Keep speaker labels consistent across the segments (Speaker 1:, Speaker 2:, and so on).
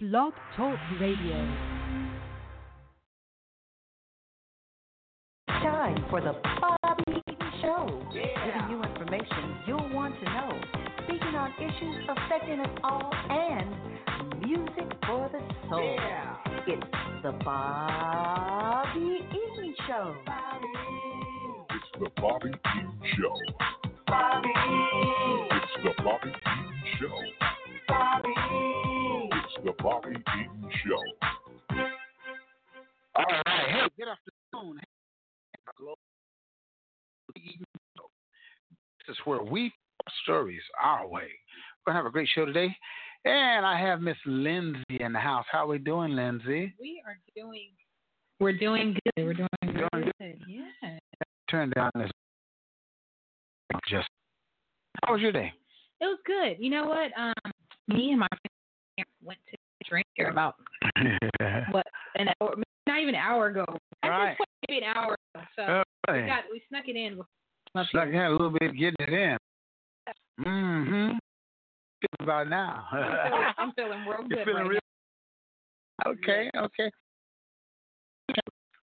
Speaker 1: Blog Talk Radio.
Speaker 2: Time for the Bobby Eaton Show. Giving you information you'll want to know. Speaking on issues affecting us all and music for the soul. It's the Bobby Eaton Show.
Speaker 3: It's the Bobby Eaton Show. It's the Bobby Eaton Show. It's the Bobby Eaton Show.
Speaker 4: All right. Hey, good afternoon. Hello. This is where we tell stories our way. We're going to have a great show today. And I have Miss Lindsay in the house. How we doing, Lindsay?
Speaker 5: We are doing. We're doing good. We're doing
Speaker 4: Doing
Speaker 5: good. Yeah.
Speaker 4: Turn down this. Just. How was your day?
Speaker 5: It was good. You know what? Um, me and my family went to drink here about what an hour, not even an hour ago. I
Speaker 4: Right.
Speaker 5: think maybe an hour ago. So
Speaker 4: Oh,
Speaker 5: we,
Speaker 4: really?
Speaker 5: got, we snuck it in.
Speaker 4: Snuck in a little bit, getting it in. Mm-hmm. About now.
Speaker 5: I'm feeling, I'm feeling real
Speaker 4: You're
Speaker 5: good
Speaker 4: feeling
Speaker 5: right
Speaker 4: real.
Speaker 5: now.
Speaker 4: Okay, okay.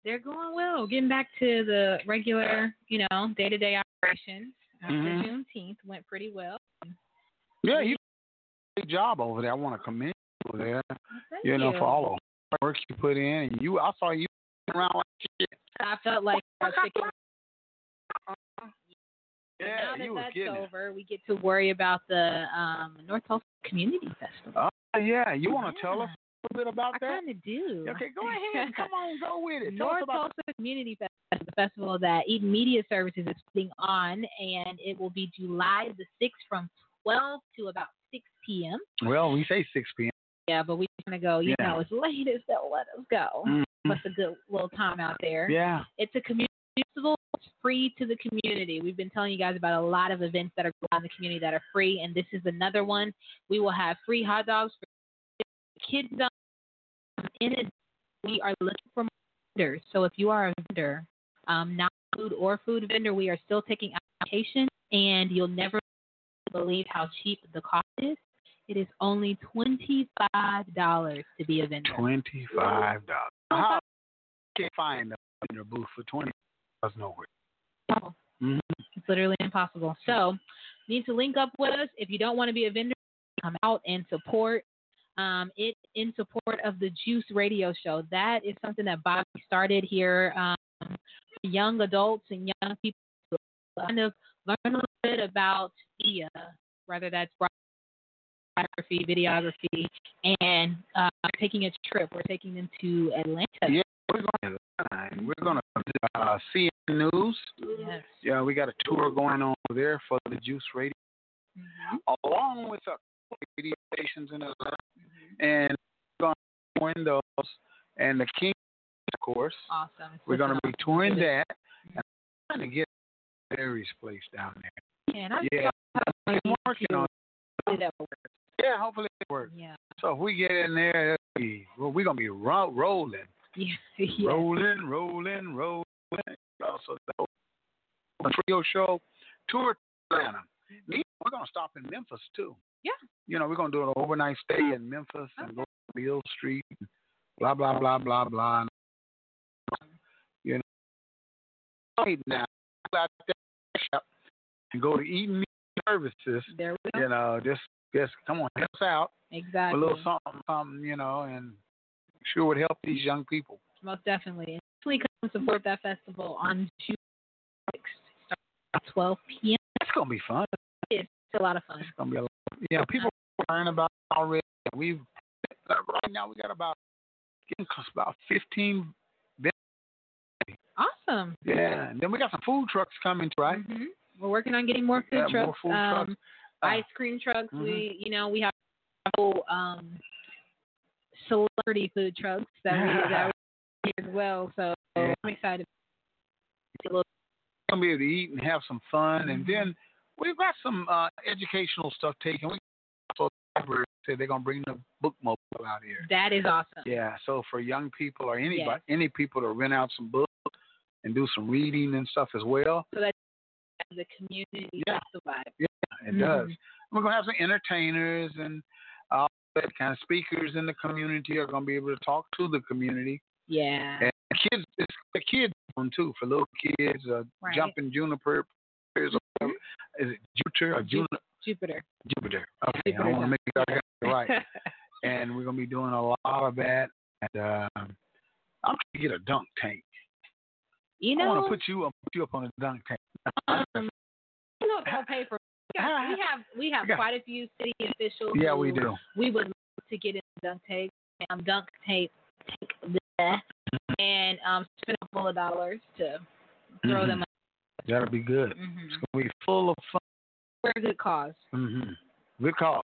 Speaker 5: They're going well. Getting back to the regular, you know, day to day operations. After
Speaker 4: Mhm.
Speaker 5: Juneteenth went pretty well.
Speaker 4: Yeah, you did a great job over there. I want to commend you over there.
Speaker 5: Thank
Speaker 4: you know, for all the hard work you put in, and you, I saw you around like shit.
Speaker 5: I felt like I was thinking
Speaker 4: Yeah,
Speaker 5: now that
Speaker 4: you was
Speaker 5: that's
Speaker 4: getting it.
Speaker 5: over, we get to worry about the um, North Tulsa Community Festival.
Speaker 4: Oh, yeah, you want to tell us a little bit about
Speaker 5: I
Speaker 4: that?
Speaker 5: kind of do.
Speaker 4: Okay, go ahead. Come on, go with it. Tell us
Speaker 5: North
Speaker 4: about
Speaker 5: Tulsa Community Festival is the festival that Eden Media Services is putting on, and it will be July the 6th from 12 to about 6 p.m.
Speaker 4: Well, we say 6 p.m.
Speaker 5: Yeah, but we're going to go, you
Speaker 4: Yeah.
Speaker 5: know, as late as they'll let us go.
Speaker 4: Mhm.
Speaker 5: That's a good little time out there.
Speaker 4: Yeah.
Speaker 5: It's a community festival. It's free to the community. We've been telling you guys about a lot of events that are going on in the community that are free, and this is another one. We will have free hot dogs for kids. In it, we are looking for vendors. So if you are a vendor, um, not food or food vendor, we are still taking applications, and you'll never believe how cheap the cost is. It is only $25 to be a vendor.
Speaker 4: $25. How can you find them in your booth for 20 dollars nowhere?
Speaker 5: Oh.
Speaker 4: Mhm.
Speaker 5: It's literally impossible. So, you need to link up with us. If you don't want to be a vendor, come out and support. Um, it in support of the Juice Radio Show. That is something that Bobby started here um, for young adults and young people to kind of learn a little bit about media, whether that's photography, videography, and uh, taking a trip. We're taking them to Atlanta.
Speaker 4: Yeah, we're going to we're going to uh, CNN News.
Speaker 5: Yes.
Speaker 4: Yeah, we got a tour going on over there for the Juice Radio.
Speaker 5: Mhm.
Speaker 4: along with our radio stations in Atlanta and on windows and the King, of course.
Speaker 5: Awesome.
Speaker 4: We're going to be touring
Speaker 5: Awesome.
Speaker 4: that and trying to get various place down there.
Speaker 5: Yeah, and I
Speaker 4: Yeah,
Speaker 5: think
Speaker 4: I'm working on.
Speaker 5: I'll do that for
Speaker 4: Yeah, hopefully it works.
Speaker 5: Yeah.
Speaker 4: So if we get in there, it'll be, well, we're gonna be ro- rolling,
Speaker 5: Yeah. yeah.
Speaker 4: rolling, rolling, rolling. Also, the trio show tour to Atlanta. We're gonna stop in Memphis too.
Speaker 5: Yeah.
Speaker 4: You know, we're gonna do an overnight stay in Memphis and go to Beale Street. And blah blah blah blah blah. And, you know, right now go out there and go to Eaton Meat Services.
Speaker 5: There we go.
Speaker 4: You know, just just come on, help us out
Speaker 5: Exactly.
Speaker 4: a little something, something, you know, and sure would help these young people.
Speaker 5: Most definitely. And definitely come support that festival on June 6th, starting at 12 p.m.
Speaker 4: That's gonna be fun.
Speaker 5: It's a lot of fun.
Speaker 4: It's gonna be a lot. Yeah, people are learning about it already. We've right now we got about getting close to about fifteen.
Speaker 5: Awesome.
Speaker 4: Yeah, and then we got some food trucks coming, right?
Speaker 5: hmm We're working on getting more food
Speaker 4: Yeah, more
Speaker 5: trucks.
Speaker 4: food
Speaker 5: um,
Speaker 4: trucks. Uh,
Speaker 5: Ice cream trucks. We, you know, we have no um, celebrity food trucks that we that we here as well. So
Speaker 6: Yeah.
Speaker 5: I'm excited.
Speaker 6: gonna be able to eat and have some fun, and then
Speaker 5: Mm-hmm.
Speaker 6: we've got some uh, educational stuff taken. We also library said they're gonna bring the bookmobile out here.
Speaker 5: That is awesome.
Speaker 6: Yeah, so for young people or anybody, any people to rent out some books and do some reading and stuff as well.
Speaker 5: The community
Speaker 6: Yeah.
Speaker 5: that's the vibe.
Speaker 6: It does.
Speaker 5: Mm-hmm.
Speaker 6: We're gonna have some entertainers and all that kind of speakers in the community are gonna be able to talk to the community.
Speaker 5: Yeah.
Speaker 6: And kids, it's the kids one too for little kids. Uh,
Speaker 5: Right. Mm-hmm.
Speaker 6: Jumping juniper, is it Jupiter or Juniper?
Speaker 5: Jupiter.
Speaker 6: Jupiter. Okay, I want to make sure I got it right. and we're gonna be doing a lot of that. And um, I'm gonna get a dunk tank.
Speaker 5: you
Speaker 6: I want to
Speaker 5: know,
Speaker 6: put you up, put you up on a dunk tank.
Speaker 5: you know, I'll pay for. We got- we have we have
Speaker 6: Yeah.
Speaker 5: quite a few city officials.
Speaker 6: Yeah, we
Speaker 5: who
Speaker 6: do.
Speaker 5: We would love to get in dunk tape. Um, dunk tape, take the and um, spend a couple of dollars to throw
Speaker 6: Mhm.
Speaker 5: them. Up.
Speaker 6: That'll be good.
Speaker 5: hmm
Speaker 6: It's gonna be full of fun.
Speaker 5: For a good cause.
Speaker 6: Mm-hmm. Good call.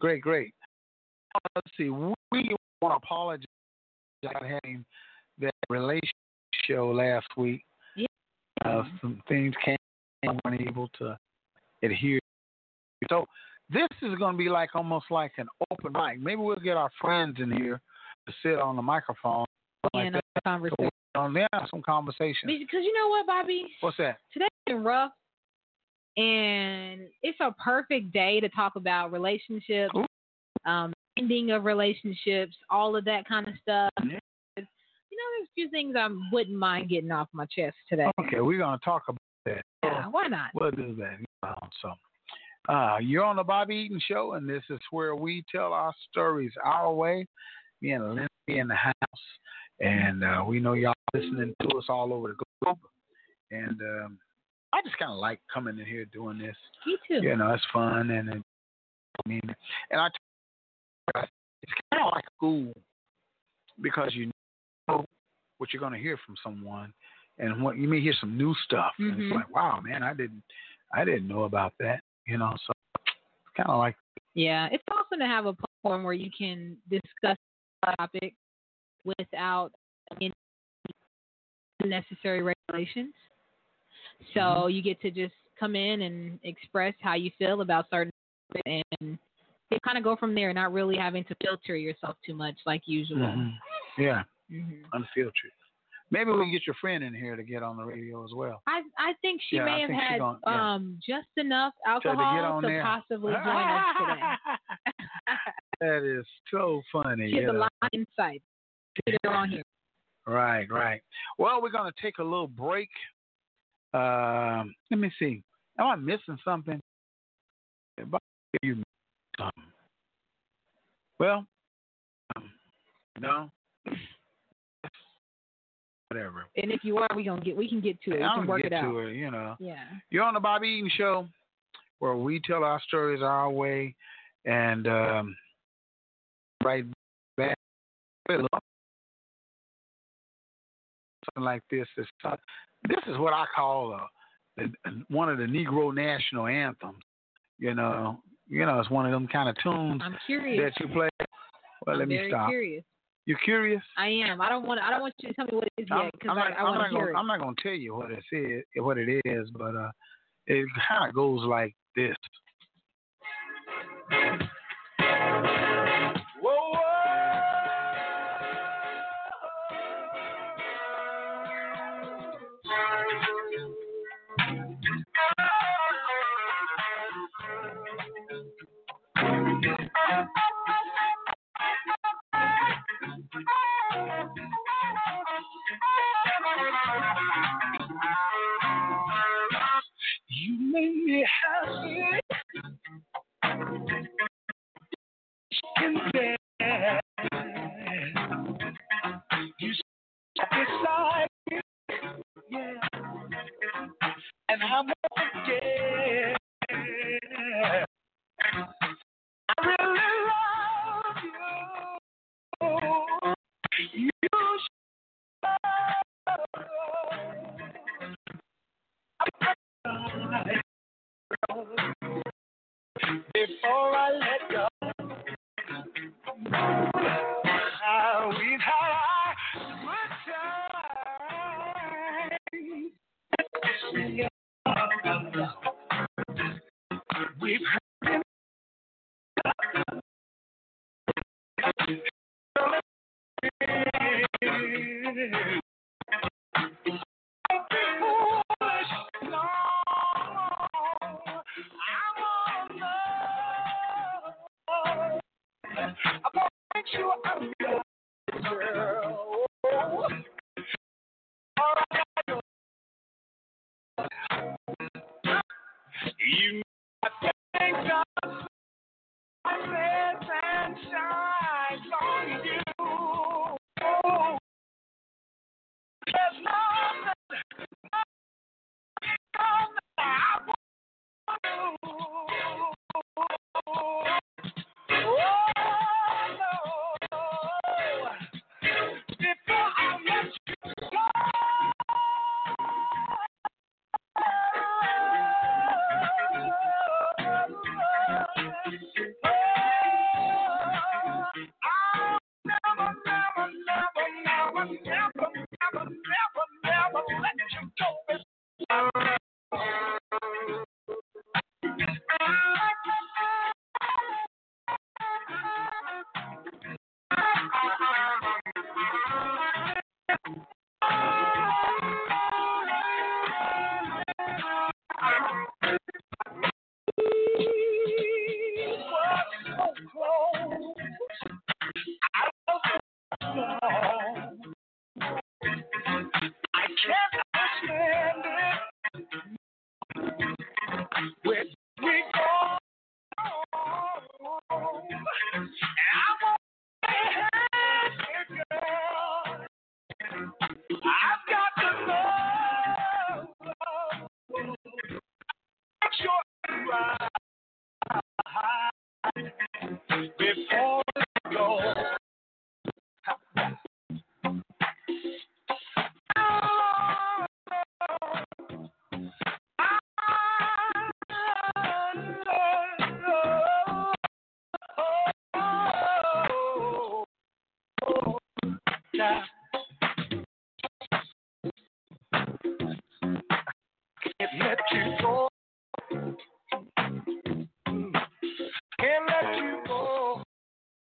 Speaker 6: Great, great. Uh, Let's see. We want to apologize about having that relationship show last week.
Speaker 5: Yeah.
Speaker 6: Uh, some things came we weren't able to adhere. to. So this is going to be like almost like an open mic. Maybe we'll get our friends in here to sit on the microphone like
Speaker 5: and a conversation.
Speaker 6: on there some conversation.
Speaker 5: Because you know what, Bobby,
Speaker 6: What's that?
Speaker 5: today's been rough, and it's a perfect day to talk about relationships,
Speaker 6: Ooh.
Speaker 5: um, ending of relationships, all of that kind of stuff.
Speaker 6: Yeah.
Speaker 5: You know, there's a few things I wouldn't mind getting off my chest today.
Speaker 6: Okay, we're going to talk about that.
Speaker 5: Yeah, why not?
Speaker 6: We'll do that. Um, So, uh, you're on the Bobby Eaton Show, and this is where we tell our stories our way. Me and Lindsay in the house, and uh, we know y'all listening to us all over the globe. And um, I just kind of like coming in here doing this.
Speaker 5: Me too.
Speaker 6: You know, it's fun, and it, I mean, and I it's kind of like school because you know what you're going to hear from someone, and what you may hear some new stuff. And
Speaker 5: Mhm.
Speaker 6: it's like, wow, man, I didn't, I didn't know about that. You know, so it's kind of like
Speaker 5: Yeah, it's awesome to have a platform where you can discuss a topic without any unnecessary regulations. So
Speaker 6: Mm-hmm.
Speaker 5: you get to just come in and express how you feel about certain topics and you kind of go from there, not really having to filter yourself too much like usual.
Speaker 6: Mhm. yeah,
Speaker 5: Mhm.
Speaker 6: unfiltered. Maybe we can get your friend in here to get on the radio as well.
Speaker 5: I I think she
Speaker 6: Yeah, I
Speaker 5: may have
Speaker 6: think she
Speaker 5: had
Speaker 6: gonna- yeah.
Speaker 5: um just enough
Speaker 6: to get
Speaker 5: alcohol
Speaker 6: on
Speaker 5: to,
Speaker 6: there.
Speaker 5: possibly join us today.
Speaker 6: That is so funny.
Speaker 5: She has
Speaker 6: you
Speaker 5: a
Speaker 6: know.
Speaker 5: lot of insight. Get her on here.
Speaker 6: Right, right. Well, we're going to take a little break. Um, let me see. Am I missing something? If I- if you missed something. Well, um, no. Whatever.
Speaker 5: And if you are, we gonna get we can get to it. We
Speaker 6: I'm
Speaker 5: can
Speaker 6: gonna
Speaker 5: work
Speaker 6: get
Speaker 5: it out.
Speaker 6: to it, you know.
Speaker 5: Yeah.
Speaker 6: You're on the Bobby Eaton Show, where we tell our stories our way, and um, right back. Something like this is this is what I call a, a, one of the Negro national anthems. You know, you know, it's one of them kind of tunes
Speaker 5: I'm curious.
Speaker 6: that you play. Well,
Speaker 5: I'm
Speaker 6: let me
Speaker 5: very
Speaker 6: stop.
Speaker 5: curious.
Speaker 6: You curious?
Speaker 5: I am. I don't want I don't want you to tell me what it is
Speaker 6: I'm,
Speaker 5: yet because
Speaker 6: I'm not,
Speaker 5: I, I
Speaker 6: I'm
Speaker 5: want
Speaker 6: not
Speaker 5: to hear
Speaker 6: gonna,
Speaker 5: it.
Speaker 6: I'm not gonna tell you what it is, what it is, but uh, it kind of goes like this. You made me happy.
Speaker 7: I'm gonna make sure I'm good, girl. All right, I know. You know I think I'm I live and shine on you. Oh, there's nothing, nothing I won't do. Oh, no. Before I let you Before I go.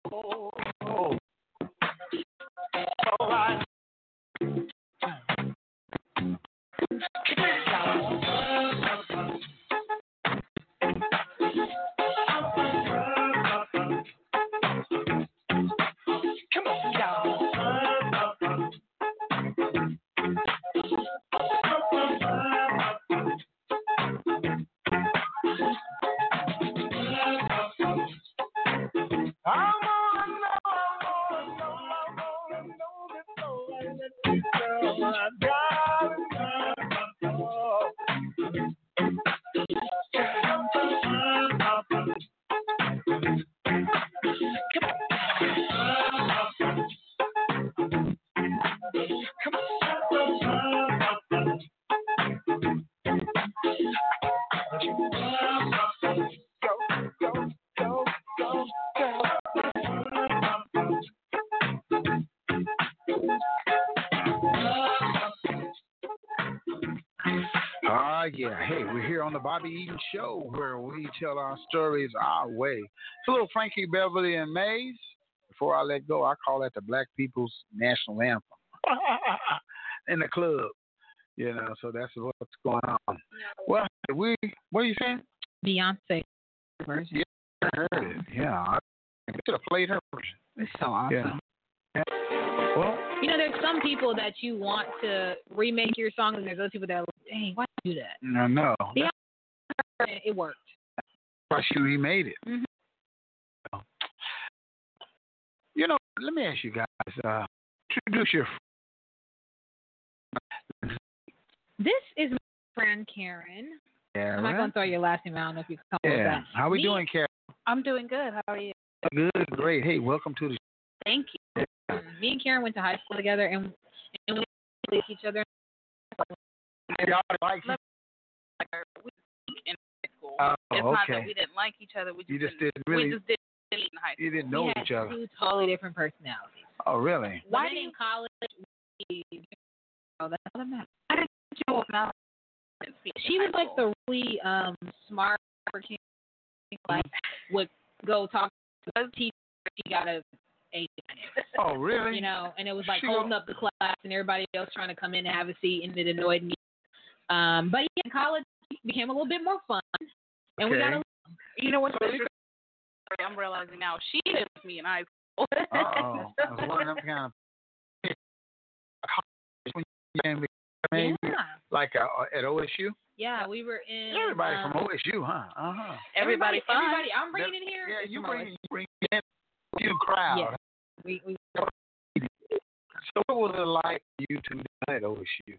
Speaker 7: Oh, Ah, yeah. Hey, we're here on the Bobby Eaton Show where we tell our stories our way. It's a little Frankie Beverly and Mays. Before I let go, I call that the Black People's National Anthem in the club. You know, so that's what's going on. Well, we what are you saying?
Speaker 5: Beyonce version.
Speaker 7: I heard it. Yeah, I should have played her version.
Speaker 4: It's so awesome.
Speaker 7: Yeah. Yeah. Well,
Speaker 5: You know, there's some people that you want to remake your song, and there's those people that are like, dang, why do you do that?
Speaker 7: no, no.
Speaker 6: Oh,
Speaker 5: Yeah. And It worked.
Speaker 7: That's why she remade it.
Speaker 5: Mhm. Mm-hmm.
Speaker 7: You know, let me ask you guys. Uh, introduce your
Speaker 5: This is my friend Karen.
Speaker 7: Yeah,
Speaker 5: I'm not going to throw your last name out. I don't know if you can call it
Speaker 7: yeah.
Speaker 5: that.
Speaker 7: How we
Speaker 5: Me?
Speaker 7: doing, Karen?
Speaker 5: I'm doing good. How are you?
Speaker 7: Good, great. Hey, welcome to the
Speaker 5: Thank you. Me and Karen went to high school together, and, and we like each other
Speaker 7: Y'all like
Speaker 5: Love we in high school.
Speaker 7: Oh,
Speaker 5: it's not that
Speaker 7: okay.
Speaker 5: we didn't like each other. We just,
Speaker 7: You just
Speaker 5: didn't,
Speaker 7: didn't really,
Speaker 5: we just didn't fit in high school.
Speaker 7: you didn't know
Speaker 5: we
Speaker 7: each
Speaker 5: had
Speaker 7: other.
Speaker 5: Two totally different personalities.
Speaker 7: Oh, really?
Speaker 5: Why did in college? We, oh, that's not a matter. Why did you know about? She was like the really um smart opportunity. Like would go talk to the teacher. She got a A.
Speaker 7: Oh, really?
Speaker 5: you know, and it was like
Speaker 7: She
Speaker 5: holding
Speaker 7: go-
Speaker 5: up the class and everybody else trying to come in and have a seat, and it annoyed me. Um, but yeah, college became a little bit more fun, and we got
Speaker 7: Okay.
Speaker 5: a, you know what's
Speaker 7: So you
Speaker 8: I'm realizing now she didn't like me and I.
Speaker 4: Uh oh. That's one of them kind of.
Speaker 8: yeah.
Speaker 4: Like uh, at OSU?
Speaker 8: yeah, we were in.
Speaker 4: Everybody
Speaker 8: um,
Speaker 4: from OSU, huh? Uh huh.
Speaker 8: Everybody,
Speaker 5: Everybody-
Speaker 8: fun.
Speaker 5: everybody-
Speaker 8: I'm
Speaker 4: That-
Speaker 8: bringing it here.
Speaker 4: Yeah,
Speaker 8: It's
Speaker 4: you
Speaker 8: my
Speaker 4: bring,
Speaker 8: life.
Speaker 4: you bring in a few crowd.
Speaker 8: Yeah. We, we,
Speaker 4: So what was it like for you to be at OSU?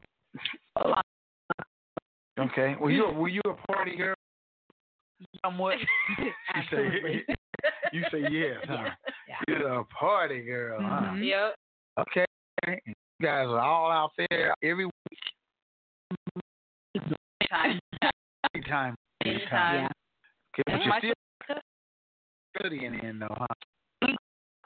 Speaker 4: Okay. Were you were you a party girl? Somewhat.
Speaker 8: absolutely.
Speaker 4: You say you say yes, huh?
Speaker 8: Yeah.
Speaker 4: You're a party girl, huh?
Speaker 8: Mhm. Yep.
Speaker 4: Okay. You guys are all out there every
Speaker 8: Time.
Speaker 4: week time.
Speaker 8: Anytime.
Speaker 7: Yeah.
Speaker 4: Okay, but
Speaker 8: Yeah.
Speaker 4: you're still studying in though, huh?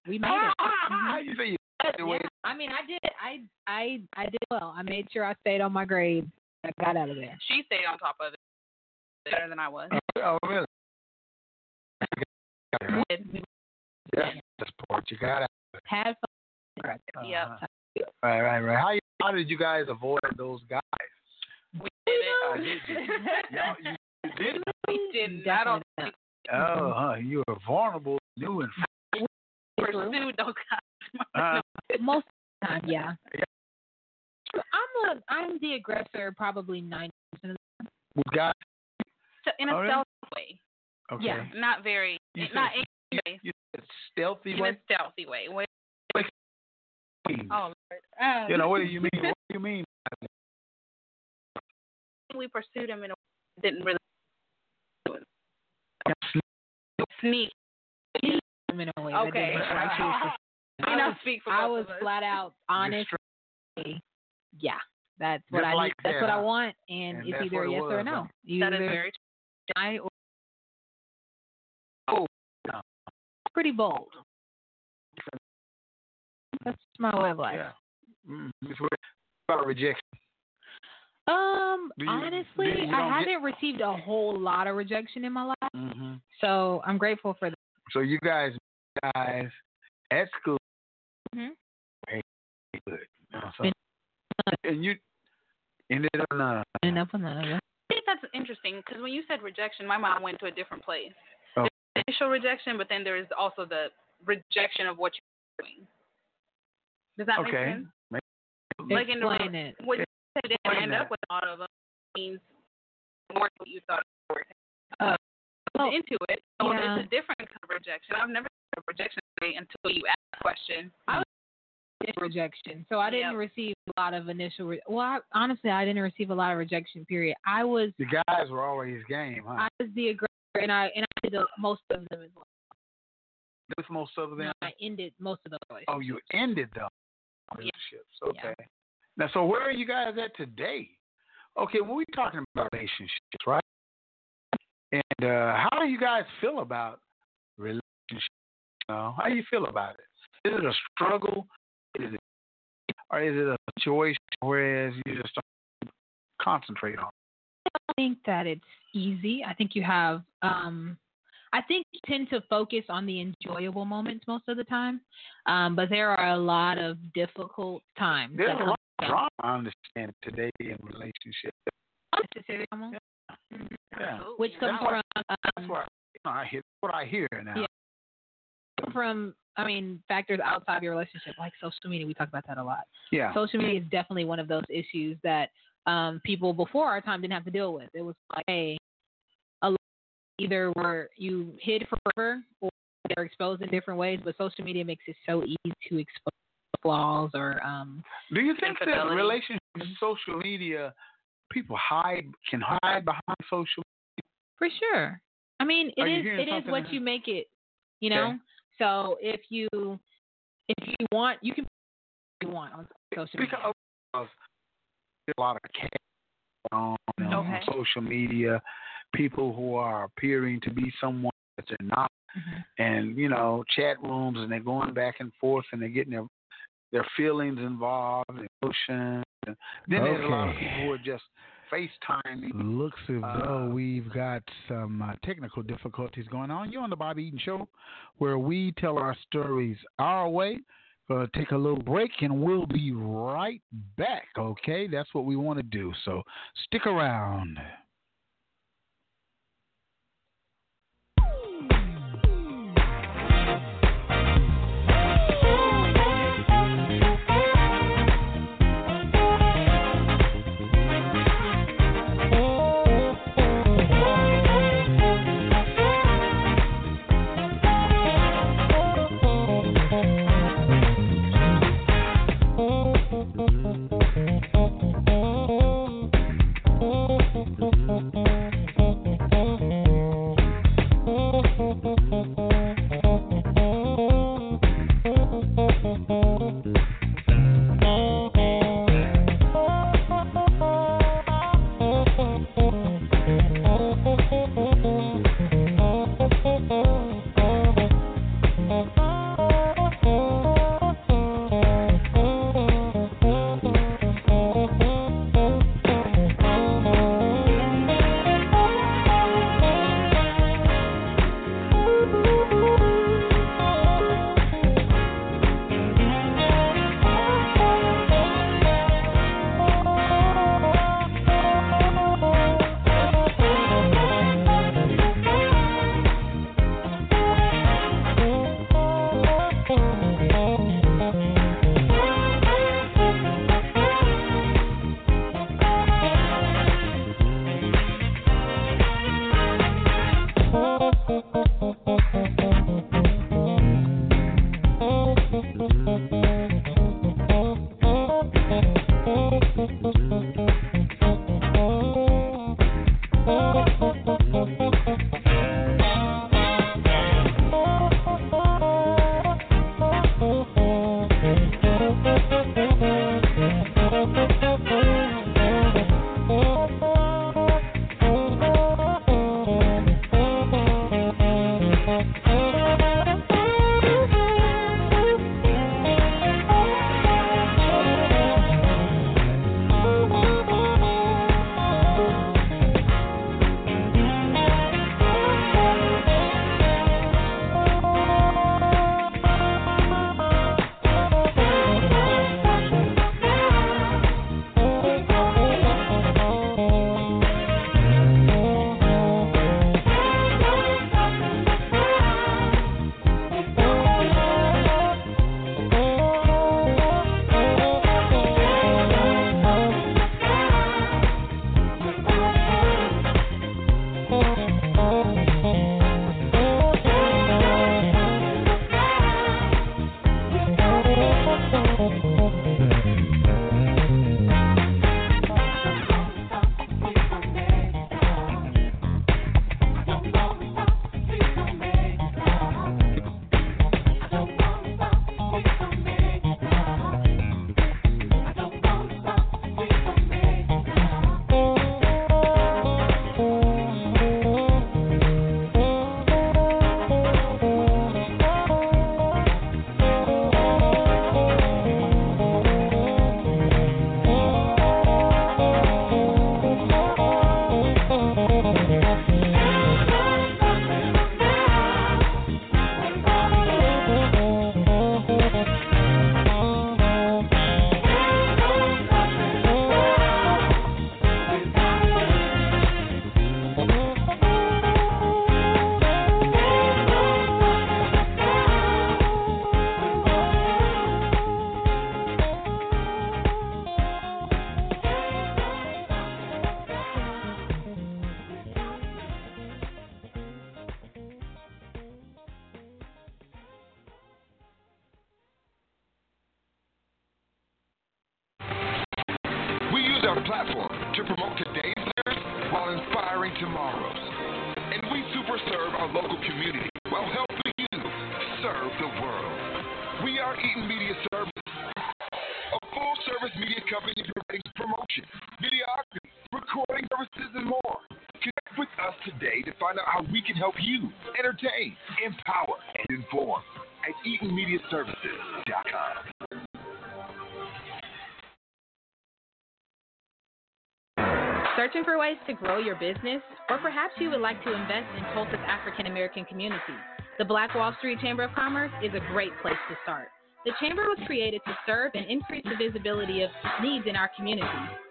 Speaker 8: We made it.
Speaker 4: You say you graduated.
Speaker 8: Yeah. I mean, I did. I I I did well. I made sure I stayed on my grades. I got out of there. She stayed on top of it better than I was.
Speaker 4: Oh, really? Yeah, That's part you got out.
Speaker 8: Had fun.
Speaker 4: Yeah. Right, right, right. How you, how did you guys avoid those guys?
Speaker 8: We did
Speaker 4: Uh, did you? Y'all, you you didn't.
Speaker 8: we did
Speaker 5: I don't
Speaker 8: think
Speaker 4: Oh,
Speaker 8: Mm-hmm.
Speaker 4: huh. You were vulnerable, new and
Speaker 8: pursued those
Speaker 4: uh,
Speaker 8: Most of the time, yeah. I'm a I'm the aggressor probably ninety percent of
Speaker 4: we got.
Speaker 8: the in a
Speaker 4: Oh, really?
Speaker 8: stealth way.
Speaker 4: Okay.
Speaker 8: Yeah, not very
Speaker 4: You
Speaker 8: not
Speaker 4: said
Speaker 8: angry way,
Speaker 4: you said stealthy
Speaker 8: in
Speaker 4: way.
Speaker 8: a stealthy way. Way-
Speaker 4: queen.
Speaker 8: Oh Lord. Um,
Speaker 4: You know what do you mean? What do you mean?
Speaker 8: we pursued him in a way that didn't really sneak.
Speaker 5: I'm in a way.
Speaker 8: Okay.
Speaker 4: I
Speaker 8: I
Speaker 5: I
Speaker 8: know,
Speaker 5: was-
Speaker 8: speak for
Speaker 5: I
Speaker 8: both
Speaker 5: was
Speaker 8: of us.
Speaker 5: flat out honest.
Speaker 4: Just
Speaker 5: Yeah, that's what
Speaker 4: Just
Speaker 5: I
Speaker 4: like
Speaker 5: need. That's
Speaker 4: that,
Speaker 5: what I
Speaker 4: huh?
Speaker 5: want, and,
Speaker 4: And
Speaker 5: it's
Speaker 4: that's
Speaker 5: either
Speaker 4: what it
Speaker 5: yes or
Speaker 4: was,
Speaker 5: no.
Speaker 4: huh?
Speaker 5: You
Speaker 8: That is
Speaker 5: either
Speaker 8: very true.
Speaker 5: I or
Speaker 4: Oh.
Speaker 5: pretty bold.
Speaker 4: Mm-hmm.
Speaker 5: That's my way of life.
Speaker 4: Yeah. Mm, it's what- about rejection.
Speaker 5: Um,
Speaker 4: Do you-
Speaker 5: honestly,
Speaker 4: do you- you
Speaker 5: I
Speaker 4: don't
Speaker 5: haven't
Speaker 4: get-
Speaker 5: received a whole lot of rejection in my life,
Speaker 4: Mm-hmm.
Speaker 5: so I'm grateful for that.
Speaker 4: So you guys, guys, at school.
Speaker 8: Mhm.
Speaker 5: Mm-hmm.
Speaker 4: Hey, good. You know, so- and you ended up uh, not.
Speaker 5: Enough on that.
Speaker 8: I think that's interesting because when you said rejection, my mind went to a different place.
Speaker 4: Oh.
Speaker 8: There's initial rejection, but then there is also the rejection of what you're doing. Does that
Speaker 4: okay.
Speaker 8: make sense?
Speaker 4: Make-
Speaker 8: Like in the-
Speaker 5: Explain it.
Speaker 8: What you said didn't
Speaker 4: Explain
Speaker 8: end
Speaker 4: that.
Speaker 8: up with all of them means more than what you thought it was.
Speaker 5: Oh.
Speaker 8: Well, into it, so
Speaker 5: Yeah.
Speaker 8: it's a different kind of rejection. I've never heard of rejection today until you asked the question. I was
Speaker 5: initial Mm. rejection. So I didn't
Speaker 8: Yep.
Speaker 5: receive a lot of initial. Re- well, I, honestly, I didn't receive a lot of rejection. Period. I was
Speaker 4: The guys were always game, huh?
Speaker 5: I was the aggressor, and I and I did the, most of them as well.
Speaker 4: This most of them.
Speaker 5: I ended most of those. relationships.
Speaker 4: Oh, you ended the relationships. Okay. Now, so where are you guys at today? Okay, well, we're talking about relationships, right? And uh, how do you guys feel about relationships? Uh, how do you feel about it? Is it a struggle? Is it, or is it a situation whereas you just don't concentrate on?
Speaker 5: I think that it's easy. I think you have. Um, I think you tend to focus on the enjoyable moments most of the time, um, but there are a lot of difficult times.
Speaker 4: it? There's
Speaker 5: that
Speaker 4: a lot of
Speaker 5: come-
Speaker 4: drama, I understand, today in relationships.
Speaker 5: unnecessary drama,
Speaker 4: Yeah,
Speaker 5: which comes
Speaker 4: That's why-
Speaker 5: from
Speaker 4: that's
Speaker 5: um,
Speaker 4: what I, I hear. What I hear now.
Speaker 5: Yeah. from I mean factors outside of your relationship, like social media. We talk about that a lot.
Speaker 4: yeah.
Speaker 5: social media is definitely one of those issues that um, people before our time didn't have to deal with. It was like, hey, a lot, either were you hid forever or they're exposed in different ways, but social media makes it so easy to expose flaws or um,
Speaker 4: Do you think that
Speaker 8: Infidelity.
Speaker 4: relationship social media people hide can hide behind social
Speaker 5: For sure. I mean, it
Speaker 4: Are you
Speaker 5: is
Speaker 4: hearing
Speaker 5: it is
Speaker 4: something
Speaker 5: what
Speaker 4: in-
Speaker 5: you make it, you know.
Speaker 4: Okay.
Speaker 5: So if you if you want, you can you want on social media.
Speaker 4: because of- there's a lot of cat on, on
Speaker 8: Okay.
Speaker 4: social media, people who are appearing to be someone that they're not
Speaker 5: Mhm.
Speaker 4: and you know, chat rooms and they're going back and forth and they're getting their their feelings involved and emotions and then there's a lot of
Speaker 6: Okay.
Speaker 4: people who are just FaceTiming
Speaker 6: Looks as though
Speaker 4: Uh,
Speaker 6: we've got some uh, technical difficulties going on. You're on the Bobby Eaton Show, where we tell our stories our way. Gonna take a little break, and we'll be right back. Okay, that's what we want to do. So stick around.
Speaker 5: Searching for ways to grow your business? Or perhaps you would like to invest in Tulsa's African American community? The Black Wall Street Chamber of Commerce is a great place to start. The chamber was created to serve and increase the visibility of needs in our community.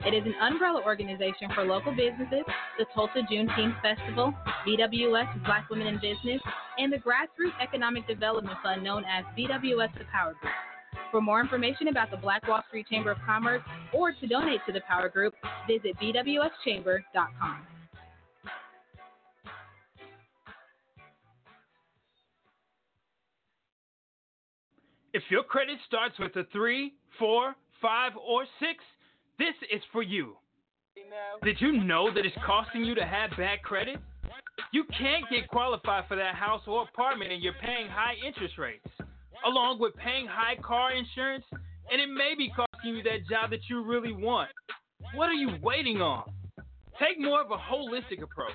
Speaker 5: It is an umbrella organization for local businesses, the Tulsa Juneteenth Festival, BWS Black Women in Business, and the Grassroots Economic Development Fund known as BWS The Power Group. For more information about the Black Wall Street Chamber of Commerce or to donate to the Power Group, visit bwschamber.com.
Speaker 9: If your credit starts with a three, four, five, or six, this is for you. Did you know that it's costing you to have bad credit? You can't get qualified for that house or apartment and you're paying high interest rates along with paying high car insurance, and it may be costing you that job that you really want. What are you waiting on? Take more of a holistic approach.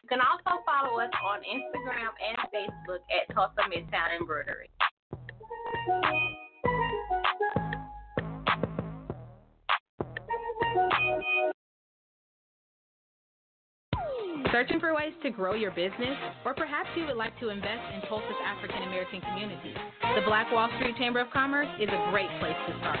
Speaker 10: You can also follow us on Instagram and Facebook at Tulsa Midtown Embroidery.
Speaker 5: Searching for ways to grow your business? Or perhaps you would like to invest in Tulsa's African American community? The Black Wall Street Chamber of Commerce is a great place to start.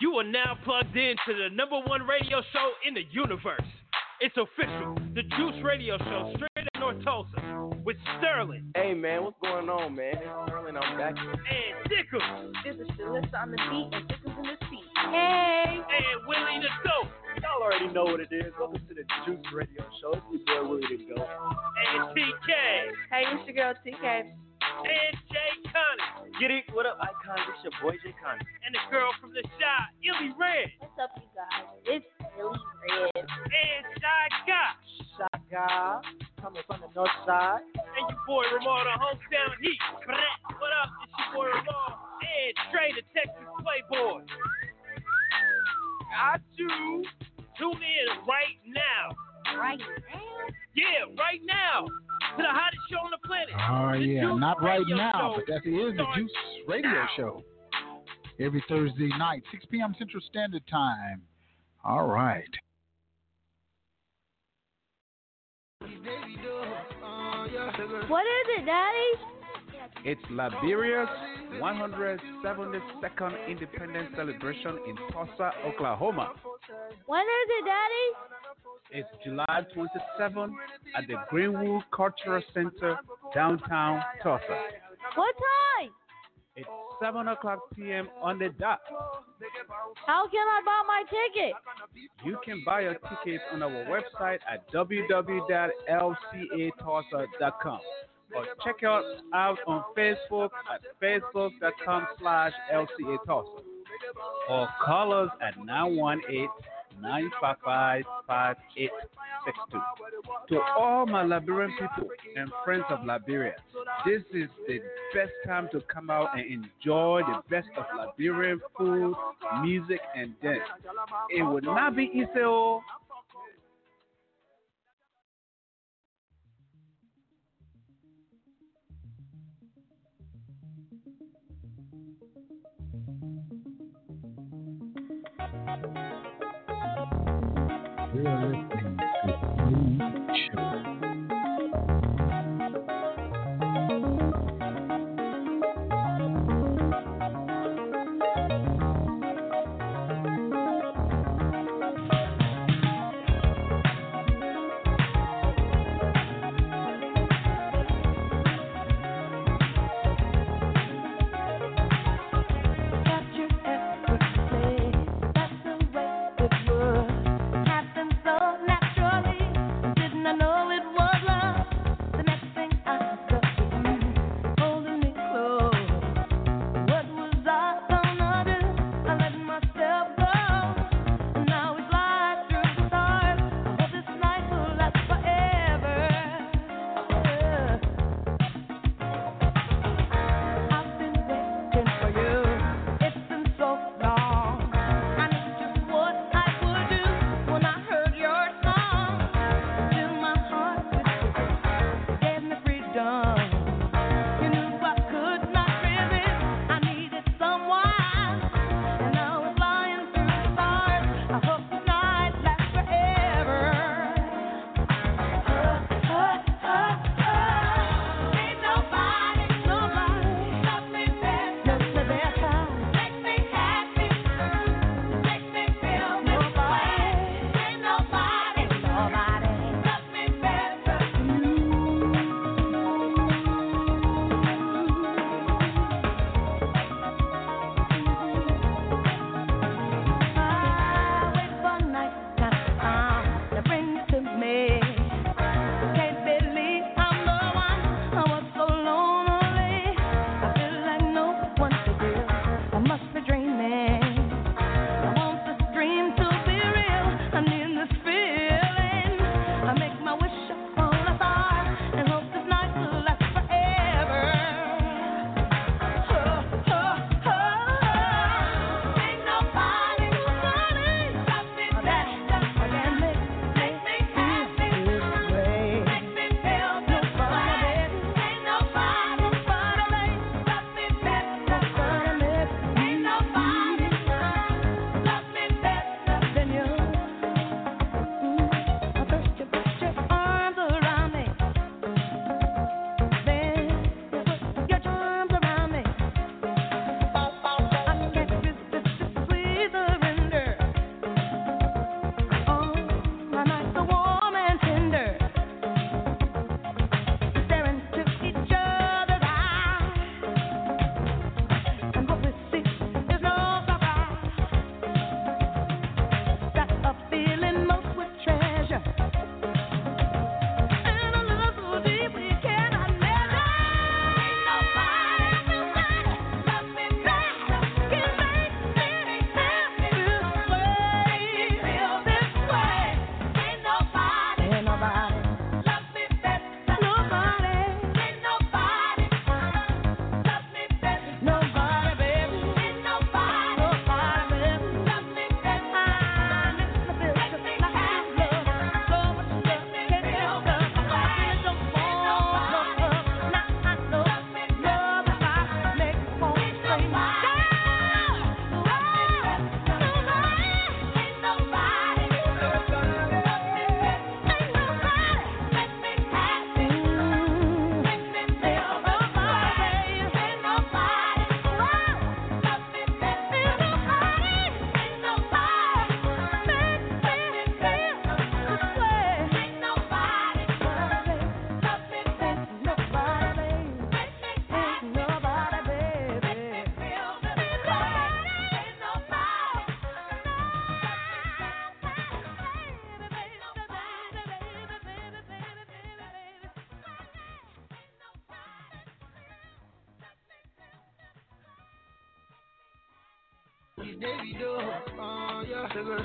Speaker 11: You are now plugged in to the number one radio show in the universe. It's official, the Juice Radio Show, straight out North Tulsa, with Sterling.
Speaker 9: Hey man, what's going on, man? It's Sterling, I'm back.
Speaker 11: And Dickles.
Speaker 12: This is Shalissa on the beat and Dickles in the seat.
Speaker 11: Hey. And Willie the Goat.
Speaker 9: Y'all already know what it is. Welcome to the Juice Radio Show. It's your boy Willie the Goat.
Speaker 11: And TK.
Speaker 13: Hey, it's your girl TK.
Speaker 11: And Jay Connie.
Speaker 9: Get it? What up, Icon? It's your boy Jay Connie.
Speaker 11: And the girl from the shot, Illy Red.
Speaker 14: What's up, you guys? It's Illy Red.
Speaker 11: And Shy Guy.
Speaker 2: Shy Guy. Coming from the north side.
Speaker 11: And your boy Ramar, the hometown heat. What up? It's your boy Ramar. And Trey, the Texas Playboy got you. Tune in right now.
Speaker 14: Right now?
Speaker 11: Yeah, right now. To the hottest show on the planet.
Speaker 7: Oh,
Speaker 11: the
Speaker 7: yeah. Juice Not right now, but that is the Juice Radio now. Show. Every Thursday night, 6 p.m. Central Standard Time. All right.
Speaker 3: What is it, Daddy?
Speaker 15: It's Liberia's 172nd Independence Celebration in Tulsa, Oklahoma.
Speaker 3: When is it, Daddy?
Speaker 15: It's July 27th at the Greenwood Cultural Center, downtown Tulsa.
Speaker 3: What time?
Speaker 15: It's 7 o'clock p.m. on the dot.
Speaker 3: How can I buy my ticket?
Speaker 15: You can buy your ticket on our website at www.lcatulsa.com or check us out on Facebook at facebook.com slash LCA Tulsa or call us at 918 955 5862. To all my Liberian people and friends of Liberia, this is the best time to come out and enjoy the best of Liberian food, music, and dance. It would not be easy,
Speaker 7: We are listening to the show.
Speaker 16: so now.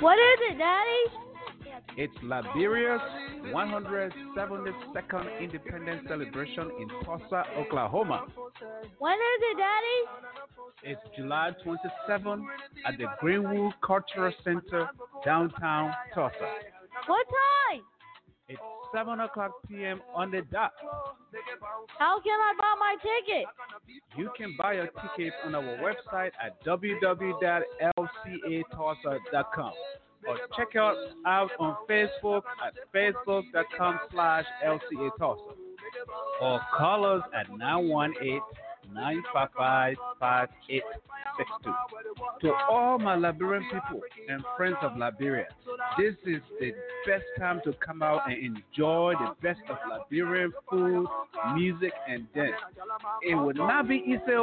Speaker 3: What is it, Daddy?
Speaker 15: It's Liberia's 172nd Independence Celebration in Tulsa, Oklahoma.
Speaker 3: When is it, Daddy?
Speaker 15: It's July 27th at the Greenwood Cultural Center, downtown Tulsa.
Speaker 3: What time?
Speaker 15: It's 7 o'clock p.m. on the dot.
Speaker 3: How can I buy my ticket?
Speaker 15: You can buy your tickets on our website at www.lcatulsa.com or check us out on Facebook at facebook.com slash LCA Tulsa or call us at 918-955-5862. To all my Liberian people and friends of Liberia, this is the best time to come out and enjoy the best of Liberian food, music, and dance. It will not be
Speaker 6: oh.
Speaker 15: easy,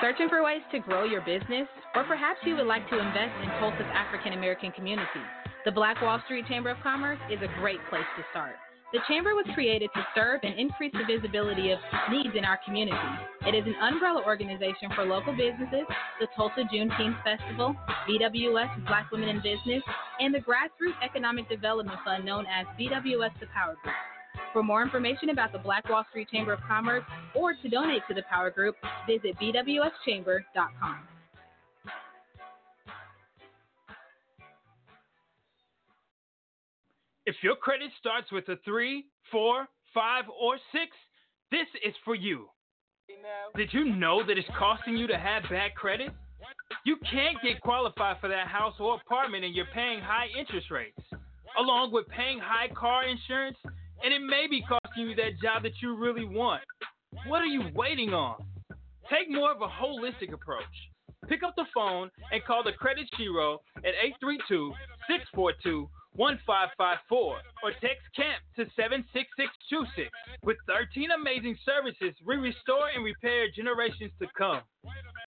Speaker 17: Searching for ways to grow your business? Or perhaps you would like to invest in Tulsa's African American community? The Black Wall Street Chamber of Commerce is a great place to start. The Chamber was created to serve and increase the visibility of needs in our community. It is an umbrella organization for local businesses, the Tulsa Juneteenth Festival, BWS Black Women in Business, and the Grassroots Economic Development Fund known as BWS The Power Group. For more information about the Black Wall Street Chamber of Commerce or to donate to the Power Group, visit bwschamber.com.
Speaker 9: If your credit starts with a three, four, five, or 6, this is for you. Did you know that it's costing you to have bad credit? You can't get qualified for that house or apartment and you're paying high interest rates, along with paying high car insurance and it may be costing you that job that you really want. What are you waiting on? Take more of a holistic approach. Pick up the phone and call the Credit Shiro at 832 642 1554 or text CAMP to 76626. With 13 amazing services, we restore and repair generations to come.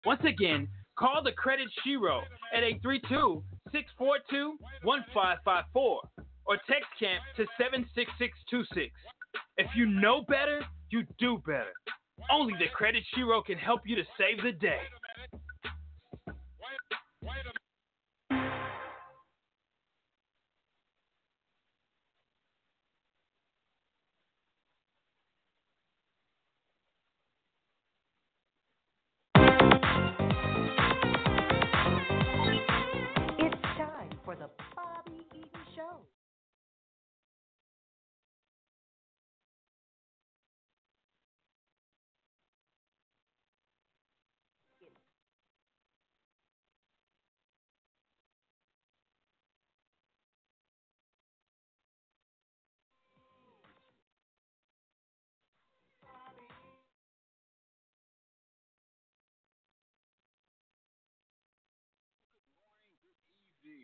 Speaker 9: Once again, call the Credit Shiro at 832 642 1554 or text camp to 76626. If you know better, you do better. Only the Credit Shiro can help you to save the day.
Speaker 18: It's time for the Bobby Eaton Show.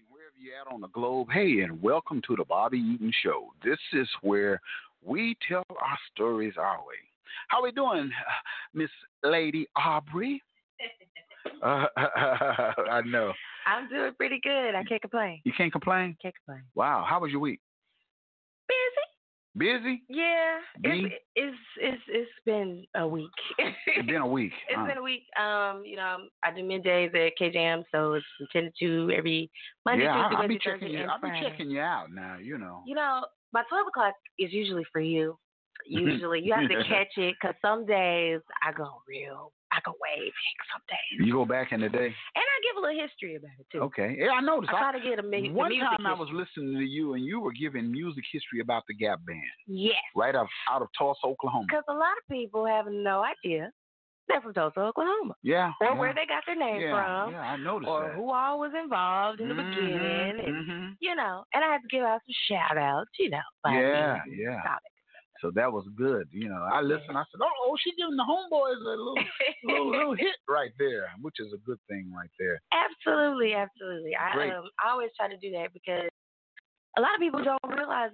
Speaker 6: wherever you're at on the globe. Hey, and welcome to the Bobby Eaton Show. This is where we tell our stories our way. How we doing, Miss Lady Aubrey? uh, I know.
Speaker 10: I'm doing pretty good. I can't complain.
Speaker 6: You can't complain.
Speaker 10: Can't complain.
Speaker 6: Wow. How was your week?
Speaker 10: Busy.
Speaker 6: Busy.
Speaker 10: Yeah.
Speaker 6: Busy?
Speaker 10: It's, it's it's it's been a week.
Speaker 6: It's been a week.
Speaker 10: It's
Speaker 6: huh?
Speaker 10: been a week. Um, you know, I do middays at KJM, so it's from ten to two every Monday,
Speaker 6: yeah,
Speaker 10: Tuesday,
Speaker 6: I, I be
Speaker 10: Wednesday,
Speaker 6: checking
Speaker 10: Thursday,
Speaker 6: you.
Speaker 10: and
Speaker 6: I be
Speaker 10: Friday.
Speaker 6: checking you out now. You know.
Speaker 10: You know, my twelve o'clock is usually for you. Usually, you have to catch it because some days I go real, I go way big some days,
Speaker 6: You go back in the day.
Speaker 10: and I give a little history about it too.
Speaker 6: Okay. Yeah, I noticed.
Speaker 10: I try to get a mu-
Speaker 6: one
Speaker 10: music
Speaker 6: time I was listening to you, and you were giving music history about the Gap Band,
Speaker 10: Yes,
Speaker 6: right out out of Tulsa, Oklahoma.
Speaker 10: because a lot of people have no idea they're from Tulsa, Oklahoma,
Speaker 6: Yeah.
Speaker 10: or
Speaker 6: yeah.
Speaker 10: where they got their name
Speaker 6: yeah,
Speaker 10: from,
Speaker 6: Yeah, I noticed
Speaker 10: or
Speaker 6: that. Mm-hmm,
Speaker 10: who all was involved in the beginning, and
Speaker 6: Mhm.
Speaker 10: you know. And I had to give out some shout outs, you know. but I
Speaker 6: Yeah,
Speaker 10: mean,
Speaker 6: yeah.
Speaker 10: stop it.
Speaker 6: So that was good. You know, I listened. I said, "Oh, oh, she giving the homeboys a little, little, little hit right there," which is a good thing right there.
Speaker 10: Absolutely, absolutely.
Speaker 6: Great.
Speaker 10: I um, I always try to do that because a lot of people don't realize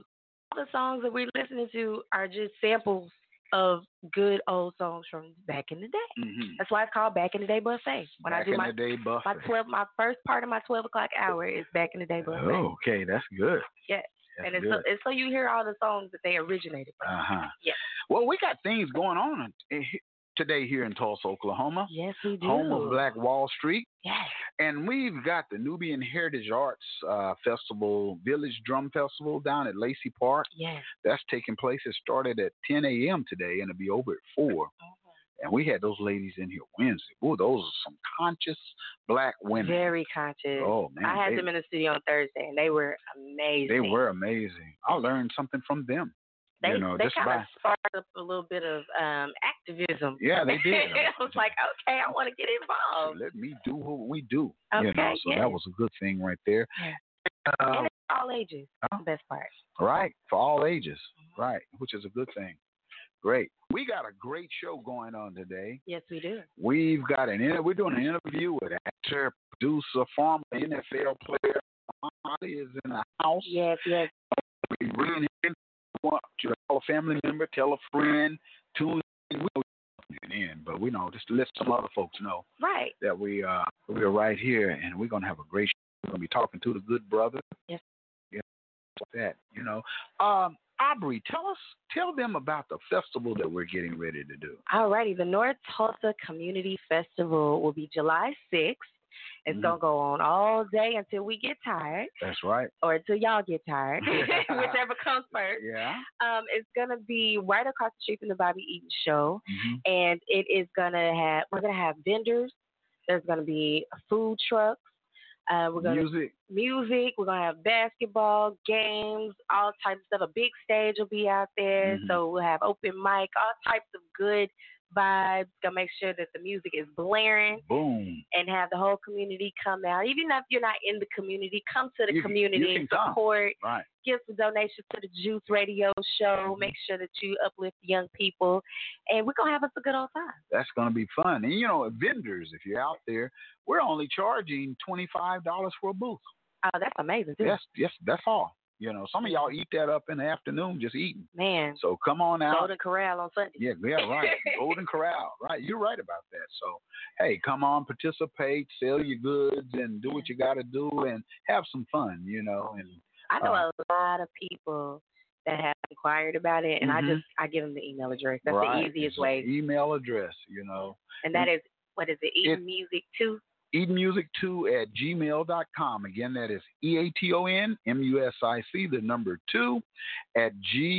Speaker 10: all the songs that we're listening to are just samples of good old songs from back in the day.
Speaker 6: Mhm.
Speaker 10: That's why it's called Back in the Day Buffet. When
Speaker 6: Back
Speaker 10: I do
Speaker 6: in
Speaker 10: my
Speaker 6: the day, buffet.
Speaker 10: my twelve my first part of my twelve o'clock hour is Back in the Day Buffet.
Speaker 6: Oh, okay, that's good.
Speaker 10: Yes.
Speaker 6: That's
Speaker 10: and it's so,
Speaker 6: good.
Speaker 10: it's so you hear all the songs that they originated from.
Speaker 6: Uh huh.
Speaker 10: Yeah.
Speaker 6: Well, we got things going on eh, today here in Tulsa, Oklahoma.
Speaker 10: Yes, we do.
Speaker 6: Home of Black Wall Street.
Speaker 10: Yes.
Speaker 6: And we've got the Nubian Heritage Arts uh, Festival, Village Drum Festival down at Lacey Park.
Speaker 10: Yes.
Speaker 6: That's taking place. It started at 10 a.m. today and it'll be over at 4. Okay. And we had those ladies in here Wednesday. Ooh, those are some conscious black women.
Speaker 10: Very conscious.
Speaker 6: Oh man.
Speaker 10: I had they, them in the studio on Thursday and they were amazing.
Speaker 6: They were amazing. I learned something from them.
Speaker 10: They
Speaker 6: you know,
Speaker 10: they
Speaker 6: kind
Speaker 10: of sparked up a little bit of um, activism.
Speaker 6: Yeah, they did.
Speaker 10: I was like, okay, I want to get involved.
Speaker 6: Let me do what we do.
Speaker 10: Okay,
Speaker 6: you know, so
Speaker 10: yes.
Speaker 6: that was a good thing right there. Uh,
Speaker 10: and it's all ages.
Speaker 6: huh?
Speaker 10: The best part.
Speaker 6: Right, for all ages. Right, which is a good thing. Great. We got a great show going on today.
Speaker 10: Yes, we do.
Speaker 6: We've got an inter- we're doing an interview with actor, producer, former NFL player. Molly is in the house.
Speaker 10: Yes, yes.
Speaker 6: We really want you to call a family member, tell a friend, tune in. We know you're tuning in, but we know just to let some other folks know
Speaker 10: Right.
Speaker 6: that we uh we are right here and we're gonna have a great show. We're gonna be talking to the good brother.
Speaker 10: Yes.
Speaker 6: Yeah, like that you know. Um, Aubrey, tell us, tell them about the festival that we're getting ready to do.
Speaker 10: Alrighty, the North Tulsa Community Festival will be July 6th. It's
Speaker 6: Mhm.
Speaker 10: gonna go on all day until we get tired,
Speaker 6: That's right.
Speaker 10: or until y'all get tired, whichever comes first.
Speaker 6: Yeah.
Speaker 10: Um, it's gonna be right across the street from the Bobby Eaton Show,
Speaker 6: Mm-hmm.
Speaker 10: and it is gonna have we're gonna have vendors. There's gonna be food trucks. Uh, we're gonna
Speaker 6: Music.
Speaker 10: music. We're gonna have basketball games, all types of stuff. A big stage will be out there,
Speaker 6: Mhm.
Speaker 10: so we'll have open mic, all types of good vibes. Gonna make sure that the music is blaring
Speaker 6: Boom.
Speaker 10: and have the whole community come out. Even if you're not in the community, come to the
Speaker 6: You can- you
Speaker 10: community
Speaker 6: can
Speaker 10: and
Speaker 6: come.
Speaker 10: support.
Speaker 6: Right.
Speaker 10: Give some donations to the Juice Radio Show.
Speaker 6: Mm-hmm.
Speaker 10: Make sure that you uplift young people, and we're gonna have us a good old time.
Speaker 6: That's gonna be fun. And you know, vendors, if you're out there, we're only charging twenty five dollars for a booth.
Speaker 10: Oh, that's amazing too,
Speaker 6: That's yes, that's all. You know, some of y'all eat that up in the afternoon just eating.
Speaker 10: man.
Speaker 6: So come on out.
Speaker 10: Golden Corral on Sunday.
Speaker 6: Yeah, yeah, right. Golden Corral, right? You're right about that. So, hey, come on, participate, sell your goods, and do what you got to do, and have some fun, you know. And
Speaker 10: I know
Speaker 6: Uh,
Speaker 10: a lot of people that have inquired about it, and I
Speaker 6: Mhm.
Speaker 10: just I give them the email address. That's
Speaker 6: right,
Speaker 10: the easiest
Speaker 6: it's a
Speaker 10: way,
Speaker 6: Email address, you know,
Speaker 10: and that is what is it? Eating music too.
Speaker 6: eatmusic2 at gmail.com. Again, that is E A T O N M U S I C, the number two, at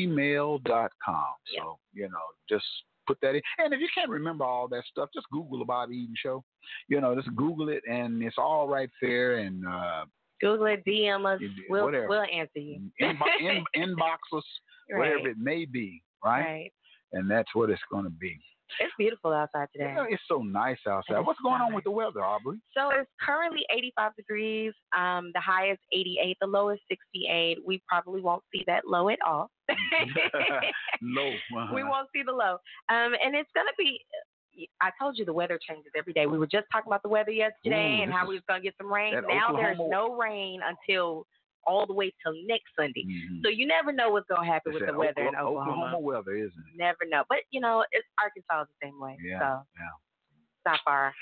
Speaker 6: gmail.com. So, you know, just put that in. And if you can't remember all that stuff, just Google the Bobby Eaton Show. You know, just Google it, and it's all right there. And, uh,
Speaker 10: Google it, DM us.
Speaker 6: You did,
Speaker 10: We'll
Speaker 6: whatever.
Speaker 10: we'll answer you.
Speaker 6: inbo- in, inbox us,
Speaker 10: Right.
Speaker 6: whatever it may be, right?
Speaker 10: Right.
Speaker 6: And that's what it's going to be.
Speaker 10: It's beautiful outside today.
Speaker 6: Yeah, it's so nice outside.
Speaker 10: It's
Speaker 6: What's going on with the weather, Aubrey?
Speaker 10: So it's currently 85 degrees. Um, the high is 88. The low is 68. We probably won't see that low at all.
Speaker 6: Mm-hmm. Low.
Speaker 10: we won't see the low. Um, and it's gonna be. I told you the weather changes every day. We were just talking about the weather yesterday
Speaker 6: Ooh,
Speaker 10: and
Speaker 6: Mm, this
Speaker 10: how
Speaker 6: is-
Speaker 10: we was gonna get some rain.
Speaker 6: that
Speaker 10: Now there's
Speaker 6: Oklahoma-
Speaker 10: no rain until all the way till next Sunday.
Speaker 6: Mhm.
Speaker 10: So you never know what's gonna happen
Speaker 6: It's
Speaker 10: with
Speaker 6: that
Speaker 10: the weather in
Speaker 6: Oklah-
Speaker 10: Oklahoma.
Speaker 6: weather, isn't it?
Speaker 10: Never know. But you know, it's Arkansas is the same way.
Speaker 6: Yeah,
Speaker 10: So it's not far.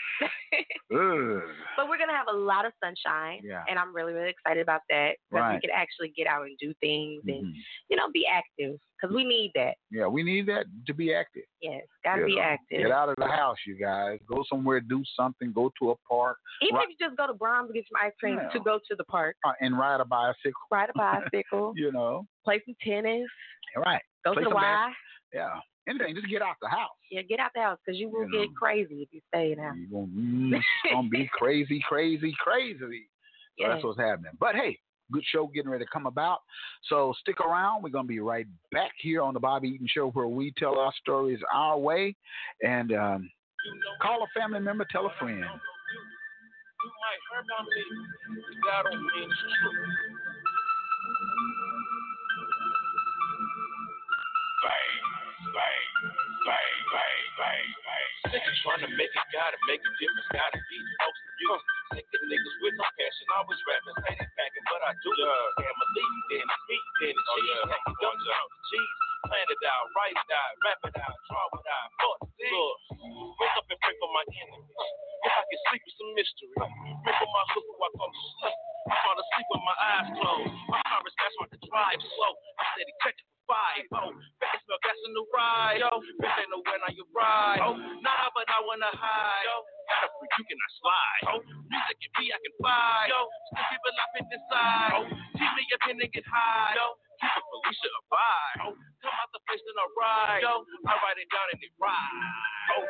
Speaker 6: Ugh.
Speaker 10: But we're gonna have a lot of sunshine,
Speaker 6: Yeah.
Speaker 10: and I'm really really excited about that because
Speaker 6: Right.
Speaker 10: we can actually get out and do things and
Speaker 6: Mhm.
Speaker 10: you know be active because we need that.
Speaker 6: Yeah, we need that to be active.
Speaker 10: Yes, gotta
Speaker 6: you
Speaker 10: be
Speaker 6: know.
Speaker 10: active.
Speaker 6: Get out of the house, you guys. Go somewhere, do something. Go to a park
Speaker 10: Even
Speaker 6: ri-
Speaker 10: if you just go to Brahms to get some ice cream,
Speaker 6: Yeah.
Speaker 10: to go to the park,
Speaker 6: uh, and ride a bicycle.
Speaker 10: ride a bicycle,
Speaker 6: You know,
Speaker 10: play some tennis,
Speaker 6: right?
Speaker 10: go
Speaker 6: Play
Speaker 10: to the
Speaker 6: some
Speaker 10: Y.
Speaker 6: bas- Yeah, anything. Just get out the house.
Speaker 10: Yeah, get out the house because you will
Speaker 6: You know.
Speaker 10: get crazy if you stay in the house.
Speaker 6: You're gonna, mm, it's gonna be crazy, crazy, crazy. So
Speaker 10: Yeah.
Speaker 6: that's what's happening. But hey, good show getting ready to come about. So stick around. We're gonna be right back here on the Bobby Eaton Show where we tell our stories our way. And um, call a family member, tell a friend.
Speaker 11: You might hurt my me. That don't mean it's true. Bang, bang, bang, bang, bang, bang. Sick of trying to make it, gotta make a difference, gotta be folks. You know, sick of niggas with no passion, always rapping, say they packing, but I do. Yeah. Family, then it's meat, then it's cheese. Take the guns out, the cheese. Plan it out, write it out, rap it out, draw it out. Lord, Lord, wake up and pray for my enemies. If I can sleep, it's a mystery. Pray for my hood, who I call to sleep. I fall asleep with my eyes closed. My car is fast, hard to drive slow. I said he checked it for five. Oh, fast smell gas in the ride. Yo, bitch ain't nowhere now you ride. Oh, now wanna hide. Yo, got a freak, you cannot slide. Oh, music can be, I can fly. Yo, still keep it up in the side. Oh, keep me up and get high. Yo, keep a Felicia a vibe. Oh, come out the place and I ride. Yo, I write it down and it ride. Oh.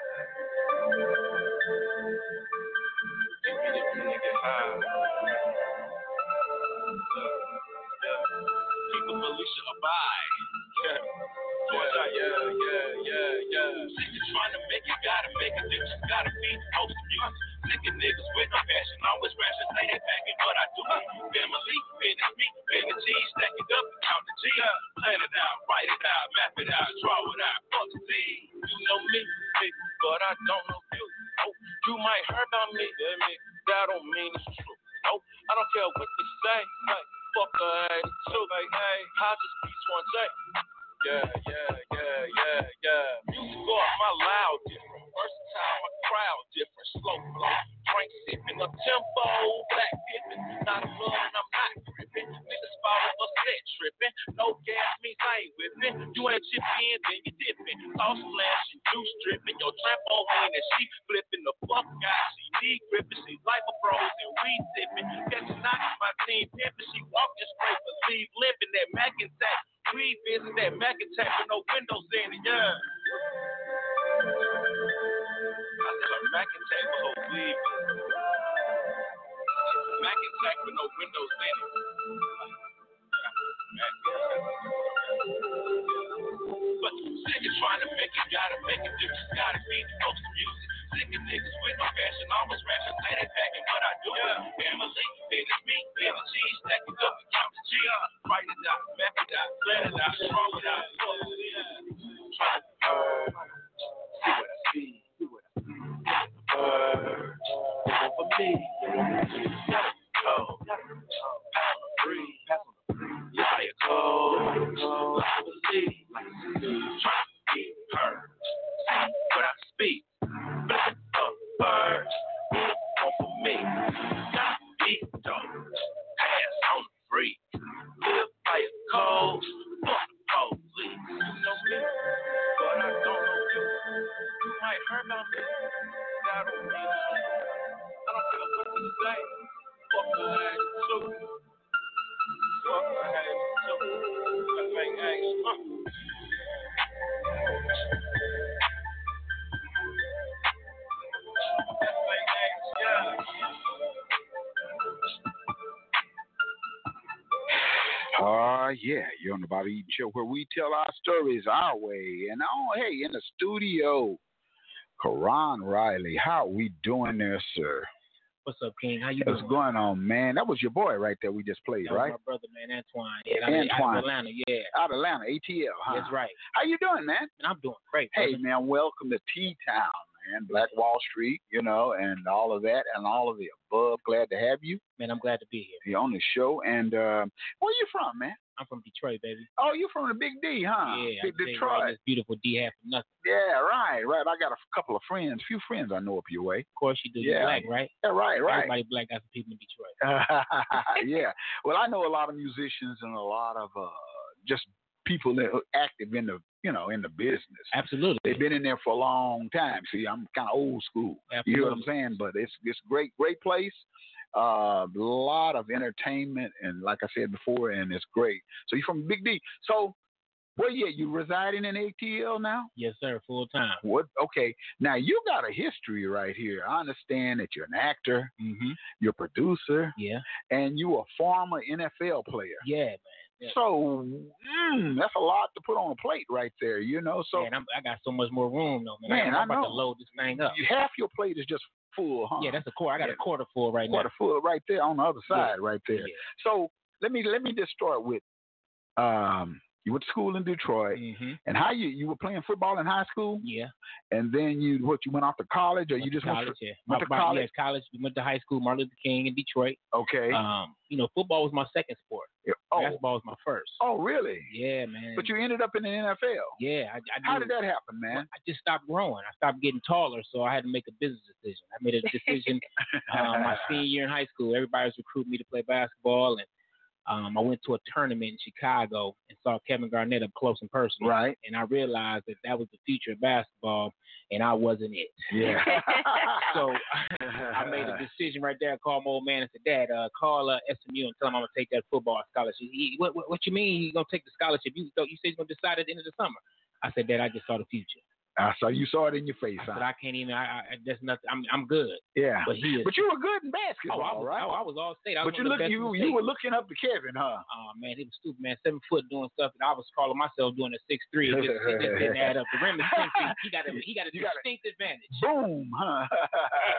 Speaker 11: Keep it up and get high. Keep a Felicia a vibe. Yeah. Yeah, yeah, yeah, yeah, yeah. Sick of trying to make it, gotta make it, then just gotta be post music. Sick of niggas with no passion, always rashing, say they packing, but I do it. Family, business, me, business, cheese, stack it up and count the G. Plan it out, write it out, map it out, draw it out, fuck Z. You know me, big, but I don't know you. Oh, you might heard about me, damn it, that don't mean it's true. No, I don't care what they say, like, fuck the attitude, like, hey, I just be one day yeah, yeah, yeah, yeah, yeah. Music off, my loud different. Versatile, my crowd different. Slow flow, drink sipping, up tempo, black pippin'. Not a blood and I'm not gripping. Niggas follow us, set tripping. No gas means I ain't whipping. You ain't chipping, then you dipping. Sauce flashing, juice dripping. Your trampoline and she flipping. The fuck out, she knee gripping. She life a frozen, we dipping. Catch knocks, my team pimping. She walking straight, believe limping. That Mac and Zach we visit that Mac attack with no windows in it, yeah. I said a Mac attack with no sleeve. Mac attack with no windows in it. But sick of trying to make it, gotta make it, you just gotta be the most music. Sick of niggas with no passion, always rashing, say they packing, but I do it. Family, business, me, business, cheese, stack it up and count the G. Write it out, map it out, plan it out, strong it out, pull it in. Try to purge, uh, see what I see, see what I see. Purge, it won't for me, it won't for you. Gotta go, gotta go, pass on the free, pass on the free. Lie it cold, lie it cold, I believe, like I see. Try to be purged, see what I speak.
Speaker 6: Uh, Bobby Eaton Show, where we tell our stories our way. And oh, hey, in the studio, Karan Riley, how we doing there, sir?
Speaker 19: What's up, King? How you
Speaker 6: What's
Speaker 19: doing?
Speaker 6: going on, man? That was your boy right there. We just played,
Speaker 19: that
Speaker 6: right?
Speaker 19: my brother, man, Antoine. Yeah, Antoine, out of Atlanta, yeah,
Speaker 6: out of Atlanta, ATL. Huh?
Speaker 19: That's right.
Speaker 6: How you doing, man?
Speaker 19: man I'm doing great.
Speaker 6: Hey,
Speaker 19: brother.
Speaker 6: man, welcome to T Town, man. Black Wall Street, you know, and all of that, and all of the above. Glad to have you,
Speaker 19: man. I'm glad to be here.
Speaker 6: You're on the show, and uh, where you from, man?
Speaker 19: I'm from Detroit, baby.
Speaker 6: Oh, you from the Big D, huh?
Speaker 19: Yeah,
Speaker 6: Big
Speaker 19: I'm
Speaker 6: Detroit.
Speaker 19: Right, beautiful D half of nothing.
Speaker 6: Yeah, right, right. I got a couple of friends, few friends I know up your way.
Speaker 19: Of course you do.
Speaker 6: Yeah.
Speaker 19: You're black, right?
Speaker 6: Yeah, right, right.
Speaker 19: Everybody black got some people in Detroit.
Speaker 6: yeah. Well, I know a lot of musicians and a lot of uh, just people that are active in the you know in the business.
Speaker 19: Absolutely.
Speaker 6: They've been in there for a long time. See, I'm kind of old school.
Speaker 19: Absolutely.
Speaker 6: You know what I'm saying? But it's it's great, great place a uh, lot of entertainment, and like I said before, and it's great. So you're from Big D. So, well, yeah, you residing in ATL now?
Speaker 19: Yes, sir, full time.
Speaker 6: What? Okay, now you got a history right here. I understand that you're an actor,
Speaker 19: mm-hmm.
Speaker 6: you're a producer,
Speaker 19: yeah,
Speaker 6: and you a former NFL player.
Speaker 19: Yeah, man. Yeah.
Speaker 6: So mm, that's a lot to put on a plate right there, you know. So
Speaker 19: man, I'm, i got so much more room though, man.
Speaker 6: Man,
Speaker 19: I'm
Speaker 6: I
Speaker 19: about
Speaker 6: know.
Speaker 19: to load this thing up.
Speaker 6: half your plate is just full, huh?
Speaker 19: Yeah, that's a quarter. I got
Speaker 6: Yeah.
Speaker 19: a quarter full right
Speaker 6: quarter full right there on the other
Speaker 19: Yeah.
Speaker 6: side, right
Speaker 19: now.
Speaker 6: there. So let me let me just start with um you went to school in Detroit
Speaker 19: Yeah. hmm
Speaker 6: and how you you were playing football in high school
Speaker 19: Yeah.
Speaker 6: and then you what you went off to college or
Speaker 19: Went
Speaker 6: you
Speaker 19: to
Speaker 6: just
Speaker 19: college,
Speaker 6: went
Speaker 19: yeah.
Speaker 6: went
Speaker 19: My-
Speaker 6: to
Speaker 19: my-
Speaker 6: college?
Speaker 19: yes, college. We went to high school, Martin Luther King in Detroit.
Speaker 6: to, okay.
Speaker 19: Um, you know, football was my second sport.
Speaker 6: Yeah. oh,
Speaker 19: Basketball was my first.
Speaker 6: oh really?
Speaker 19: Yeah, man.
Speaker 6: But you ended up in the NFL.
Speaker 19: yeah, I, I
Speaker 6: How
Speaker 19: knew-
Speaker 6: did that happen, man?
Speaker 19: I just stopped growing. I stopped getting taller, so I had to make a business decision. I made a decision um, my senior year in high school. Everybody was recruiting me to play basketball, and Um, I went to a tournament in Chicago and saw Kevin Garnett up close and personal.
Speaker 6: Right.
Speaker 19: And I realized that that was the future of basketball, and I wasn't it.
Speaker 6: Yeah.
Speaker 19: so I made a decision right there. I called my old man and said, Dad, uh, call uh, SMU and tell him I'm gonna take that football scholarship. He, what, what, what you mean you gonna take the scholarship? You, you said you're gonna decide at the end of the summer. I said, Dad, I just saw the future.
Speaker 6: I saw you saw it in your face.
Speaker 19: I said I can't even. I, I that's nothing. I'm I'm good.
Speaker 6: Yeah.
Speaker 19: But he is.
Speaker 6: But you were good in
Speaker 19: Oh, I
Speaker 6: basketball,
Speaker 19: was,
Speaker 6: right?
Speaker 19: I, I was all state. I was
Speaker 6: but you
Speaker 19: one
Speaker 6: look
Speaker 19: of the best in
Speaker 6: you
Speaker 19: the
Speaker 6: you
Speaker 19: state.
Speaker 6: were looking up to Kevin, huh?
Speaker 19: Oh man, he was stupid, man. Seven foot doing stuff that I was calling myself doing at six three. It just, it just didn't add up. The rim is ten feet. He got a he got a
Speaker 6: You got a-
Speaker 19: distinct advantage.
Speaker 6: Boom, huh?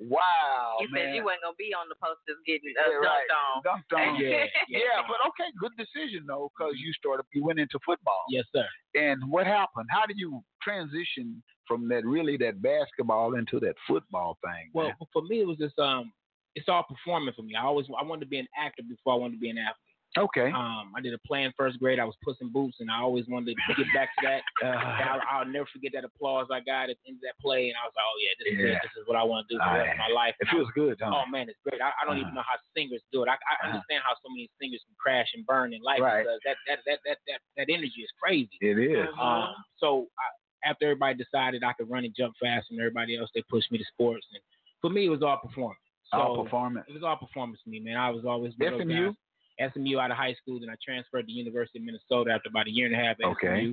Speaker 6: wow,
Speaker 10: Oh, You
Speaker 6: Oh, man.
Speaker 10: said you wasn't gonna be on the posters getting uh,
Speaker 6: Yeah, right.
Speaker 10: dunked on.
Speaker 6: Dunked on. Yeah, yeah, but okay, good decision though, because you started, you went into football.
Speaker 19: Yes, sir.
Speaker 6: And what happened? How did you transition from that really that basketball into that football thing?
Speaker 19: Well,
Speaker 6: man?
Speaker 19: for me, it was just um, it's all performing for me. I always I wanted to be an actor before I wanted to be an athlete.
Speaker 6: okay,
Speaker 19: Um, I did a play in first grade. I was pushing boots, and I always wanted to get back to that.
Speaker 6: Uh.
Speaker 19: And I'll, I'll never forget that applause I got at the end of that play, and I was like, oh yeah, this is
Speaker 6: Yeah. Ah,
Speaker 19: it. This is what I want to do for the rest of my life.
Speaker 6: it Ah. feels good, huh?
Speaker 19: Oh man, it's great. I, I don't even know how singers do it. I, I understand how so many singers can crash and burn in life
Speaker 6: Right.
Speaker 19: because that that, that that that that energy is crazy.
Speaker 6: It is.
Speaker 19: Um, so I, after everybody decided I could run and jump fast, and everybody else they pushed me to sports, and for me it was all performance. So
Speaker 6: All performance.
Speaker 19: It was all performance for me, man. I was always one of those
Speaker 6: SMU?
Speaker 19: guys. SMU out of high school, then I transferred to University of Minnesota after about a year and a half at
Speaker 6: Okay.
Speaker 19: SMU.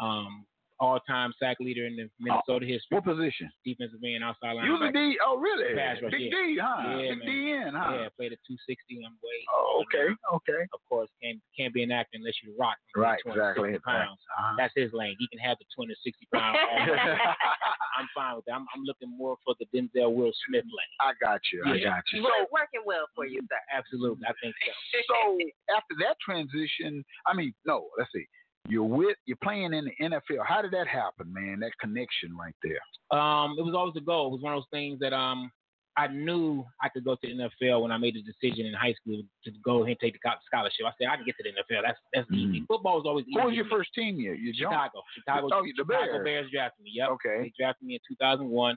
Speaker 19: Um, all-time sack leader in the Minnesota history.
Speaker 6: What position?
Speaker 19: Defensive end, outside
Speaker 6: You the
Speaker 19: linebacker.
Speaker 6: D? Oh, really?
Speaker 19: Pass rush,
Speaker 6: Big
Speaker 19: yeah.
Speaker 6: D, huh?
Speaker 19: Yeah,
Speaker 6: Big
Speaker 19: man.
Speaker 6: D in, huh?
Speaker 19: Yeah, played at 260 on weight.
Speaker 6: Oh, okay, okay.
Speaker 19: Of course, can't can't be an actor unless you rock.
Speaker 6: Right,
Speaker 19: 260
Speaker 6: exactly.
Speaker 19: Pounds.
Speaker 6: Uh-huh.
Speaker 19: That's his lane. He can have the 260 pounds. I'm fine with that. I'm, I'm looking more for the Denzel Will Smith lane.
Speaker 6: I got you. I got you. So,
Speaker 10: working well for you, sir.
Speaker 19: Absolutely, I think so.
Speaker 6: so after that transition, I mean, no, let's see. You're with you're playing in the NFL. How did that happen, man? That connection right there.
Speaker 19: Um, it was always a goal. It was one of those things that um I knew I could go to the NFL when I made the decision in high school to go ahead and take the co- scholarship. I said I can get to the NFL. That's that's easy. Football was always easy.
Speaker 6: Mm-hmm. What was your
Speaker 19: to me.
Speaker 6: first team year? You jumped?
Speaker 19: Chicago. Chicago.
Speaker 6: Oh, the
Speaker 19: Chicago
Speaker 6: Bears.
Speaker 19: Bears drafted me. Yep.
Speaker 6: Okay.
Speaker 19: They drafted me in 2001.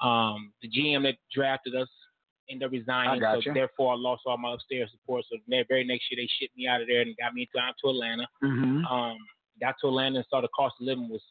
Speaker 19: Um, the GM that drafted us ended up resigning,
Speaker 6: I
Speaker 19: so
Speaker 6: gotcha.
Speaker 19: therefore I lost all my upstairs support. So the very next year they shipped me out of there and got me down to Atlanta.
Speaker 6: Mhm.
Speaker 19: Um, got to Atlanta and saw the cost of living was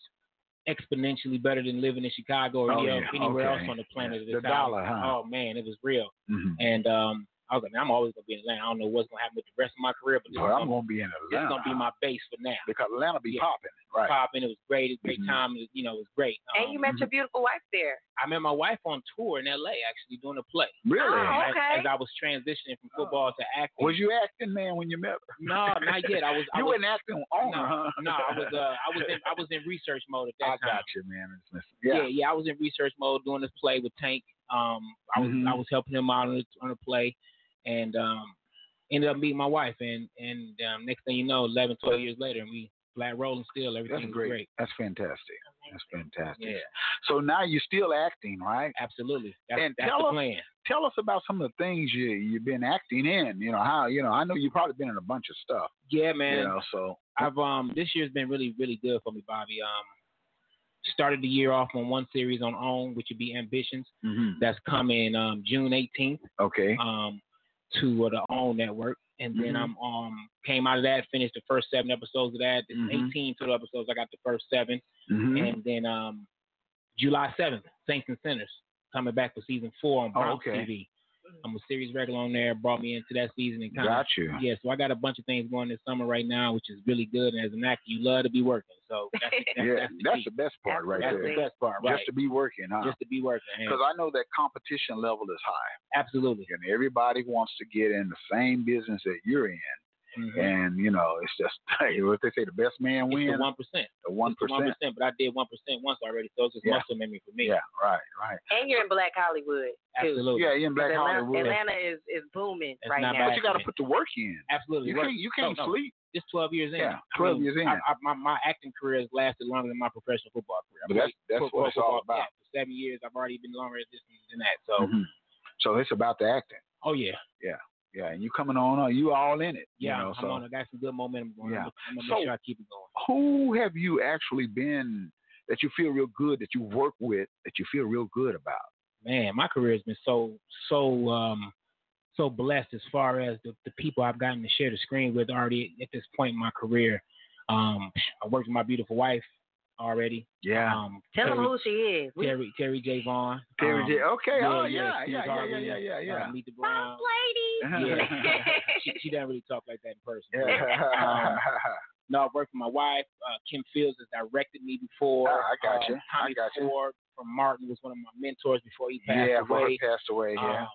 Speaker 19: exponentially better than living in Chicago or
Speaker 6: Oh,
Speaker 19: any-
Speaker 6: yeah.
Speaker 19: anywhere
Speaker 6: Okay.
Speaker 19: else on the planet at
Speaker 6: The
Speaker 19: the, time.
Speaker 6: dollar, huh?
Speaker 19: Oh man, it was real.
Speaker 6: Mhm.
Speaker 19: And um, I was like, man, I'm always gonna be in Atlanta. I don't know what's gonna happen with the rest of my career, but this
Speaker 6: Well,
Speaker 19: is
Speaker 6: I'm gonna be in
Speaker 19: this is
Speaker 6: Atlanta.
Speaker 19: gonna be my base for now.
Speaker 6: Because Atlanta be popping, right?
Speaker 19: Popping, it was great. It was a great
Speaker 6: Mhm.
Speaker 19: time. It- You know, it was great. Um,
Speaker 10: And you met your beautiful wife there.
Speaker 19: I met my wife on tour in L.A. actually doing a play.
Speaker 6: Really? Oh,
Speaker 19: As-
Speaker 6: okay.
Speaker 19: As, I was transitioning from football to acting.
Speaker 6: Was you acting, man, when you met? her?
Speaker 19: No, not yet. I was. I
Speaker 6: you
Speaker 19: was,
Speaker 6: wasn't acting on
Speaker 19: no,
Speaker 6: her, huh?
Speaker 19: no, I was. Uh, I was. In, I was in research mode at that
Speaker 6: I
Speaker 19: time.
Speaker 6: got you, man. It's- it's-
Speaker 19: yeah.
Speaker 6: Yeah.
Speaker 19: yeah, I was in research mode doing this play with Tank. Um, I was
Speaker 6: Mhm.
Speaker 19: I was helping him out on the, on the play, and um, ended up meeting my wife. And and um, next thing you know, 11, 12 years later, and we flat rolling still. Everything
Speaker 6: That's
Speaker 19: was
Speaker 6: great.
Speaker 19: great.
Speaker 6: That's fantastic. That's fantastic.
Speaker 19: Yeah.
Speaker 6: So now you're still acting, right?
Speaker 19: Absolutely. That's,
Speaker 6: and
Speaker 19: that's
Speaker 6: tell
Speaker 19: the
Speaker 6: us,
Speaker 19: plan.
Speaker 6: tell us about some of the things you you've been acting in. You know how you know I know you've probably been in a bunch of stuff.
Speaker 19: Yeah, man.
Speaker 6: You know, so
Speaker 19: I've um this year's been really really good for me, Bobby. Um, started the year off on one series on OWN, which would be Ambitions.
Speaker 6: Mhm.
Speaker 19: That's coming um June 18th.
Speaker 6: Okay.
Speaker 19: Um, to uh, the OWN network, and then
Speaker 6: Mhm.
Speaker 19: I'm um came out of that, finished the first seven episodes of that. There's
Speaker 6: Mhm.
Speaker 19: 18 total episodes. I got the first 7
Speaker 6: Mhm.
Speaker 19: and then um July 7th, Saints and Sinners coming back for season four on
Speaker 6: Oh,
Speaker 19: Bronx
Speaker 6: okay.
Speaker 19: TV. I'm a series regular on there. Brought me into that season and kind
Speaker 6: Got
Speaker 19: of
Speaker 6: you.
Speaker 19: yeah. So I got a bunch of things going this summer right now, which is really good. And as an actor, you love to be working. So that's, that's,
Speaker 6: yeah,
Speaker 19: that's the key.
Speaker 6: best part right
Speaker 19: That's the
Speaker 6: there.
Speaker 19: best part, right.
Speaker 6: Just to be working, huh?
Speaker 19: Just to be working. man.
Speaker 6: Because I know that competition level is high.
Speaker 19: Absolutely.
Speaker 6: And everybody wants to get in the same business that you're in.
Speaker 19: Mhm.
Speaker 6: And you know, it's just what they say: the best man
Speaker 19: It's
Speaker 6: wins.
Speaker 19: the one percent.
Speaker 6: The
Speaker 19: One
Speaker 6: one percent.
Speaker 19: percent. But I did one percent once already, so it's just
Speaker 6: Yeah.
Speaker 19: muscle memory for me.
Speaker 6: Yeah, right, right.
Speaker 10: And you're in Black Hollywood. too.
Speaker 19: Absolutely.
Speaker 6: Yeah, you're in Black
Speaker 10: Because Atlanta,
Speaker 6: Hollywood.
Speaker 10: Atlanta is, is booming
Speaker 19: That's
Speaker 10: right
Speaker 19: not
Speaker 10: now.
Speaker 19: bad. But you gotta
Speaker 6: Put the work in.
Speaker 19: Absolutely.
Speaker 6: You
Speaker 19: Work.
Speaker 6: can't- you can't
Speaker 19: No, no.
Speaker 6: sleep.
Speaker 19: Just twelve years in.
Speaker 6: Yeah,
Speaker 19: I
Speaker 6: 12
Speaker 19: mean,
Speaker 6: years in.
Speaker 19: I, I, my, my acting career has lasted longer than my professional football career.
Speaker 6: But that's- that's
Speaker 19: pro-
Speaker 6: what
Speaker 19: pro
Speaker 6: it's all
Speaker 19: football,
Speaker 6: about.
Speaker 19: yeah, for seven years, I've already been longer at this than that. So,
Speaker 6: Mhm. So it's about the acting.
Speaker 19: oh yeah,
Speaker 6: Yeah, yeah. And you coming on? uh, You all in it?
Speaker 19: yeah,
Speaker 6: You know,
Speaker 19: I'm
Speaker 6: so.
Speaker 19: on. I got some good momentum going. I'm
Speaker 6: Yeah.
Speaker 19: gonna make
Speaker 6: So-
Speaker 19: sure I keep it going.
Speaker 6: who have you actually been that you feel real good that you work with that you feel real good about?
Speaker 19: Man, my career has been so so um so blessed as far as the, the people I've gotten to share the screen with already at this point in my career. Um, I worked with my beautiful wife already.
Speaker 6: Yeah.
Speaker 19: Um,
Speaker 10: Tell them
Speaker 19: Terry-
Speaker 10: who she is. We-
Speaker 19: Terry Terry J Vaughn.
Speaker 6: Terry J.
Speaker 19: Um,
Speaker 6: Okay. oh yeah.
Speaker 19: she
Speaker 6: Yeah.
Speaker 19: was
Speaker 6: Yeah. Yeah.
Speaker 19: already,
Speaker 6: Yeah. Yeah.
Speaker 19: uh,
Speaker 6: Yeah.
Speaker 19: Meet the Browns.
Speaker 6: lady.
Speaker 19: Yeah. she, she doesn't really talk like that in person.
Speaker 6: Yeah.
Speaker 19: Um, no, I worked with my wife. Uh, Kim Fields has directed me before.
Speaker 6: Ah, I got you.
Speaker 19: Um,
Speaker 6: I
Speaker 19: Tommy
Speaker 6: got you.
Speaker 19: Ford from Martin was one of my mentors before he passed
Speaker 6: Yeah.
Speaker 19: away.
Speaker 6: Before he passed away. Yeah.
Speaker 19: Um,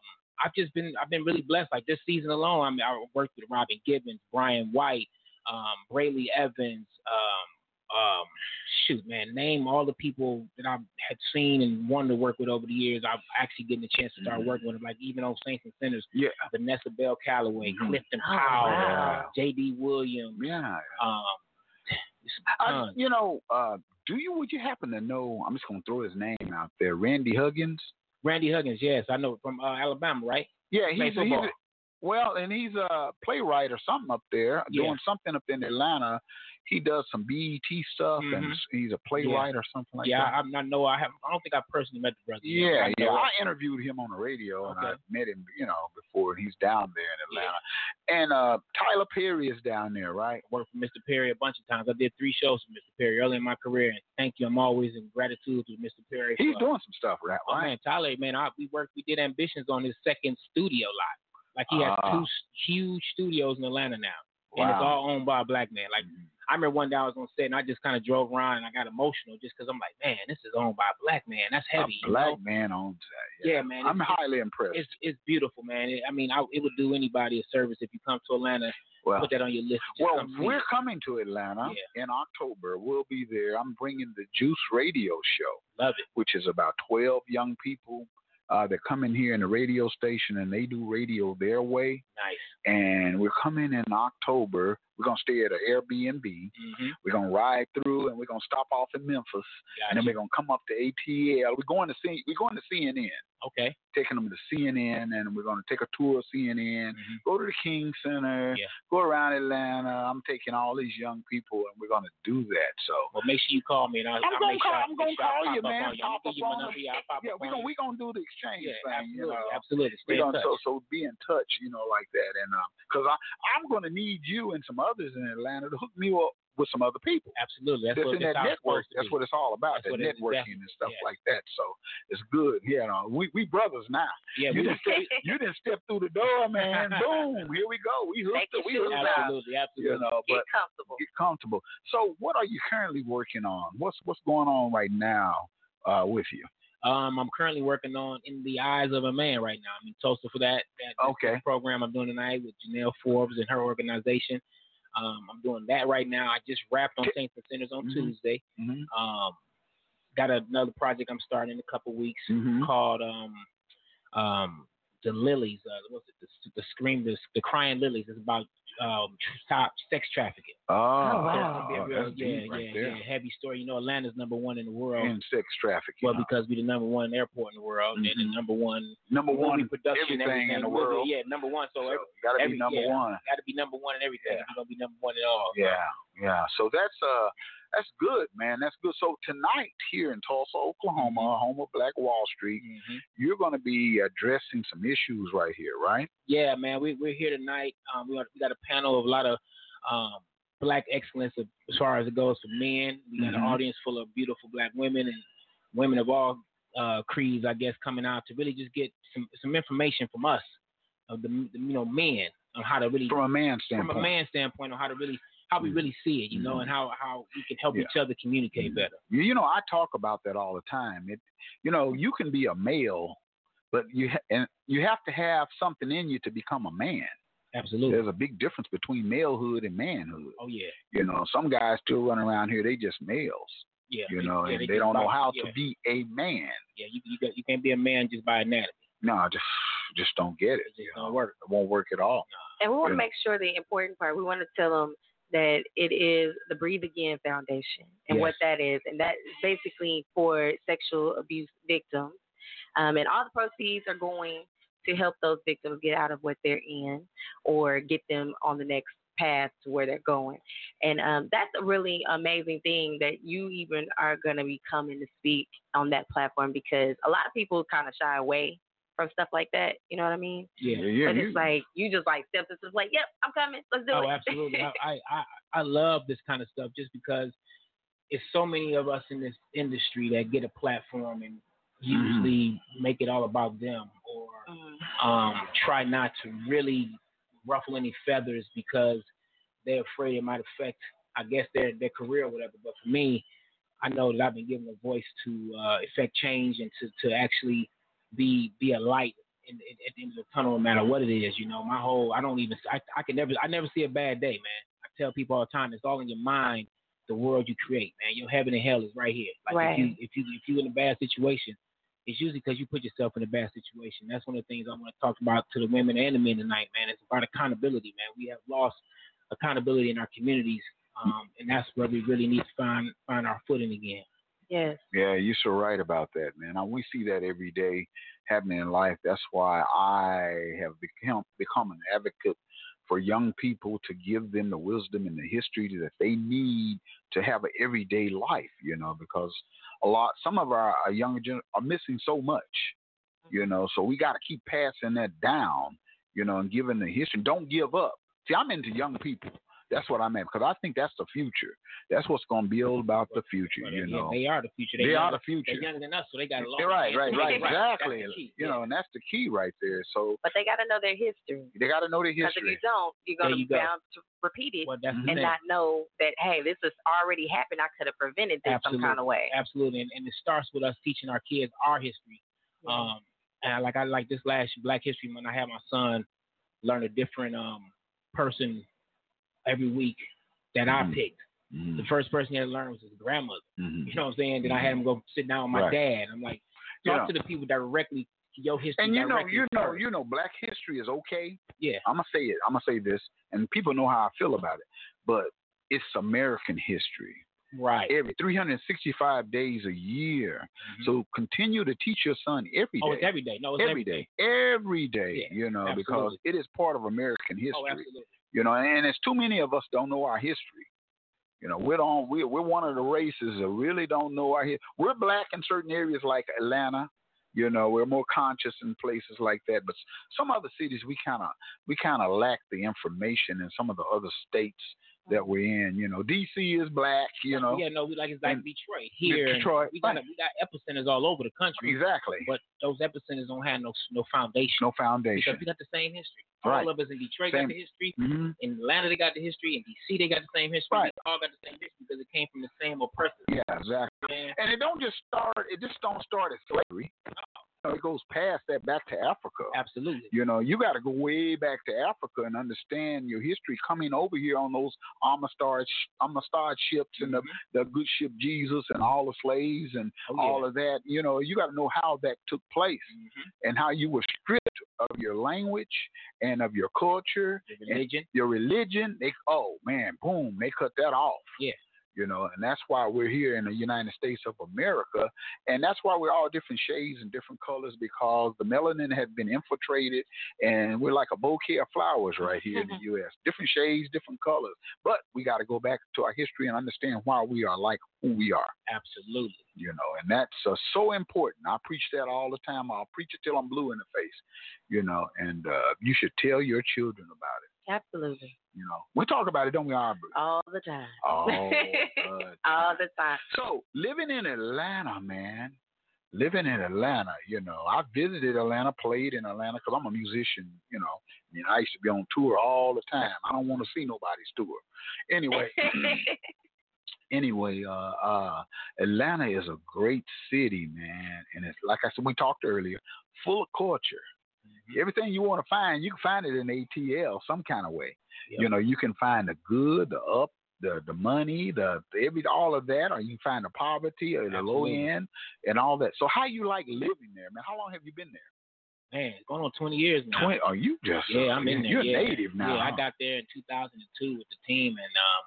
Speaker 19: I've just been I've been really blessed. Like this season alone, I mean, I worked with Robin Gibbons, Brian White, um, Brayley Evans. Um, um, shoot, man, name all the people that I had seen and wanted to work with over the years. I'm actually getting a chance to start working with them. Like even on Saints and Sinners,
Speaker 6: Mm-hmm. yeah.
Speaker 19: Vanessa Bell Calloway,
Speaker 6: Mhm.
Speaker 19: Clifton
Speaker 6: Oh,
Speaker 19: Powell,
Speaker 6: wow.
Speaker 19: J.D. Williams.
Speaker 6: Yeah.
Speaker 19: Um,
Speaker 6: Uh, you know, uh, do you would you happen to know? I'm just gonna throw his name out there. Randy Huggins.
Speaker 19: Randy Huggins, yes, I know from uh, Alabama, right?
Speaker 6: Yeah, he's,
Speaker 19: Played
Speaker 6: a, he's
Speaker 19: football.
Speaker 6: a, well, and he's a playwright or something up there,
Speaker 19: Yeah.
Speaker 6: doing something up in Atlanta. He does some BET stuff, and
Speaker 19: Mhm.
Speaker 6: he's a playwright or something like
Speaker 19: yeah,
Speaker 6: that.
Speaker 19: I'm not know. I have. I don't think I personally met the brother. yet, but
Speaker 6: yeah,
Speaker 19: I know
Speaker 6: yeah.
Speaker 19: of-
Speaker 6: I interviewed him on the radio, and I
Speaker 19: Okay.
Speaker 6: met him, you know, before. and He's down there in Atlanta, and uh, Tyler Perry is down there, right?
Speaker 19: worked for Mr. Perry a bunch of times. I did three shows for Mr. Perry early in my career, and thank you. I'm always in gratitude to Mr. Perry.
Speaker 6: He's
Speaker 19: for-
Speaker 6: doing some stuff, right?
Speaker 19: Oh man, Tyler, man, I, we worked, we did ambitions on his second studio lot. Like he has
Speaker 6: Ah.
Speaker 19: two s- huge studios in Atlanta now, and it's
Speaker 6: Wow. Mm-hmm.
Speaker 19: all owned by a black man. Like I remember one day I was on set and I just kind of drove around and I got emotional just because I'm like, man, this is owned by a black man. That's heavy.
Speaker 6: a
Speaker 19: you
Speaker 6: black
Speaker 19: know?
Speaker 6: man owns that.
Speaker 19: Yeah, man.
Speaker 6: I'm
Speaker 19: it's-
Speaker 6: highly impressed.
Speaker 19: It's it's beautiful, man. It- I mean, I, it would do anybody a service if you come to Atlanta.
Speaker 6: Well-
Speaker 19: put that on your list. Just
Speaker 6: Well,
Speaker 19: come see
Speaker 6: we're
Speaker 19: it.
Speaker 6: coming to Atlanta
Speaker 19: Yeah.
Speaker 6: in October. We'll be there. I'm bringing the Juice Radio Show,
Speaker 19: Love it.
Speaker 6: which is about 12 young people uh, that come in here in the radio station and they do radio their way.
Speaker 19: nice.
Speaker 6: And we're coming in October. We're going to stay at an Airbnb.
Speaker 19: Mm-hmm.
Speaker 6: We're going to ride through and we're going to stop off in Memphis. And then we're going to come up to ATL. We're going to see, we're going to CNN
Speaker 19: Okay.
Speaker 6: taking them to CNN, and we're going to take a tour of CNN, go to the King Center,
Speaker 19: Mm-hmm. Yeah.
Speaker 6: go around Atlanta. I'm taking all these young people, and we're going to do that. So
Speaker 19: Well, make sure you call me and I'll,
Speaker 6: I'm
Speaker 19: I'll
Speaker 6: gonna
Speaker 19: make
Speaker 6: call-
Speaker 19: sure I-
Speaker 6: I'm gonna
Speaker 19: make sure I
Speaker 6: call
Speaker 19: pop
Speaker 6: you,
Speaker 19: up
Speaker 6: man.
Speaker 19: on you. I'm
Speaker 6: Pop
Speaker 19: gonna
Speaker 6: up
Speaker 19: give you my
Speaker 6: on us.
Speaker 19: number. Yeah, I'll pop
Speaker 6: yeah,
Speaker 19: up on
Speaker 6: we're going
Speaker 19: you.
Speaker 6: we gonna do the exchange
Speaker 19: Yeah,
Speaker 6: thing. You
Speaker 19: absolutely,
Speaker 6: know?
Speaker 19: absolutely. Stay
Speaker 6: We're
Speaker 19: in
Speaker 6: gonna
Speaker 19: touch.
Speaker 6: so so be in touch, you know, like that, and um, because I I'm going to need you and some others in Atlanta to hook me up with some other people.
Speaker 19: Absolutely. That's what
Speaker 6: That's in
Speaker 19: that's
Speaker 6: that
Speaker 19: how it's
Speaker 6: network.
Speaker 19: supposed to
Speaker 6: That's
Speaker 19: be.
Speaker 6: what it's all about.
Speaker 19: That's what
Speaker 6: That
Speaker 19: it is,
Speaker 6: networking
Speaker 19: definitely.
Speaker 6: and stuff
Speaker 19: Yeah.
Speaker 6: like that. So it's good. You know, we we brothers now.
Speaker 19: Yeah, we-
Speaker 6: you didn't step, you didn't step through the door, man. Boom, here we go. We hooked it. We hooked up.
Speaker 19: Absolutely, absolutely.
Speaker 6: You know, but
Speaker 10: comfortable.
Speaker 6: get comfortable. So, what are you currently working on? What's what's going on right now uh, with you?
Speaker 19: Um, I'm currently working on In the Eyes of a Man right now. I'm in Tulsa for that, that
Speaker 6: Okay.
Speaker 19: program I'm doing tonight with Janelle Forbes and her organization. Um, I'm doing that right now. I just wrapped on Saints and Sinners on
Speaker 6: Mhm.
Speaker 19: Tuesday.
Speaker 6: Mhm.
Speaker 19: Um, got another project I'm starting in a couple weeks
Speaker 6: Mhm.
Speaker 19: called um, um, The Lilies. Uh, what's it? The, the Scream, the, the Crying Lilies. It's about um, tra- sex trafficking.
Speaker 6: Oh,
Speaker 19: So it's gonna be a real-
Speaker 6: that's
Speaker 19: yeah,
Speaker 6: deep right
Speaker 19: yeah,
Speaker 6: there.
Speaker 19: yeah. Heavy story. You know, Atlanta's number one in the world.
Speaker 6: And sex trafficking. Mm-hmm.
Speaker 19: Well, because we're the number one airport in the world, and then the number one
Speaker 6: number
Speaker 19: movie
Speaker 6: one
Speaker 19: production,
Speaker 6: everything, in the
Speaker 19: We'll be-
Speaker 6: world.
Speaker 19: Yeah, number one. So, every,
Speaker 6: Got to
Speaker 19: every-
Speaker 6: be number
Speaker 19: yeah,
Speaker 6: one.
Speaker 19: Got to be number one in everything. You're gonna be number one at all.
Speaker 6: Yeah, yeah. So that's uh that's good, man. That's good. So tonight here in Tulsa, Oklahoma,
Speaker 19: Mm-hmm.
Speaker 6: home of Black Wall Street, you're going to be addressing some issues right here, right?
Speaker 19: Yeah, man. We we're here tonight. Um, we got, we got a panel of a lot of um black excellence of, as far as it goes for men. We got an
Speaker 6: Mhm.
Speaker 19: audience full of beautiful black women and women of all uh, creeds, I guess, coming out to really just get some some information from us of the the, you know men on how to really
Speaker 6: From a man
Speaker 19: from
Speaker 6: standpoint. Mm-hmm.
Speaker 19: a man standpoint on how to really how we really see it, you know, and how how we can help
Speaker 6: Yeah. Mm-hmm.
Speaker 19: each other communicate better.
Speaker 6: You you know, I talk about that all the time. It, you know, you can be a male, but you ha- and you have to have something in you to become a man.
Speaker 19: Absolutely.
Speaker 6: There's a big difference between malehood and manhood.
Speaker 19: Oh yeah,
Speaker 6: You know, some guys still run around here; they just males.
Speaker 19: yeah.
Speaker 6: you know,
Speaker 19: yeah,
Speaker 6: and they,
Speaker 19: just
Speaker 6: don't know
Speaker 19: buy-
Speaker 6: how
Speaker 19: yeah.
Speaker 6: to be a man.
Speaker 19: Yeah, you you, got, you can't be a man just by anatomy.
Speaker 6: No, just just don't get it.
Speaker 19: It just don't work.
Speaker 6: It won't work at all.
Speaker 10: And we want
Speaker 6: Yeah.
Speaker 10: to make sure the important part, we want to tell them that it is the Breathe Again Foundation and what that is. And that is basically for sexual abuse victims. Um, and all the proceeds are going to help those victims get out of what they're in or get them on the next path to where they're going. And um, that's a really amazing thing that you even are going to be coming to speak on that platform because a lot of people kind of shy away from stuff like that. You know what I mean?
Speaker 19: Yeah, yeah,
Speaker 10: But
Speaker 19: you-
Speaker 10: it's like you just like stepped into like, yep, I'm coming. Let's do it.
Speaker 19: oh, absolutely. I, I I I love this kind of stuff just because it's so many of us in this industry that get a platform and usually make it all about them or um, try not to really ruffle any feathers because they're afraid it might affect, I guess, their their career or whatever. But for me, I know that I've been given a voice to uh, effect change and to to actually be be a light in, in, at the end of the tunnel, no matter what it is. You know, my whole I don't even I, I can never I never see a bad day, man. I tell people all the time, it's all in your mind, the world you create, man. Your heaven and hell is right here. Like if
Speaker 10: Right.
Speaker 19: you if you if you in a bad situation, it's usually because you put yourself in a bad situation. That's one of the things I want to talk about to the women and the men tonight, man. It's about accountability, man. We have lost accountability in our communities, um, and that's where we really need to find find our footing again.
Speaker 10: Yes.
Speaker 6: Yeah, you're so right about that, man. And we see that every day happening in life. That's why I have become become an advocate for young people to give them the wisdom and the history that they need to have an everyday life. You know, because a lot, some of our, our younger gen are missing so much. You know, so we got to keep passing that down. You know, and giving the history. Don't give up. See, I'm into young people. That's what I'm at because I think that's the future. That's what's going to build about the future. You
Speaker 19: Yeah,
Speaker 6: know,
Speaker 19: they are the future. They,
Speaker 6: They are
Speaker 19: younger-
Speaker 6: the future.
Speaker 19: They're younger than us, so they got a long.
Speaker 6: You're right, right, right,
Speaker 19: That's the
Speaker 6: exactly.
Speaker 19: key.
Speaker 6: You know, and that's the key right there. So
Speaker 10: But they gotta know their history.
Speaker 6: they got to know their
Speaker 10: Because if you
Speaker 6: history.
Speaker 10: don't, you're
Speaker 6: There
Speaker 10: gonna
Speaker 6: you
Speaker 10: be
Speaker 6: go.
Speaker 10: bound to repeat it
Speaker 19: that's the
Speaker 10: and
Speaker 19: thing.
Speaker 10: not know that hey, this has already happened. I could have prevented this
Speaker 19: Absolutely.
Speaker 10: some kind of way.
Speaker 19: Absolutely, and, and it starts with us teaching our kids our history. Um, and I- like I like this last Black History Month, I had my son learn a different um person every week that
Speaker 6: Mm-hmm.
Speaker 19: I picked. The first person he had to learn was his grandmother. You know what I'm saying? Then I had him go sit down with my
Speaker 6: Mm-hmm. Right.
Speaker 19: dad. I'm like, talk
Speaker 6: Yeah.
Speaker 19: to the people directly. Your history
Speaker 6: And you know,
Speaker 19: directly
Speaker 6: you know,
Speaker 19: first.
Speaker 6: you know, black history is okay.
Speaker 19: Yeah.
Speaker 6: I'm gonna say it. I'm gonna say this, and people know how I feel about it. But it's American history.
Speaker 19: Right. Mm-hmm.
Speaker 6: Every 365 days a year. So continue to teach your son every day.
Speaker 19: Oh, it's every day. No, it's
Speaker 6: every day. Every day. you know, because
Speaker 19: absolutely.
Speaker 6: it is part of American history.
Speaker 19: Oh, absolutely.
Speaker 6: You know, and it's too many of us don't know our history. You know, we're on we're, we're one of the races that really don't know our history. We're black in certain areas like Atlanta. You know, we're more conscious in places like that, but some other cities we kind of we kind of lack the information in some of the other states that we're in. You know, D.C. is black. You know,
Speaker 19: Mm-hmm. yeah, no, we like it's like
Speaker 6: And-
Speaker 19: Detroit here. and
Speaker 6: Detroit,
Speaker 19: we got
Speaker 6: right.
Speaker 19: we got epicenters all over the country.
Speaker 6: Exactly.
Speaker 19: But those epicenters don't have no no foundation.
Speaker 6: no foundation.
Speaker 19: Because we got the same history.
Speaker 6: Right.
Speaker 19: All of us in Detroit got
Speaker 6: Same.
Speaker 19: the history.
Speaker 6: Mhm.
Speaker 19: In Atlanta, they got the history. In D.C., they got the same history.
Speaker 6: Right.
Speaker 19: We all got the same history because it came from the same oppressor.
Speaker 6: Yeah, exactly.
Speaker 19: Man.
Speaker 6: And it don't just start. It just don't start at slavery. You know, It goes past that back to Africa.
Speaker 19: Absolutely.
Speaker 6: You know, you got to go way back to Africa and understand your history coming over here on those Amistad, sh- Amistad ships and the,
Speaker 19: Mm-hmm.
Speaker 6: the good ship Jesus and all the slaves and
Speaker 19: Oh,
Speaker 6: all of that. You know, you got to know how that took place
Speaker 19: Mm-hmm.
Speaker 6: and how you were stripped of your language and of your culture, and
Speaker 19: religion.
Speaker 6: your religion. They, oh man, boom, they cut that off
Speaker 19: Yeah.
Speaker 6: you know, and that's why we're here in the United States of America, and that's why we're all different shades and different colors because the melanin has been infiltrated, and we're like a bouquet of flowers right here in the U.S. Different shades, different colors, but we got to go back to our history and understand why we are like who we are.
Speaker 19: Absolutely.
Speaker 6: You know, and that's uh, so important. I preach that all the time. I'll preach it till I'm blue in the face, you know, and uh, you should tell your children about it.
Speaker 10: Absolutely.
Speaker 6: You know, we talk about it, don't we, Aubrey?
Speaker 10: All the time.
Speaker 6: All the
Speaker 10: All the time.
Speaker 6: Oh, So living in Atlanta, man, living in Atlanta, you know, I visited Atlanta, played in Atlanta because I'm a musician, you know, and I used to be on tour all the time. I don't want to see nobody's tour. Anyway, anyway, uh, uh, Atlanta is a great city, man, and it's like I said, we talked earlier, full of culture.
Speaker 19: Mm-hmm.
Speaker 6: Everything you want to find, you can find it in ATL some kind of way. You know, you can find the good, the up, the the money, the the every all of that, or you can find the poverty or the
Speaker 19: Absolutely.
Speaker 6: low end and all that. So how you like living there, man? How long have you been there?
Speaker 19: Man, it's going on 20 years now.
Speaker 6: 20 oh, you just-
Speaker 19: Yeah, I'm in there.
Speaker 6: you're
Speaker 19: yeah.
Speaker 6: native now,
Speaker 19: Yeah,
Speaker 6: huh?
Speaker 19: I got there in 2002 with the team, and um,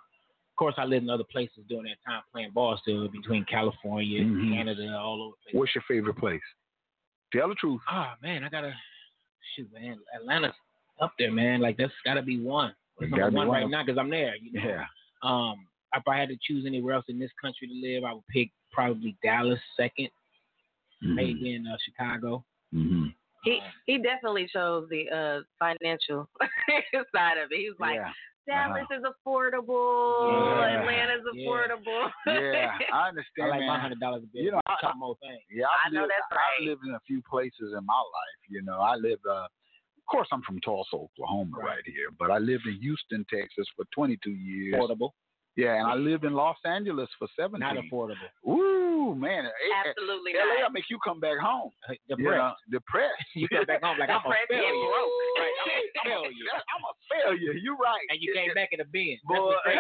Speaker 19: of course, I lived in other places during that time playing ball still between California,
Speaker 6: Mhm.
Speaker 19: Canada, all over.
Speaker 6: What's your favorite place? Tell the truth.
Speaker 19: Ah man, I gotta shoot, man. Atlanta's up there, man. Like that's gotta be one.
Speaker 6: It
Speaker 19: It's number
Speaker 6: gotta be
Speaker 19: one
Speaker 6: one
Speaker 19: right
Speaker 6: of-
Speaker 19: now because I'm there. You know?
Speaker 6: Yeah.
Speaker 19: Um, if I had to choose anywhere else in this country to live, I would pick probably Dallas 2nd
Speaker 6: Mhm.
Speaker 19: maybe in uh, Chicago.
Speaker 6: Mm-hmm.
Speaker 10: He he definitely chose the uh financial side of it. He was like,
Speaker 6: Yeah.
Speaker 10: Dallas is affordable,
Speaker 6: Uh-huh. Yeah.
Speaker 10: Atlanta's
Speaker 6: Yeah.
Speaker 10: affordable.
Speaker 6: Yeah, I understand.
Speaker 10: I like
Speaker 6: man.
Speaker 10: my $100
Speaker 19: bill.
Speaker 6: You know, I,
Speaker 19: Top more thing.
Speaker 6: Yeah, I,
Speaker 10: I know
Speaker 6: lived,
Speaker 10: that's
Speaker 6: I lived in a few places in my life. You know, I lived. Uh, of course, I'm from Tulsa, Oklahoma, right. here, but I lived in Houston, Texas, for 22 years.
Speaker 19: Affordable.
Speaker 6: Yeah, and I lived in Los Angeles for 17.
Speaker 19: Not affordable.
Speaker 6: Ooh, man. it- it-
Speaker 10: Absolutely
Speaker 6: LA
Speaker 10: not.
Speaker 6: will make you come back home.
Speaker 19: Depressed.
Speaker 6: You know, depressed.
Speaker 19: You come back home like I'm a
Speaker 6: Depressed and
Speaker 19: failure.
Speaker 6: broke.
Speaker 19: Right, I'm a failure.
Speaker 6: I'm a failure. You're right.
Speaker 19: And you came back in the bin. That's
Speaker 6: Boy.
Speaker 19: what's crazy.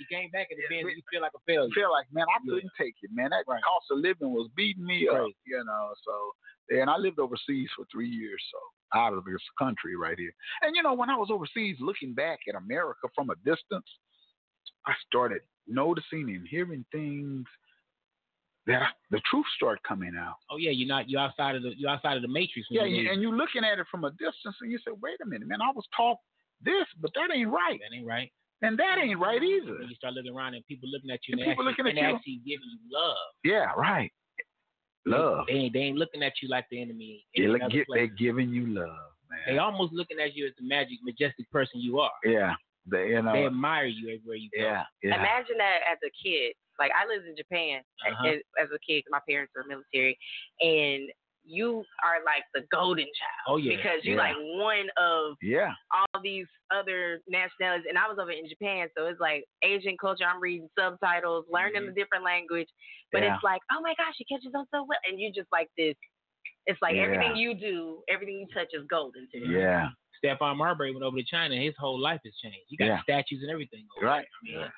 Speaker 19: you came back in the bin. You feel like a failure.
Speaker 6: feel like, man, I couldn't take it, man. That cost of living was beating me up,
Speaker 19: Right.
Speaker 6: you know. So, and I lived overseas for three years, so out of this country right here. And you know, when I was overseas, looking back at America from a distance, I started noticing and hearing things that I, the truth started coming out.
Speaker 19: Oh yeah, you're not. You're outside of the. You're outside of the matrix. when
Speaker 6: Yeah,
Speaker 19: you
Speaker 6: you-
Speaker 19: leave.
Speaker 6: and you're looking at it from a distance, and you say, wait a minute, man, I was taught this, but that ain't right.
Speaker 19: That ain't right.
Speaker 6: And that ain't right either.
Speaker 19: When you start looking around and people looking at you and,
Speaker 6: And people
Speaker 19: actually,
Speaker 6: looking at
Speaker 19: and
Speaker 6: you.
Speaker 19: actually giving you love.
Speaker 6: Yeah, right. Love.
Speaker 19: They, ain't- they ain't looking at you like the enemy. in
Speaker 6: They look,
Speaker 19: another
Speaker 6: gi-
Speaker 19: place.
Speaker 6: they're giving you love, man.
Speaker 19: They almost looking at you as the magic, majestic person you are.
Speaker 6: Yeah, they, you know,
Speaker 19: They admire you everywhere you go.
Speaker 6: yeah, yeah.
Speaker 10: Imagine that as a kid. Like I lived in Japan
Speaker 19: Uh-huh.
Speaker 10: as, as a kid. 'cause My parents were military, and you are like the golden child.
Speaker 19: Oh, yeah.
Speaker 10: because you're
Speaker 19: Yeah.
Speaker 10: like one of
Speaker 6: yeah.
Speaker 10: all these other nationalities. And I was over in Japan, so it's like Asian culture. I'm reading subtitles,
Speaker 19: Mm-hmm.
Speaker 10: learning a different language, but
Speaker 6: Yeah.
Speaker 10: it's like, oh my gosh, she catches on so well, and you just like this. It's like
Speaker 19: Yeah.
Speaker 10: everything you do, everything you touch is golden to them.
Speaker 19: Stephon Marbury went over to China. His whole life has changed. He got
Speaker 6: Yeah.
Speaker 19: statues and everything. Over
Speaker 6: Right.
Speaker 19: there. I mean,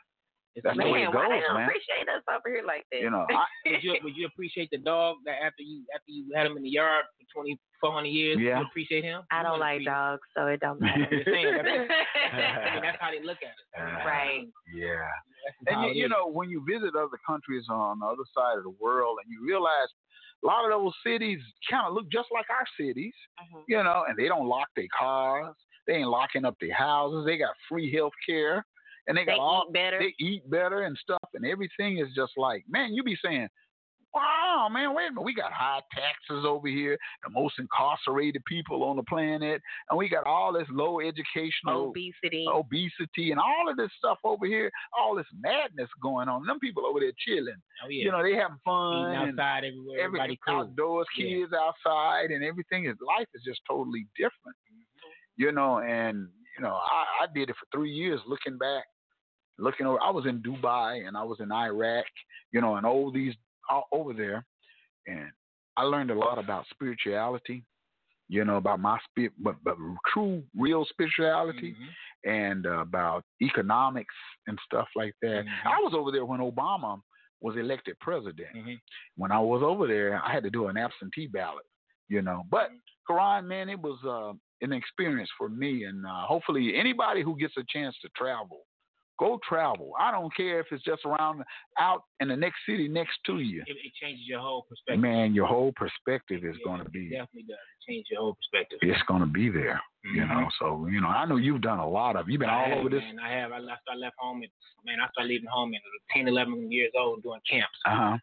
Speaker 19: it's
Speaker 6: That's the
Speaker 19: amazing.
Speaker 6: way it Man, why they goes, don't man.
Speaker 10: appreciate us over here like that?
Speaker 6: You know, I-
Speaker 19: would you would you appreciate the dog that after you after you had him in the yard for twenty four hundred years?
Speaker 6: Yeah.
Speaker 19: You appreciate him?
Speaker 10: I don't like dogs, so it don't matter.
Speaker 19: I'm just saying, that's, I mean, that's how they look at it.
Speaker 10: right.
Speaker 6: Yeah.
Speaker 19: That's how
Speaker 6: And
Speaker 19: it
Speaker 6: you, you
Speaker 19: is.
Speaker 6: know, when you visit other countries on the other side of the world and you realize a lot of those cities kind of look just like our cities,
Speaker 10: Mm-hmm.
Speaker 6: you know, and they don't lock their cars, they ain't locking up their houses, they got free health care, and they got
Speaker 10: They
Speaker 6: all
Speaker 10: eat better.
Speaker 6: they eat better and stuff, and everything is just like, man, you be saying, wow, man, wait a minute, we got high taxes over here, the most incarcerated people on the planet, and we got all this low educational
Speaker 10: Obesity.
Speaker 6: obesity, and all of this stuff over here, all this madness going on. Them people over there chilling.
Speaker 19: Oh, yeah.
Speaker 6: You know, they having fun.
Speaker 19: Eating
Speaker 6: and
Speaker 19: outside everywhere,
Speaker 6: every-
Speaker 19: everybody cool.
Speaker 6: outdoors,
Speaker 19: Yeah.
Speaker 6: kids outside, and everything. Is life is just totally different. You know, and you know, I, I did it for three years, looking back, looking over. I was in Dubai and I was in Iraq, you know, and all these all over there, and I learned a lot about spirituality. You know about my spirit, but, but true, real spirituality,
Speaker 19: Mm-hmm.
Speaker 6: and uh, about economics and stuff like that.
Speaker 19: Mm-hmm.
Speaker 6: I was over there when Obama was elected president.
Speaker 19: Mm-hmm.
Speaker 6: When I was over there, I had to do an absentee ballot, you know. But
Speaker 19: Mm-hmm.
Speaker 6: Quran, man, it was uh, an experience for me, and uh, hopefully anybody who gets a chance to travel, go travel. I don't care if it's just around out in the next city next to you.
Speaker 19: It, it changes your whole perspective.
Speaker 6: Man, your whole perspective is going to
Speaker 19: It
Speaker 6: be
Speaker 19: definitely does. It changes your whole perspective.
Speaker 6: it's going to be there, you know. So you know, I know you've done a lot of. You've been
Speaker 19: I
Speaker 6: all
Speaker 19: have,
Speaker 6: over this.
Speaker 19: Mm-hmm. Man, I have. I left. I left home. At, man, I started leaving home at 10, 11 years old doing camps,
Speaker 6: Uh huh.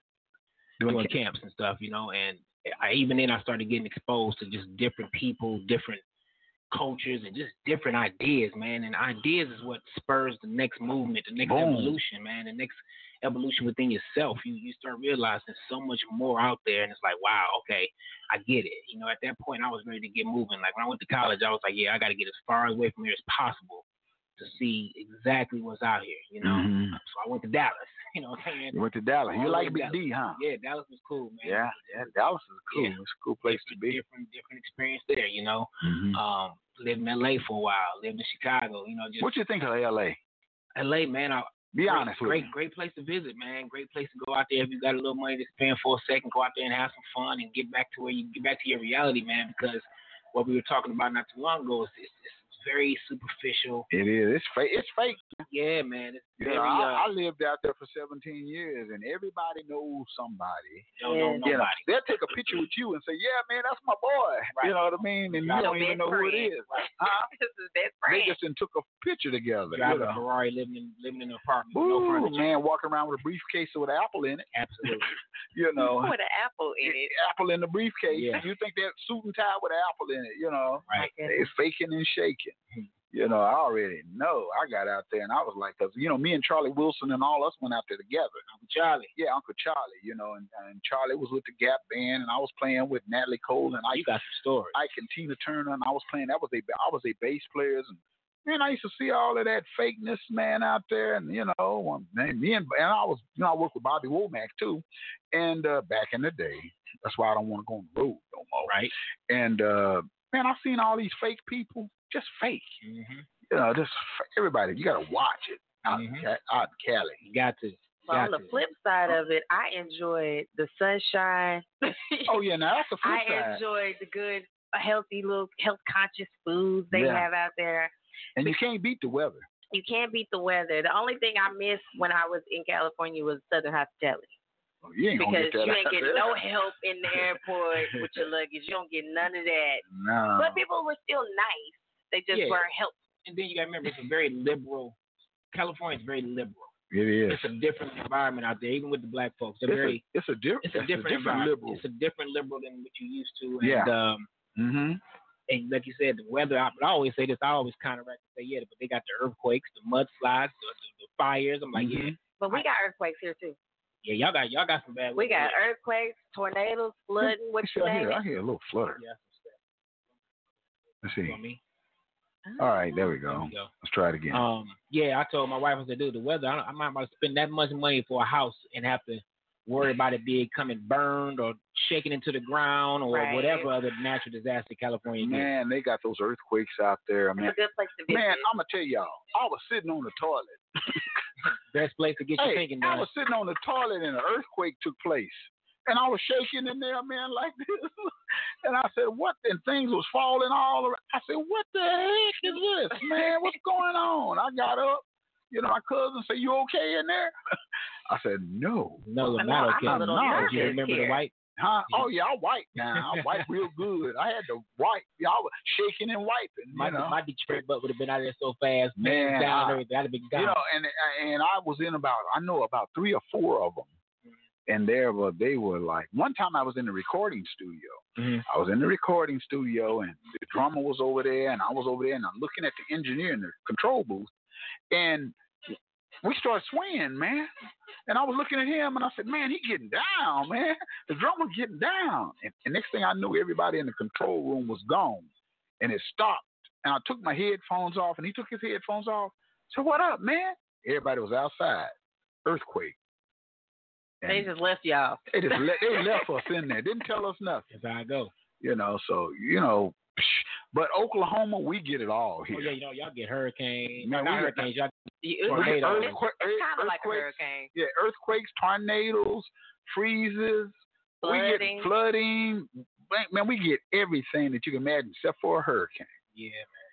Speaker 19: doing, camps and stuff. You know, and I even then I started getting exposed to just different people, different cultures, and just different ideas, man. And ideas is what spurs the next movement, the next
Speaker 6: Boom.
Speaker 19: evolution, man. The next evolution within yourself. You you start realizing so much more out there, and it's like, wow, okay, I get it. You know, at that point, I was ready to get moving. Like when I went to college, I was like, yeah, I got to get as far away from here as possible to see exactly what's out here. You know,
Speaker 6: Mhm.
Speaker 19: so I went to Dallas. You know what I'm saying?
Speaker 6: You went to Dallas. You
Speaker 19: All the
Speaker 6: like
Speaker 19: way to Dallas.
Speaker 6: Big D, huh?
Speaker 19: Yeah, Dallas was cool, man.
Speaker 6: Yeah, yeah. Dallas is cool.
Speaker 19: Yeah.
Speaker 6: It's a cool place to be.
Speaker 19: Different, different experience there. You know,
Speaker 6: Mhm.
Speaker 19: um, lived in L.A. for a while, lived in Chicago. You know, just
Speaker 6: What you think of L.A.?
Speaker 19: L.A. man, I,
Speaker 6: Be
Speaker 19: great,
Speaker 6: honest with
Speaker 19: great,
Speaker 6: me.
Speaker 19: great place to visit, man. Great place to go out there if you got a little money to spend for a second. Go out there and have some fun and get back to where you get back to your reality, man. Because what we were talking about not too long ago is it's, it's very superficial.
Speaker 6: It is. It's fake. It's fake.
Speaker 19: Yeah, man. It's
Speaker 6: You
Speaker 19: very,
Speaker 6: know,
Speaker 19: uh,
Speaker 6: I, I lived out there for 17 years, and everybody knows somebody.
Speaker 19: Don't know
Speaker 6: You know,
Speaker 19: nobody.
Speaker 6: they'll take a picture with you and say, "Yeah, man, that's my boy." You know what I mean? And you
Speaker 19: Right.
Speaker 6: don't
Speaker 19: Your
Speaker 6: even
Speaker 19: best
Speaker 6: know who it
Speaker 19: friend.
Speaker 6: is.
Speaker 19: Right.
Speaker 6: Huh?
Speaker 10: his best friend.
Speaker 6: They just done took a picture together.
Speaker 19: Driving
Speaker 6: you know.
Speaker 19: a Ferrari, living in living in an apartment, with no
Speaker 6: Ooh,
Speaker 19: furniture.
Speaker 6: man, walking around with a briefcase with an apple in it.
Speaker 19: Absolutely.
Speaker 6: you know.
Speaker 10: With an apple in it.
Speaker 6: Apple in the briefcase.
Speaker 19: Yeah.
Speaker 6: You think that suit and tie with an apple in it, you know.
Speaker 19: Right.
Speaker 6: They faking and shaking.
Speaker 19: Hmm.
Speaker 6: You know, I already know. I got out there and I was like, 'cause, you know, me and Charlie Wilson and all us went out there together. Uncle
Speaker 19: Charlie.
Speaker 6: Yeah, Uncle Charlie, you know, and, and Charlie was with the Gap Band and I was playing with Natalie Cole and I
Speaker 19: You got some stories.
Speaker 6: Ike and Tina Turner and I was playing that was a I was a bass players and man, I used to see all of that fakeness, man, out there, and you know, um, man, me and and I was, you know, I worked with Bobby Womack too, and uh, back in the day, that's why I don't want to go on the road no more,
Speaker 19: right?
Speaker 6: And uh, man, I've seen all these fake people, just fake,
Speaker 19: Mm-hmm.
Speaker 6: you know, just fa- everybody. You got to watch it out, in Ca- out in Cali. You
Speaker 19: Mm-hmm. got to.
Speaker 10: But on the flip side of it, I enjoyed the sunshine.
Speaker 6: oh yeah, now that's the flip
Speaker 10: I
Speaker 6: side.
Speaker 10: enjoyed the good, uh, healthy little health conscious foods they
Speaker 6: Yeah.
Speaker 10: have out there.
Speaker 6: and you can't beat the weather.
Speaker 10: You can't beat the weather. The only thing I missed when I was in California was Southern hospitality.
Speaker 6: Oh, you ain't gonna
Speaker 10: because
Speaker 6: get that
Speaker 10: you ain't
Speaker 6: out
Speaker 10: getting
Speaker 6: there.
Speaker 10: no help in the airport with your luggage. You don't get none of that.
Speaker 6: No.
Speaker 10: But people were still nice. They just
Speaker 19: Yeah.
Speaker 10: weren't helpful.
Speaker 19: And then you got to remember, it's a very liberal. California's very liberal.
Speaker 6: It is.
Speaker 19: It's a different environment out there, even with the black folks. They're
Speaker 6: It's a-
Speaker 19: very.
Speaker 6: it's a different.
Speaker 19: It's a different, environment.
Speaker 6: liberal.
Speaker 19: It's a different liberal than what you used to. And,
Speaker 6: yeah.
Speaker 19: Um,
Speaker 6: mm-hmm.
Speaker 19: and like you said, the weather. I, I always say this. I always counteract and say, yeah, but they got the earthquakes, the mudslides, the, the, the fires. I'm like,
Speaker 6: Mm-hmm.
Speaker 19: yeah,
Speaker 10: But we got earthquakes here too.
Speaker 19: yeah, y'all got y'all got some bad.
Speaker 10: We got
Speaker 19: weather.
Speaker 10: earthquakes, tornadoes, flooding. What you
Speaker 6: I
Speaker 10: name
Speaker 6: hear, I
Speaker 10: it?
Speaker 6: hear a little flutter.
Speaker 19: Yeah.
Speaker 6: Let's see.
Speaker 19: me.
Speaker 6: All right, there we go.
Speaker 19: There we go.
Speaker 6: Let's try it again.
Speaker 19: Um, yeah, I told my wife, I said, dude, the weather, I, don't- I'm not about to spend that much money for a house and have to worry about it becoming burned or shaking into the ground or
Speaker 6: Right.
Speaker 19: whatever other natural disaster California gets.
Speaker 6: Man, they got those earthquakes out there, man.
Speaker 10: good place to
Speaker 6: Man, I'm gonna tell y'all, I was sitting on the toilet.
Speaker 19: Best place to get your
Speaker 6: Hey,
Speaker 19: thinking
Speaker 6: I
Speaker 19: done.
Speaker 6: was sitting on the toilet and an earthquake took place, and I was shaking in there, man, like this. And I said, "What?" And things was falling all around. I said, "What the heck is this, man? What's going on?" I got up. You know, my cousin said, "You okay in there?" I said, "No,
Speaker 19: No, I'm not okay. I'm a
Speaker 6: I'm
Speaker 19: little
Speaker 6: not
Speaker 19: nervous
Speaker 6: okay."
Speaker 19: remember the here. white?
Speaker 6: Huh? Oh yeah, I wipe now. I wipe real good. I had to wipe. Yeah, I was shaking and wiping.
Speaker 19: My,
Speaker 6: you know?
Speaker 19: my Detroit butt would have been out of there so fast, man,
Speaker 6: Man,
Speaker 19: down
Speaker 6: I-
Speaker 19: and everything. I'd have been gone.
Speaker 6: You know, and and I was in about I know about three or four of them, and there were they were like one time I was in the recording studio. I was in the recording studio, and the drummer was over there, and I was over there, and I'm looking at the engineer in the control booth, and we started swaying, man. And I was looking at him, and I said, "Man, he getting down, man. The drummer getting down." And, and next thing I knew, everybody in the control room was gone, and it stopped. And I took my headphones off, and he took his headphones off. So what up, man? Everybody was outside. Earthquake.
Speaker 10: They just left y'all.
Speaker 6: They just let, they left us in there. Didn't tell us nothing.
Speaker 19: That's how I go.
Speaker 6: You know, so you know, psh, but Oklahoma, we get it all here.
Speaker 19: Oh, yeah, you know, y'all get hurricanes. not
Speaker 6: Man, we got-
Speaker 19: hurricanes, y'all
Speaker 10: get
Speaker 19: tornadoes.
Speaker 6: Earthquake-
Speaker 10: Kind of like a
Speaker 6: earthquakes.
Speaker 10: hurricane.
Speaker 6: Yeah, earthquakes, tornadoes, freezes, we
Speaker 10: Flooding.
Speaker 6: get flooding. Man, Man, we get everything that you can imagine except for a hurricane.
Speaker 19: Yeah,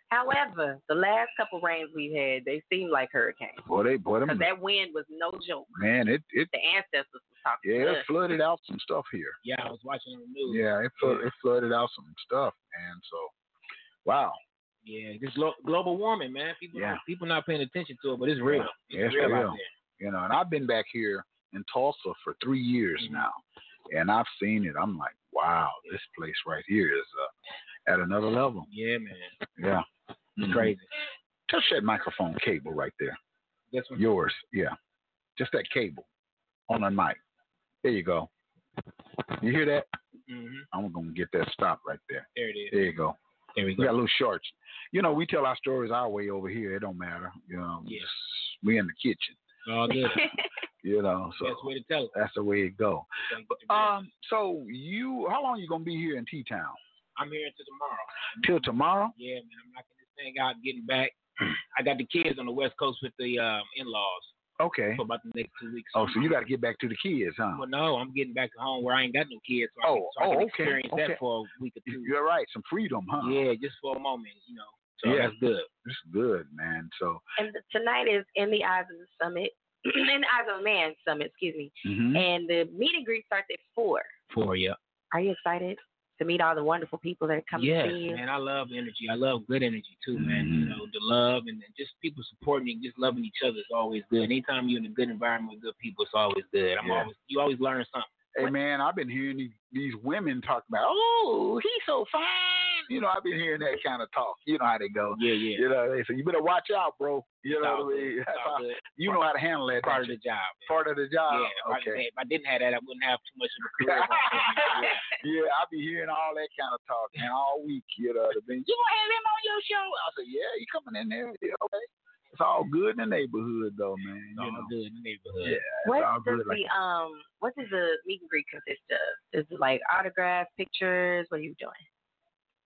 Speaker 10: However, the last couple rains we had, they seemed like hurricanes.
Speaker 6: Boy, they, boy, them,
Speaker 10: Because that wind was no joke.
Speaker 6: man, it, it,
Speaker 10: The ancestors was talking
Speaker 6: yeah,
Speaker 10: to
Speaker 6: it
Speaker 10: us.
Speaker 6: flooded out some stuff here.
Speaker 19: Yeah, I was watching on the news.
Speaker 6: Yeah, it, flood, it flooded out some stuff, man. So, wow.
Speaker 19: Yeah, this glo- global warming, man. People,
Speaker 6: Yeah.
Speaker 19: not, people not paying attention to it, but it's real.
Speaker 6: Yeah, it's
Speaker 19: real,
Speaker 6: real.
Speaker 19: out there.
Speaker 6: You know, and I've been back here in Tulsa for three years
Speaker 19: Mm-hmm.
Speaker 6: now, and I've seen it. I'm like, wow, this place right here is uh, at another level.
Speaker 19: Yeah, man.
Speaker 6: Yeah, Mm-hmm.
Speaker 19: It's crazy.
Speaker 6: Touch that microphone cable right there.
Speaker 19: This one.
Speaker 6: Yours, yeah. Just that cable on the mic. There you go. You hear that?
Speaker 19: hmm
Speaker 6: I'm gonna get that stop right there.
Speaker 19: There it is.
Speaker 6: There you go.
Speaker 19: There we
Speaker 6: go. got a little shorts. You know, we tell our stories our way over here. It don't matter. You know,
Speaker 19: Yeah.
Speaker 6: just, we in the kitchen.
Speaker 19: All good.
Speaker 6: You know, so
Speaker 19: Best way to tell it.
Speaker 6: that's the way it go.
Speaker 19: Gotta get the real.
Speaker 6: Um, so you, how long you gonna be here in T Town?
Speaker 19: I'm here until tomorrow.
Speaker 6: Till tomorrow?
Speaker 19: Yeah, man. I'm knocking this thing out, getting back. I got the kids on the West Coast with the um, in-laws
Speaker 6: Okay.
Speaker 19: for about the next two weeks.
Speaker 6: Oh, so you got to get back to the kids, huh?
Speaker 19: Well, no, I'm getting back home where I ain't got no kids, so I
Speaker 6: Uh. Oh,
Speaker 19: can, so I can
Speaker 6: oh, okay,
Speaker 19: experience
Speaker 6: okay.
Speaker 19: that for a week or two.
Speaker 6: You're right. Some freedom, huh?
Speaker 19: Yeah, just for a moment, you know. So
Speaker 6: yeah,
Speaker 19: that's good.
Speaker 6: It's good, man. So,
Speaker 10: And th- tonight is In the Eyes of the Summit, In the Eyes of a Man Summit, excuse me.
Speaker 6: mhm.
Speaker 10: And the meet and greet starts at 4.
Speaker 19: for you.
Speaker 10: Are you excited? to meet all the wonderful people that come
Speaker 19: yes,
Speaker 10: to see you.
Speaker 19: man, I love energy. I love good energy too, man.
Speaker 6: Mm-hmm.
Speaker 19: You know, the love and, and just people supporting and just loving each other is always good. Anytime you're in a good environment with good people, it's always good. I'm
Speaker 6: Yeah.
Speaker 19: always you always learn something.
Speaker 6: Hey man, I've been hearing these, these women talk about, oh, he's so fine. You know, I've been hearing that kind of talk. You know how they go.
Speaker 19: Yeah, yeah.
Speaker 6: You know, they say you better watch out, bro. You know, what I mean? That's how- you know how to handle that.
Speaker 19: Part of the
Speaker 6: don't you?
Speaker 19: job. man.
Speaker 6: Part of the job.
Speaker 19: Yeah, if I-
Speaker 6: okay.
Speaker 19: if I didn't have that, I wouldn't have too much of a career. yeah.
Speaker 6: yeah, I be hearing all that kind of talk man, all week. You know, the thing. You gonna have him on your show? I said, yeah, he coming in there. Yeah, okay. It's all good in the neighborhood, though, man. It's all
Speaker 19: good in the neighborhood.
Speaker 6: Yeah, it's
Speaker 10: What
Speaker 6: all
Speaker 10: does
Speaker 6: good. Like,
Speaker 10: the um what does the meet and greet consist of? Is it like autograph pictures? What are you doing?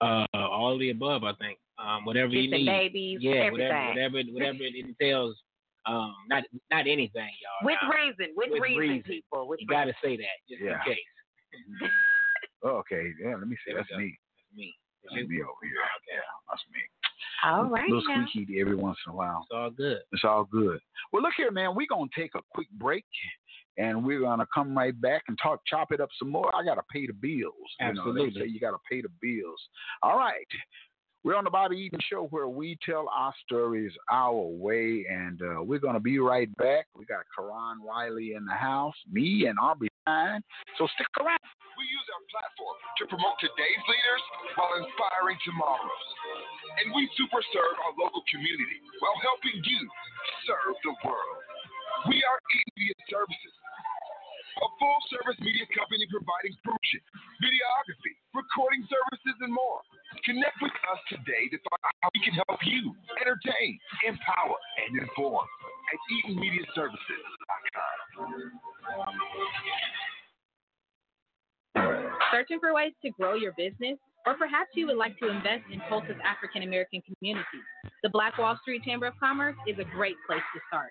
Speaker 19: Uh, all of the above, I think. Um, whatever you
Speaker 10: Kissing
Speaker 19: need.
Speaker 10: babies,
Speaker 19: yeah,
Speaker 10: everything.
Speaker 19: whatever, whatever, whatever it entails. Um, not not anything, y'all.
Speaker 10: With
Speaker 19: Nah.
Speaker 10: reason, with,
Speaker 19: Oh, With
Speaker 10: reason,
Speaker 19: reason.
Speaker 10: people. With
Speaker 19: You
Speaker 10: reason.
Speaker 19: gotta say that just
Speaker 6: Yeah.
Speaker 19: in case.
Speaker 6: oh, okay, yeah. Let me see.
Speaker 19: There we
Speaker 6: That's
Speaker 19: go.
Speaker 6: me.
Speaker 19: That's me.
Speaker 6: That's me over here. Yeah, that's me.
Speaker 10: All right
Speaker 6: little
Speaker 10: now.
Speaker 6: squeaky every once in a while.
Speaker 19: It's all good.
Speaker 6: It's all good. Well, look here, man. We're gonna take a quick break, and we're gonna come right back and talk, chop it up some more. I gotta pay the bills. You, know, they
Speaker 19: Absolutely.
Speaker 6: say you gotta pay the bills. All right. We're on the Bobby Eaton Show where we tell our stories our way, and uh, we're going to be right back. We got Karan Riley in the house, me and Aubrey Stein. So stick around.
Speaker 11: We use our platform to promote today's leaders while inspiring tomorrow's. And we super serve our local community while helping you serve the world. We are Media Services, a full service media company providing production, videography, recording services, and more. Connect with us today to find out how we can help you entertain, empower, and inform at eatonmediaservices.com.
Speaker 17: Searching for ways to grow your business? Or perhaps you would like to invest in Tulsa's African American community. The Black Wall Street Chamber of Commerce is a great place to start.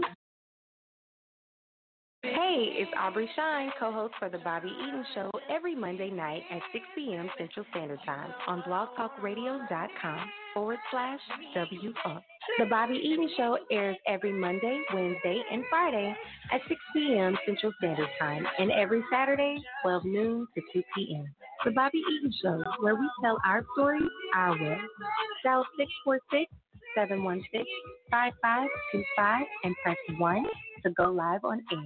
Speaker 10: Hey, it's Aubrey Shine, co-host for the Bobby Eaton Show every Monday night at 6 p.m. Central Standard Time on blogtalkradio.com forward slash WUP. The Bobby Eaton Show airs every Monday, Wednesday, and Friday at 6 p.m. Central Standard Time and every Saturday, 12 noon to 2 p.m. The Bobby Eaton Show, where we tell our stories our way. Dial 646-716-5525 and press 1 to go live on air.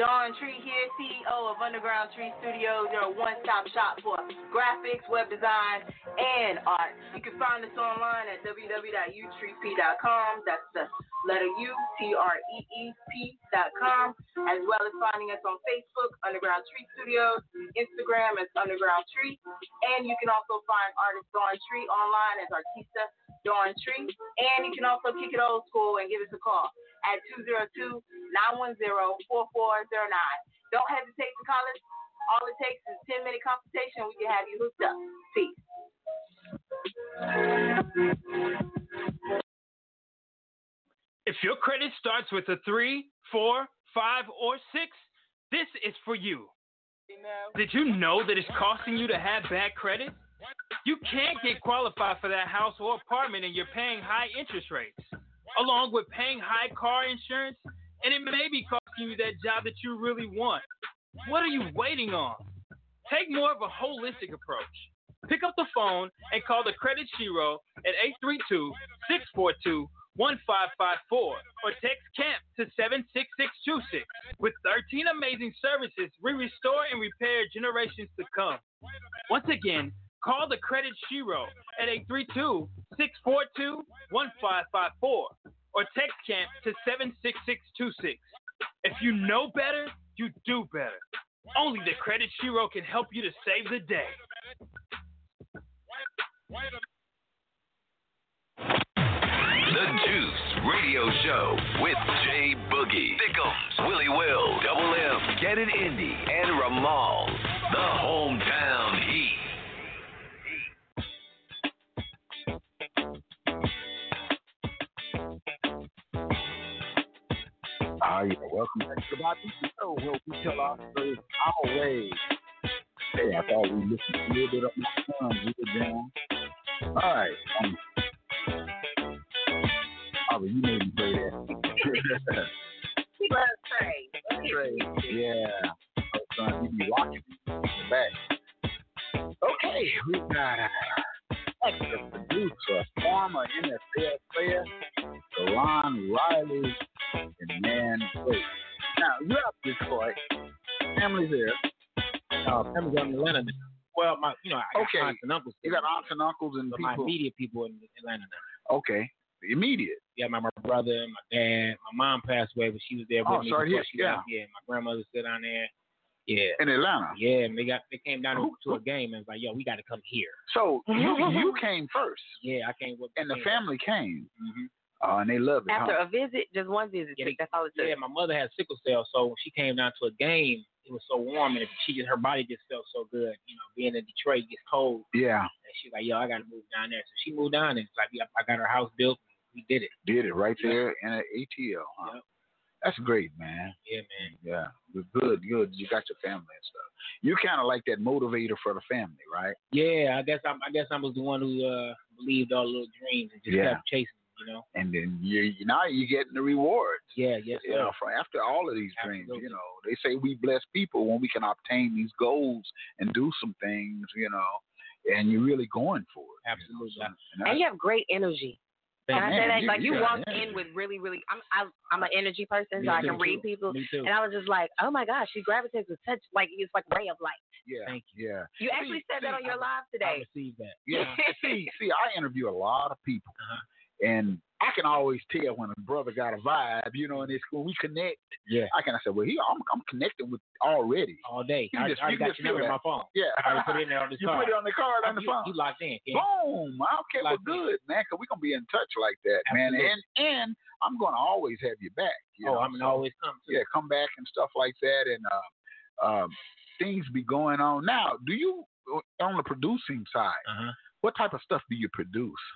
Speaker 8: Dawn Tree here, CEO of Underground Tree Studios, your one-stop shop for graphics, web design, and art. You can find us online at www.utreep.com. That's the letter U T R E E P dot com, as well as finding us on Facebook, Underground Tree Studios, Instagram as Underground Tree, and you can also find artist Dawn Tree online as Artista Dawn Tree, and you can also kick it old school and give us a call at 202-910-4409. Don't hesitate to call us. All it takes is a 10-minute consultation. We can have you hooked up. Peace.
Speaker 9: If your credit starts with a three, four, five, or six, this is for you. Did you know that it's costing you to have bad credit? You can't get qualified for that house or apartment and you're paying high interest rates, along with paying high car insurance, and it may be costing you that job that you really want. What are you waiting on? Take more of a holistic approach. Pick up the phone and call the Credit Shiro at 832 642 1554 or text CAMP to 76626. With 13 amazing services, we restore and repair generations to come. Once again, call the Credit Shiro at 832 642 1554 or text CAMP to 76626. If you know better, you do better. Only the Credit Shiro can help you to save the day.
Speaker 20: The Juice Radio Show with Jay Boogie, Thickums, Willie Will, Double M, Get It Indy, and Ramal. The hometown heat.
Speaker 6: Oh, yeah. Welcome back to the Bobby Show, where we tell our stories our way. Hey, I thought we listened a little bit of my time. We were down. All right. Um, Bobby, you made me say that.
Speaker 10: He loves Trey.
Speaker 6: Trey, yeah. Oh, son, you be watching me from the back. Okay, we got a actor, producer, former NFL player, Ron Riley, and man, wait. Now, you're up Detroit. Family's there.
Speaker 19: Uh, family's out in Atlanta. now. Well, my, you know, I got
Speaker 6: Okay.
Speaker 19: aunts and uncles.
Speaker 6: You got aunts and uncles and
Speaker 19: but my
Speaker 6: people-
Speaker 19: immediate people in Atlanta now.
Speaker 6: Okay, immediate.
Speaker 19: Yeah, my, my brother, my dad, my mom passed away, but she was there with
Speaker 6: Oh,
Speaker 19: me.
Speaker 6: sorry,
Speaker 19: before
Speaker 6: yeah,
Speaker 19: she
Speaker 6: yeah.
Speaker 19: left. yeah. My grandmother sit down there. Yeah.
Speaker 6: In Atlanta.
Speaker 19: Yeah, and they got they came down to a game and was like, yo, we got to come here.
Speaker 6: So you you came first,
Speaker 19: Yeah, I came with
Speaker 6: and the
Speaker 19: came-
Speaker 6: family came.
Speaker 19: Mhm.
Speaker 6: Oh, and they love it.
Speaker 10: After
Speaker 6: huh?
Speaker 10: a visit, just one visit,
Speaker 19: Yeah,
Speaker 10: Chick, that's all it took.
Speaker 19: Yeah, my mother had sickle cell, so when she came down to a game, it was so warm and she just her body just felt so good. You know, being in Detroit it gets cold.
Speaker 6: yeah,
Speaker 19: And she's like, yo, I got to move down there. So she moved down and it's like, yeah, I got her house built. We did it.
Speaker 6: did it right there in an ATL. Huh? That's great, man.
Speaker 19: Yeah, man.
Speaker 6: Yeah, good, good. You got your family and stuff. You kind of like that motivator for the family, right?
Speaker 19: Yeah, I guess I, I guess I was the one who uh, believed all little dreams and just
Speaker 6: Yeah.
Speaker 19: kept chasing, you know.
Speaker 6: And then you you- now you're getting the rewards.
Speaker 19: Yeah, yes,
Speaker 6: You know,
Speaker 19: sir.
Speaker 6: for after all of these dreams, you know, they say we bless people when we can obtain these goals and do some things, you know, and you're really going for it.
Speaker 19: Absolutely.
Speaker 10: And you have great energy. Can I say that? Like you walk in with really, really. I'm I, I'm an energy person,
Speaker 19: Me
Speaker 10: so I
Speaker 19: too.
Speaker 10: can read people.
Speaker 19: Me too.
Speaker 10: And I was just like, oh my gosh, she gravitates with such like it's like ray of light.
Speaker 6: Yeah. Yeah.
Speaker 10: You actually said that on your live today.
Speaker 19: received that.
Speaker 6: Yeah. see, see, I interview a lot of people,
Speaker 19: Uh-huh.
Speaker 6: and I can always tell when a brother got a vibe, you know, and it's when we connect.
Speaker 19: Yeah.
Speaker 6: I can I say, well, he, I'm, I'm connecting with already.
Speaker 19: All day.
Speaker 6: You
Speaker 19: I,
Speaker 6: just-
Speaker 19: I
Speaker 6: you
Speaker 19: got
Speaker 6: just
Speaker 19: your number
Speaker 6: feel
Speaker 19: in my
Speaker 6: that.
Speaker 19: phone.
Speaker 6: Yeah.
Speaker 19: I already put it in there on this
Speaker 6: you
Speaker 19: card.
Speaker 6: put it on the card on the
Speaker 19: you,
Speaker 6: phone.
Speaker 19: You locked in. Ken.
Speaker 6: Boom. Okay, well,
Speaker 19: Locked in.
Speaker 6: good, man, because we're going to be in touch like that, man.
Speaker 19: Absolutely.
Speaker 6: And and I'm going to always have you back.
Speaker 19: Oh,
Speaker 6: You know?
Speaker 19: I'm gonna
Speaker 6: so,
Speaker 19: always come too.
Speaker 6: Yeah, come back and stuff like that. And uh, um, things be going on. Now, do you, uh, on the producing side,
Speaker 19: Uh-huh.
Speaker 6: what type of stuff do you produce?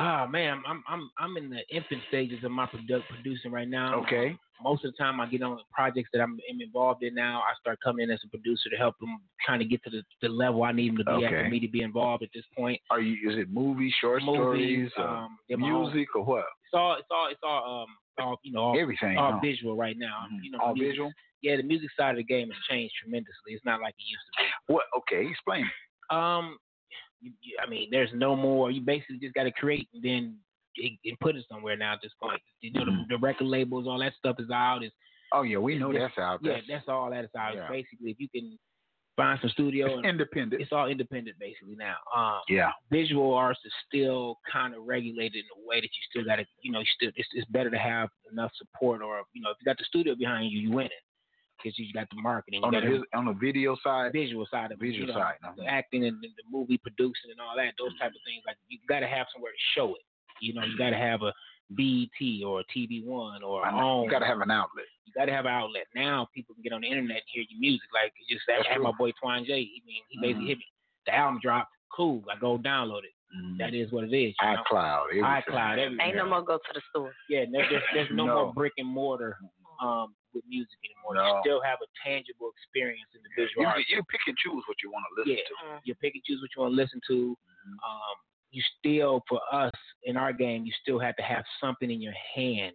Speaker 19: Ah man, I'm I'm I'm in the infant stages of my produ- producing right now.
Speaker 6: Okay.
Speaker 19: Most of the time, I get on projects that I'm, am involved in now. I start coming in as a producer to help them kind of get to the, the level I need them to be at
Speaker 6: Okay.
Speaker 19: for me to be involved at this point.
Speaker 6: Are you? Is it movies, short
Speaker 19: Movies,
Speaker 6: stories, uh,
Speaker 19: um, yeah, my own-
Speaker 6: music, or what?
Speaker 19: It's all it's all it's all um all you know all,
Speaker 6: Everything,
Speaker 19: all
Speaker 6: huh? Mm-hmm.
Speaker 19: visual right now. You know,
Speaker 6: All
Speaker 19: the music-
Speaker 6: visual?
Speaker 19: Yeah, the music side of the game has changed tremendously. It's not like it used to be.
Speaker 6: What? Okay, explain.
Speaker 19: Um, you, you, I mean, there's no more. You basically just got to create and then it, it put it somewhere now at this point. You know, the, the record labels, all that stuff is out. It's,
Speaker 6: Mm-hmm. Oh yeah, we know
Speaker 19: it's-
Speaker 6: that's out.
Speaker 19: Yeah,
Speaker 6: That's-
Speaker 19: that's all that is out.
Speaker 6: Yeah.
Speaker 19: Basically, if you can find some studio,
Speaker 6: It's independent.
Speaker 19: It's all independent basically now. Um,
Speaker 6: Yeah.
Speaker 19: visual arts is still kind of regulated in a way that you still got to, you know, you still it's, it's better to have enough support or you know if you got the studio behind you, you win it because you got the marketing.
Speaker 6: on
Speaker 19: you
Speaker 6: the
Speaker 19: got
Speaker 6: vis- on the video side,
Speaker 19: visual side of it,
Speaker 6: visual
Speaker 19: you know,
Speaker 6: side. Mm-hmm.
Speaker 19: the acting and the, the movie producing and all that, those type of things. Like you got to have somewhere to show it. You know, you got to have a BET E or a TV One or
Speaker 6: I
Speaker 19: a
Speaker 6: know.
Speaker 19: home.
Speaker 6: You gotta have an outlet.
Speaker 19: You got to have an outlet. Now people can get on the internet and hear your music. Like you just I
Speaker 6: That's
Speaker 19: had
Speaker 6: true.
Speaker 19: my boy Twan J. He mean he basically hit
Speaker 6: Mhm.
Speaker 19: me. The album dropped. Cool. I go download it.
Speaker 6: Mhm.
Speaker 19: That is what it is. you know?
Speaker 6: iCloud, everything.
Speaker 19: iCloud. Everything.
Speaker 10: Ain't no more go to the store.
Speaker 19: Yeah, no, there's, there's no,
Speaker 6: No.
Speaker 19: more brick and mortar
Speaker 10: Mm-hmm.
Speaker 19: um, with music anymore.
Speaker 6: No.
Speaker 19: You still have a tangible experience in the visual
Speaker 6: You,
Speaker 19: arts.
Speaker 6: you pick and choose what you want to Mm-hmm. listen
Speaker 10: Mm-hmm.
Speaker 19: yeah, you pick and choose what you want to listen to. Um, you still, for us in our game, you still have to have something in your hand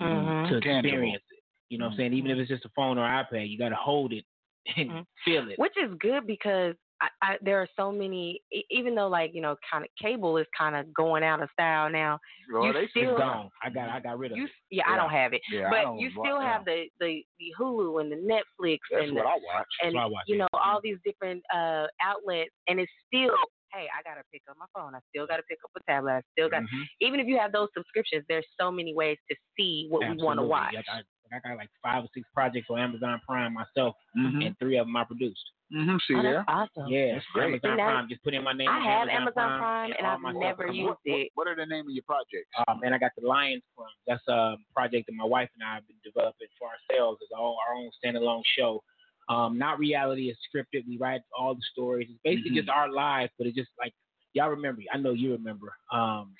Speaker 6: Mhm.
Speaker 10: Mm-hmm.
Speaker 19: Mm-hmm. to
Speaker 6: Tangible.
Speaker 19: experience it. You know
Speaker 10: Mm-hmm.
Speaker 19: what I'm saying? Even if it's just a phone or iPad, you got to hold it and feel it.
Speaker 10: Which is good because I, I, there are so many, e- even though like you know, kind of cable is kind of going out of style now.
Speaker 19: Lord,
Speaker 10: you
Speaker 19: they shit
Speaker 10: still,
Speaker 19: gone. I got I got rid of
Speaker 10: you,
Speaker 19: it.
Speaker 10: Yeah, I
Speaker 19: Yeah.
Speaker 10: don't have it.
Speaker 19: Yeah, I
Speaker 10: but
Speaker 19: don't
Speaker 10: you
Speaker 19: wa-
Speaker 10: still
Speaker 19: yeah.
Speaker 10: have the, the the Hulu and the Netflix
Speaker 19: That's
Speaker 10: and
Speaker 19: what
Speaker 10: the,
Speaker 19: I watch. That's
Speaker 10: and
Speaker 19: what I watch,
Speaker 10: you
Speaker 19: yeah.
Speaker 10: know all these different uh outlets, and it's still. Hey, I gotta pick up my phone. I still gotta pick up a tablet. I still got.
Speaker 19: Mhm.
Speaker 10: Even if you have those subscriptions, there's so many ways to see what we want
Speaker 19: Absolutely.
Speaker 10: to watch.
Speaker 19: Like, I, like, I got like five or six projects on Amazon Prime myself, and three of them I produced.
Speaker 6: Mm-hmm. See
Speaker 10: Mm-hmm. Oh,
Speaker 6: there?
Speaker 10: that's awesome.
Speaker 19: Yeah,
Speaker 6: That's great.
Speaker 19: Amazon
Speaker 10: And that-
Speaker 19: Prime. Just put in my name.
Speaker 10: I
Speaker 19: on
Speaker 10: have
Speaker 19: Amazon,
Speaker 10: Amazon Prime, and
Speaker 19: all
Speaker 10: I've
Speaker 19: my stuff
Speaker 10: never
Speaker 19: comes
Speaker 10: used
Speaker 19: up.
Speaker 10: it.
Speaker 6: What are the name of your projects?
Speaker 19: Um, and I got the Lions Club. That's a project that my wife and I have been developing for ourselves. It's all our own standalone show. Um, not reality, it's scripted. We write all the stories. It's basically
Speaker 6: Mhm.
Speaker 19: just our lives, but it's just like y'all remember. I know you remember. Um,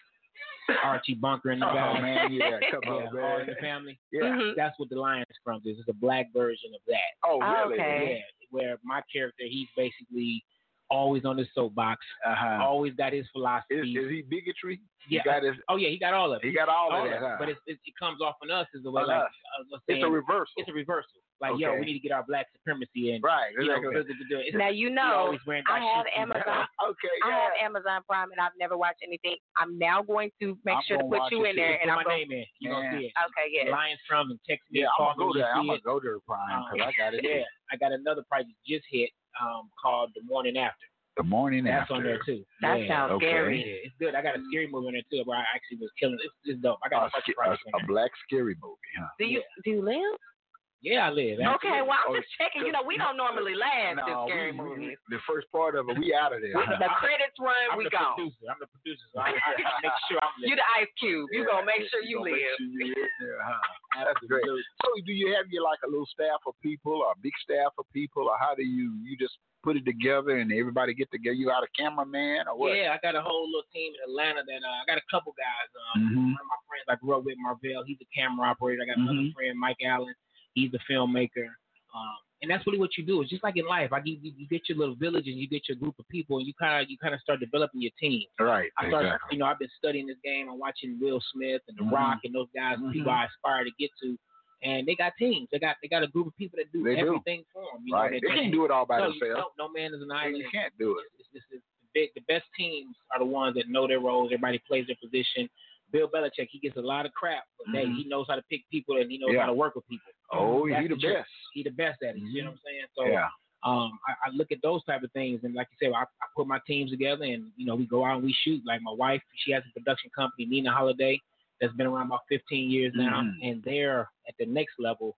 Speaker 19: Archie Bunker and the
Speaker 6: Oh,
Speaker 19: guys.
Speaker 6: man, yeah, come on,
Speaker 19: Yeah,
Speaker 6: man.
Speaker 19: All in the family.
Speaker 6: Yeah. Mhm.
Speaker 19: that's what the Lions Club is. It's a black version of that.
Speaker 6: Oh, really? Okay.
Speaker 19: Yeah, where my character, he's basically always on his soapbox,
Speaker 6: Uh-huh.
Speaker 19: always got his philosophy.
Speaker 6: Is, is he bigotry?
Speaker 19: Yeah.
Speaker 6: He got his,
Speaker 19: oh yeah, he got all of it.
Speaker 6: he got all,
Speaker 19: All
Speaker 6: of
Speaker 19: of
Speaker 6: that.
Speaker 19: it.
Speaker 6: huh?
Speaker 19: But it's, it, it comes off on us as the way.
Speaker 6: On
Speaker 19: Like,
Speaker 6: us.
Speaker 19: I was
Speaker 6: It's a
Speaker 19: saying,
Speaker 6: reversal.
Speaker 19: It's a reversal. Like, yo,
Speaker 6: Okay.
Speaker 19: we need to get our black supremacy and
Speaker 6: right.
Speaker 19: You know,
Speaker 6: exactly.
Speaker 19: because it's- it's-
Speaker 10: Now you
Speaker 19: we
Speaker 10: know
Speaker 19: always wearing
Speaker 10: I
Speaker 19: that
Speaker 10: have
Speaker 19: shit.
Speaker 10: Amazon.
Speaker 6: okay,
Speaker 10: I have Amazon Prime, and I've never watched anything. I'm now going to make
Speaker 19: I'm
Speaker 10: sure to
Speaker 19: gonna
Speaker 10: put
Speaker 19: watch
Speaker 10: you
Speaker 19: it
Speaker 10: in
Speaker 19: too.
Speaker 10: there,
Speaker 19: Put
Speaker 10: and I'm
Speaker 19: my
Speaker 10: gonna-
Speaker 19: name in. You gonna
Speaker 6: Man.
Speaker 19: see it.
Speaker 10: Okay, yeah.
Speaker 19: Lions from and text me.
Speaker 6: Yeah,
Speaker 19: call
Speaker 6: I'm
Speaker 19: me
Speaker 6: gonna go
Speaker 19: when you
Speaker 6: there. I'm
Speaker 19: see
Speaker 6: gonna
Speaker 19: it. Um,
Speaker 6: go there, Prime, because I got it.
Speaker 19: Yeah, I got another project just hit um, called The Morning After.
Speaker 6: The morning
Speaker 19: That's
Speaker 6: after.
Speaker 19: on there too.
Speaker 10: That
Speaker 19: yeah.
Speaker 10: sounds
Speaker 6: Okay.
Speaker 10: scary.
Speaker 19: Yeah, it's good. I got a scary movie in there too, where I actually was killing. It's, it's dope. I got a
Speaker 6: Oh, A,
Speaker 19: bunch of
Speaker 6: sca-
Speaker 19: projects in
Speaker 6: a, a black scary movie, huh?
Speaker 10: Do you do you live?
Speaker 19: there. Yeah, I live.
Speaker 10: Okay, well
Speaker 6: Oh,
Speaker 10: I'm just checking. You know, we don't normally laugh at
Speaker 6: No,
Speaker 10: scary
Speaker 6: we- we-
Speaker 10: movies.
Speaker 6: the first part of it, we out of there. huh?
Speaker 10: The credits run,
Speaker 19: I'm the
Speaker 10: we gone.
Speaker 19: producer. I'm the producer, so I, I, I make sure I'm
Speaker 10: You the Ice Cube. You
Speaker 6: Yeah,
Speaker 10: gonna make sure
Speaker 6: you
Speaker 10: you
Speaker 6: gonna make sure you
Speaker 10: live.
Speaker 6: live there, huh? That's great. So, do you have your like a little staff of people, or a big staff of people, or how do you you just put it together and everybody get together? You out a cameraman or what?
Speaker 19: Yeah, I got a whole little team in Atlanta that uh, I got a couple guys. Um, One
Speaker 6: Mhm.
Speaker 19: of my friends I grew up with, Marvell, he's a camera operator. I got another
Speaker 6: Mhm.
Speaker 19: friend, Mike Allen, he's a filmmaker. Um,
Speaker 10: uh,
Speaker 19: and that's really what you do. It's just like in life. I you, you get your little village and you get your group of people, and you kind of you kind of start developing your team.
Speaker 6: Right.
Speaker 19: I started,
Speaker 6: exactly.
Speaker 19: you know, I've been studying this game. I'm watching Will Smith and The
Speaker 6: Mhm.
Speaker 19: Rock and those guys,
Speaker 6: Mhm.
Speaker 19: people I aspire to get to. And they got teams. They got they got a group of people that do
Speaker 6: They do.
Speaker 19: everything for them. You
Speaker 6: right.
Speaker 19: know,
Speaker 6: They can't do it all by
Speaker 19: no, you
Speaker 6: themselves.
Speaker 19: don't. no man is an
Speaker 6: And
Speaker 19: island.
Speaker 6: You can't do it.
Speaker 19: It's, it's, it's the, big, the best teams are the ones that know their roles. Everybody plays their position. Bill Belichick, he gets a lot of crap, but hey,
Speaker 6: Mhm.
Speaker 19: he knows how to pick people and he knows
Speaker 6: Yeah.
Speaker 19: how to work with people.
Speaker 6: Oh,
Speaker 19: That's
Speaker 6: you the
Speaker 19: trick.
Speaker 6: best. Mm-hmm.
Speaker 19: He the best at it. You know what I'm saying? So
Speaker 6: Yeah.
Speaker 19: um, I, I look at those type of things, and like you said, I, I put my teams together, and you know, we go out and we shoot. Like my wife, she has a production company, Nina Holiday, that's been around about 15 years now,
Speaker 6: Mhm.
Speaker 19: and they're at the next level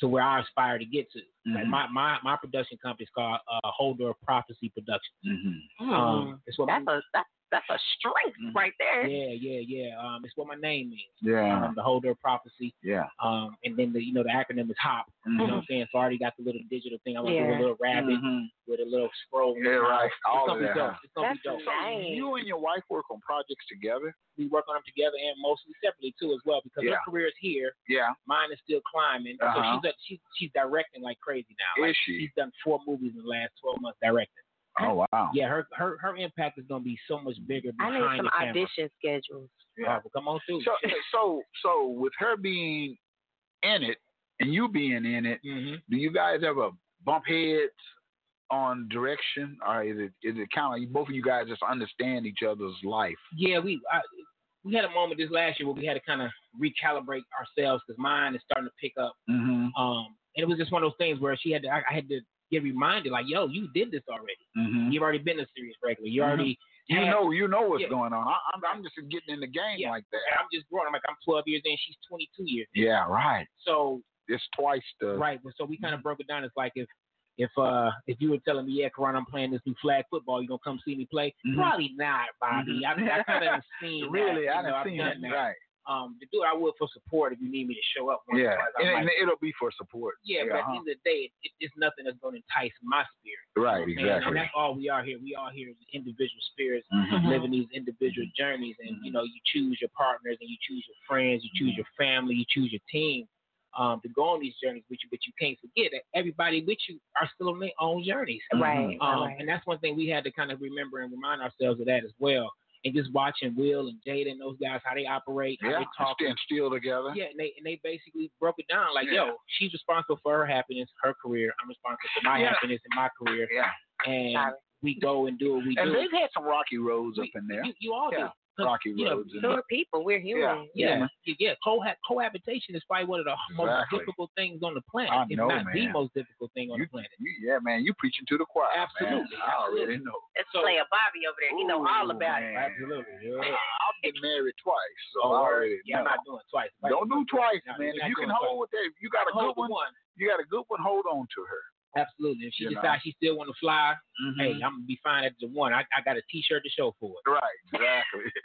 Speaker 19: to where I aspire to get to. Like
Speaker 6: Mhm.
Speaker 19: my, my my production company is called uh, Holder of Prophecy Productions.
Speaker 6: Mm-hmm.
Speaker 19: Um, it's what my,
Speaker 10: Mm.
Speaker 19: Mm-hmm.
Speaker 10: That's a that's that's a strength
Speaker 6: Mhm.
Speaker 10: right there.
Speaker 19: yeah, yeah, yeah. Um, it's what my name means.
Speaker 6: Yeah.
Speaker 19: Um, the Holder of Prophecy.
Speaker 6: Yeah. Mm-hmm.
Speaker 19: Um, and then the you know the acronym is HOP. You know what I'm saying? So I already got the little digital thing. I'm gonna do
Speaker 10: Yeah.
Speaker 19: a little rabbit
Speaker 6: Mhm.
Speaker 19: with a little scroll.
Speaker 6: Yeah, right.
Speaker 19: It's
Speaker 6: All
Speaker 19: gonna
Speaker 6: of
Speaker 19: be
Speaker 6: that,
Speaker 19: dope.
Speaker 6: huh?
Speaker 19: It's gonna be
Speaker 10: That's
Speaker 19: dope.
Speaker 10: nice.
Speaker 6: You and your wife work on projects together.
Speaker 19: We work on them together and mostly separately too as well because
Speaker 6: Yeah.
Speaker 19: her career is here,
Speaker 6: Yeah.
Speaker 19: mine is still climbing.
Speaker 6: Uh-huh.
Speaker 19: So she's, up, she's she's directing like crazy now.
Speaker 6: Is
Speaker 19: Like
Speaker 6: she?
Speaker 19: she's done four movies in the last twelve months directing.
Speaker 6: Oh wow.
Speaker 19: Yeah, her her her impact is gonna be so much bigger
Speaker 10: I
Speaker 19: behind
Speaker 10: need some
Speaker 19: the camera. Oh,
Speaker 10: audition schedules.
Speaker 19: All right, well, come on through.
Speaker 6: So so so with her being in it and you being in it,
Speaker 19: hmm
Speaker 6: do you guys ever bump heads on direction, or is it is it kind of you both of you guys just understand each other's life?
Speaker 19: Yeah, we I, we had a moment this last year where we had to kind of recalibrate ourselves because mine is starting to pick up.
Speaker 6: Mm-hmm.
Speaker 19: Um, and it was just one of those things where she had to, I, I had to get reminded, like, yo, you did this already.
Speaker 6: mm-hmm.
Speaker 19: You've already been a series regular. You
Speaker 6: Mhm.
Speaker 19: already,
Speaker 6: You
Speaker 19: had-
Speaker 6: know, you know what's
Speaker 19: Yeah.
Speaker 6: going on. I, I'm, I'm just getting in the game
Speaker 19: Yeah.
Speaker 6: like that.
Speaker 19: and I'm just growing. I'm like, I'm 12 years in. She's 22 years. in.
Speaker 6: Yeah, right.
Speaker 19: So
Speaker 6: It's twice the
Speaker 19: right. So we kind of broke it down. It's like if. If uh if you were telling me yeah, Karan, I'm playing this new flag football, you gonna come see me play?
Speaker 6: Mhm.
Speaker 19: Probably not, Bobby.
Speaker 6: Mhm.
Speaker 19: I, I kind of seen
Speaker 6: Really,
Speaker 19: that,
Speaker 6: I
Speaker 19: you know,
Speaker 6: done
Speaker 19: I've
Speaker 6: seen
Speaker 19: done
Speaker 6: it. Right.
Speaker 19: um, to do it, I would for support if you need me to show up. Once or
Speaker 6: Yeah,
Speaker 19: twice. I'm
Speaker 6: and,
Speaker 19: like,
Speaker 6: and it'll be for support.
Speaker 19: yeah, but at the
Speaker 6: uh-huh.
Speaker 19: end of the day, it, it's nothing that's going to entice my spirit.
Speaker 6: right,
Speaker 19: man. And,
Speaker 6: exactly.
Speaker 19: that's all we are here. We are here as individual spirits
Speaker 6: Mhm.
Speaker 19: living these individual journeys. And, you know, you choose your partners and you choose your friends, you
Speaker 6: Mm-hmm.
Speaker 19: choose your family, you choose your team um, to go on these journeys with you. But you can't forget that everybody with you are still on their own journeys.
Speaker 6: Mm-hmm.
Speaker 10: Right,
Speaker 19: Um,
Speaker 10: right.
Speaker 19: And that's one thing we had to kind of remember and remind ourselves of that as well. And just watching Will and Jada and those guys, how they operate, how
Speaker 6: Yeah,
Speaker 19: they talk,
Speaker 6: stand still together.
Speaker 19: yeah, and they and they basically broke it down like,
Speaker 6: Yeah.
Speaker 19: yo, she's responsible for her happiness, her career. I'm responsible for my
Speaker 6: Yeah.
Speaker 19: happiness and my career.
Speaker 6: Yeah.
Speaker 19: And
Speaker 10: Got
Speaker 19: we go and do what we
Speaker 6: and
Speaker 19: do.
Speaker 6: they've had some rocky roads up in there.
Speaker 19: You, you all
Speaker 6: yeah.
Speaker 19: do.
Speaker 6: Rocky
Speaker 19: you know,
Speaker 6: roads. and-
Speaker 10: So are people. We're human.
Speaker 19: Yeah,
Speaker 6: Yeah,
Speaker 19: yeah, yeah. Coha- cohabitation is probably one of the most
Speaker 6: Exactly.
Speaker 19: difficult things on the planet,
Speaker 6: I
Speaker 19: if
Speaker 6: know,
Speaker 19: not the
Speaker 6: man.
Speaker 19: most difficult thing on the planet.
Speaker 6: You- yeah, man, you preaching to the choir. man.
Speaker 19: Absolutely,
Speaker 6: I already
Speaker 19: absolutely.
Speaker 6: know.
Speaker 10: That's player Bobby over there. He know all about it.
Speaker 6: Absolutely. I've been married twice, so
Speaker 19: Oh,
Speaker 6: I
Speaker 19: word.
Speaker 6: already
Speaker 19: Yeah, I'm
Speaker 6: know.
Speaker 19: not doing twice.
Speaker 6: Don't do twice,
Speaker 19: No,
Speaker 6: man.
Speaker 19: we're
Speaker 6: If
Speaker 19: not
Speaker 6: you can
Speaker 19: doing twice.
Speaker 6: hold with that, if you got a
Speaker 19: Hold
Speaker 6: good
Speaker 19: the
Speaker 6: one, you got a good one, hold on to her.
Speaker 19: Absolutely. If she
Speaker 6: You know.
Speaker 19: decides she still want to fly,
Speaker 6: Mhm.
Speaker 19: hey, I'm gonna be fine at the one. I, I got a T-shirt to show for it.
Speaker 6: Right, exactly.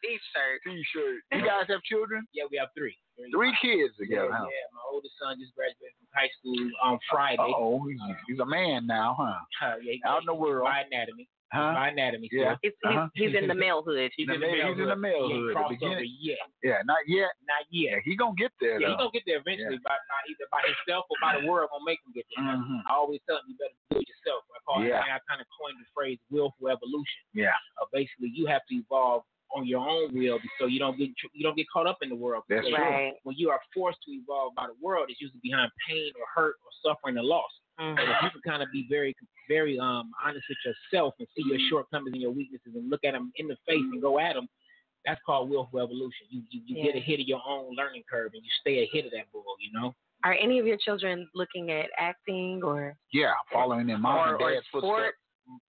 Speaker 10: T-shirt.
Speaker 6: T-shirt. You guys have children?
Speaker 19: Yeah, we have three.
Speaker 6: Three kids together,
Speaker 19: yeah,
Speaker 6: huh?
Speaker 19: yeah, my oldest son just graduated from high school on Friday.
Speaker 6: Oh, he's, he's a man now, huh?
Speaker 19: Uh, yeah, he-
Speaker 6: Out in the world.
Speaker 19: By anatomy.
Speaker 6: Huh?
Speaker 19: By anatomy.
Speaker 6: Yeah.
Speaker 19: still.
Speaker 10: He's,
Speaker 6: Uh-huh.
Speaker 10: he's, he's in the malehood.
Speaker 19: He's
Speaker 6: The
Speaker 19: in the
Speaker 6: male-
Speaker 19: male
Speaker 6: he's in the male
Speaker 19: He
Speaker 6: hood,
Speaker 19: ain't
Speaker 6: the
Speaker 19: crossed over
Speaker 6: beginning.
Speaker 19: yet.
Speaker 6: Yeah, not yet.
Speaker 19: Not yet.
Speaker 6: Yeah, he gonna get there.
Speaker 19: Yeah,
Speaker 6: though.
Speaker 19: he gonna get there eventually by, by either by himself or by the world gonna make him get there.
Speaker 6: Mhm.
Speaker 19: I always tell him you better do it yourself. I call
Speaker 6: Yeah.
Speaker 19: it and I kinda coined the phrase willful evolution.
Speaker 6: Yeah,
Speaker 19: Uh, basically you have to evolve on your own will so you don't get tr- you don't get caught up in the world.
Speaker 6: That's
Speaker 19: Because
Speaker 6: true.
Speaker 10: Right.
Speaker 19: When you are forced to evolve by the world, it's usually behind pain or hurt or suffering or loss. But if you
Speaker 3: Mm-hmm.
Speaker 19: can kind of be very, very um, honest with yourself and see your shortcomings and your weaknesses and look at them in the face and go at them, that's called willful evolution. You you, you get
Speaker 10: Yeah.
Speaker 19: ahead of your own learning curve and you stay ahead of that bull. You know.
Speaker 10: Are any of your children looking at acting or?
Speaker 6: yeah, following in mom and
Speaker 10: Or- or
Speaker 6: dad's
Speaker 10: sport.
Speaker 6: footsteps.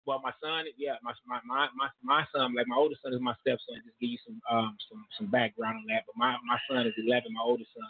Speaker 19: Well, my son, yeah, my my my my, my son, like my oldest son is my stepson. Just give you some um some some background on that. But my my son is 11. My oldest son,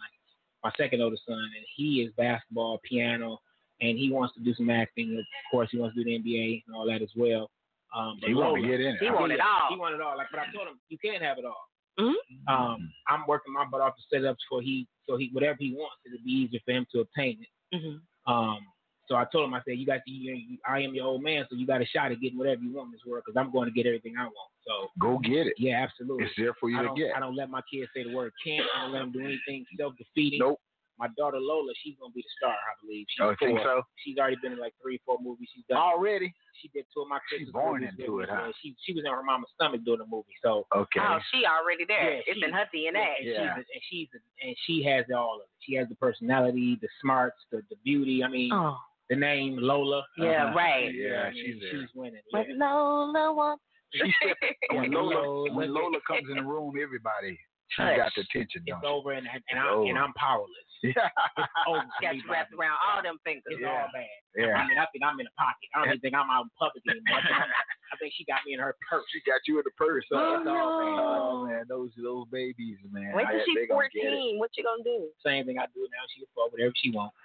Speaker 19: my second oldest son, and he is basketball, piano, and he wants to do some acting. Of course, he wants to do the NBA and all that as well. Um, but
Speaker 6: He want to
Speaker 19: Lola-
Speaker 6: get in it.
Speaker 10: He want it
Speaker 19: yeah,
Speaker 10: all.
Speaker 19: He want it all. Like, but I told him you can't have it all.
Speaker 10: Mhm.
Speaker 19: Um, I'm working my butt off to set up for he so he whatever he wants it'll be easier for him to obtain it.
Speaker 6: Mm-hmm.
Speaker 10: Mhm.
Speaker 19: Um, so I told him, I said, you got to, you, you, I am your old man, so you got a shot at getting whatever you want in this world, because I'm going to get everything I want. So
Speaker 6: Go get it.
Speaker 19: yeah, absolutely.
Speaker 6: It's there for you
Speaker 19: I
Speaker 6: to
Speaker 19: don't,
Speaker 6: get.
Speaker 19: I don't let my kids say the word can't. I don't let them do anything self defeating.
Speaker 6: Nope.
Speaker 19: My daughter Lola, she's gonna be the star, I believe. She's
Speaker 6: Oh, you think
Speaker 19: four.
Speaker 6: so?
Speaker 19: She's already been in like three or four movies. She's done.
Speaker 6: Already?
Speaker 19: She did two of my
Speaker 6: She's
Speaker 19: Christmas
Speaker 6: born
Speaker 19: movies
Speaker 6: into
Speaker 19: with
Speaker 6: it,
Speaker 19: me.
Speaker 6: huh?
Speaker 19: She she was in her mama's stomach doing the movie, so
Speaker 6: Okay.
Speaker 10: Oh, she already there.
Speaker 19: Yeah,
Speaker 10: it's
Speaker 19: she-
Speaker 10: in her DNA.
Speaker 19: and
Speaker 6: Yeah.
Speaker 19: she's and she's and she has all of it. She has the personality, the smarts, the, the beauty. I mean,
Speaker 10: Oh,
Speaker 19: the name Lola.
Speaker 10: yeah,
Speaker 6: Mm-hmm. Uh-huh.
Speaker 10: right.
Speaker 6: Yeah,
Speaker 19: I mean,
Speaker 6: she's there.
Speaker 19: she's winning.
Speaker 10: But
Speaker 19: yeah.
Speaker 10: Lola wants.
Speaker 6: when
Speaker 19: Yeah,
Speaker 6: Lola
Speaker 19: Lola-
Speaker 6: when Lola comes in the room, everybody she's
Speaker 10: Hush.
Speaker 6: got the attention,
Speaker 19: It's
Speaker 6: don't
Speaker 19: over, and and I'm
Speaker 6: over.
Speaker 19: and I'm powerless.
Speaker 6: she? Yeah.
Speaker 19: Over for
Speaker 10: Got
Speaker 19: me,
Speaker 10: you wrapped
Speaker 19: Bobby.
Speaker 10: around all them fingers.
Speaker 19: It's all
Speaker 6: Yeah.
Speaker 19: bad.
Speaker 6: yeah.
Speaker 19: I mean, I think I'm in a pocket. I don't even think I'm out in public anymore. I think, I'm- I think she got me in her purse.
Speaker 6: She got you in the purse.
Speaker 19: Oh,
Speaker 6: huh? Oh, man, those those babies, man.
Speaker 10: Wait till
Speaker 6: I-
Speaker 10: she's
Speaker 6: they gonna get it.
Speaker 10: 14. What you gonna do?
Speaker 19: Same thing I do now. She can fuck whatever she wants.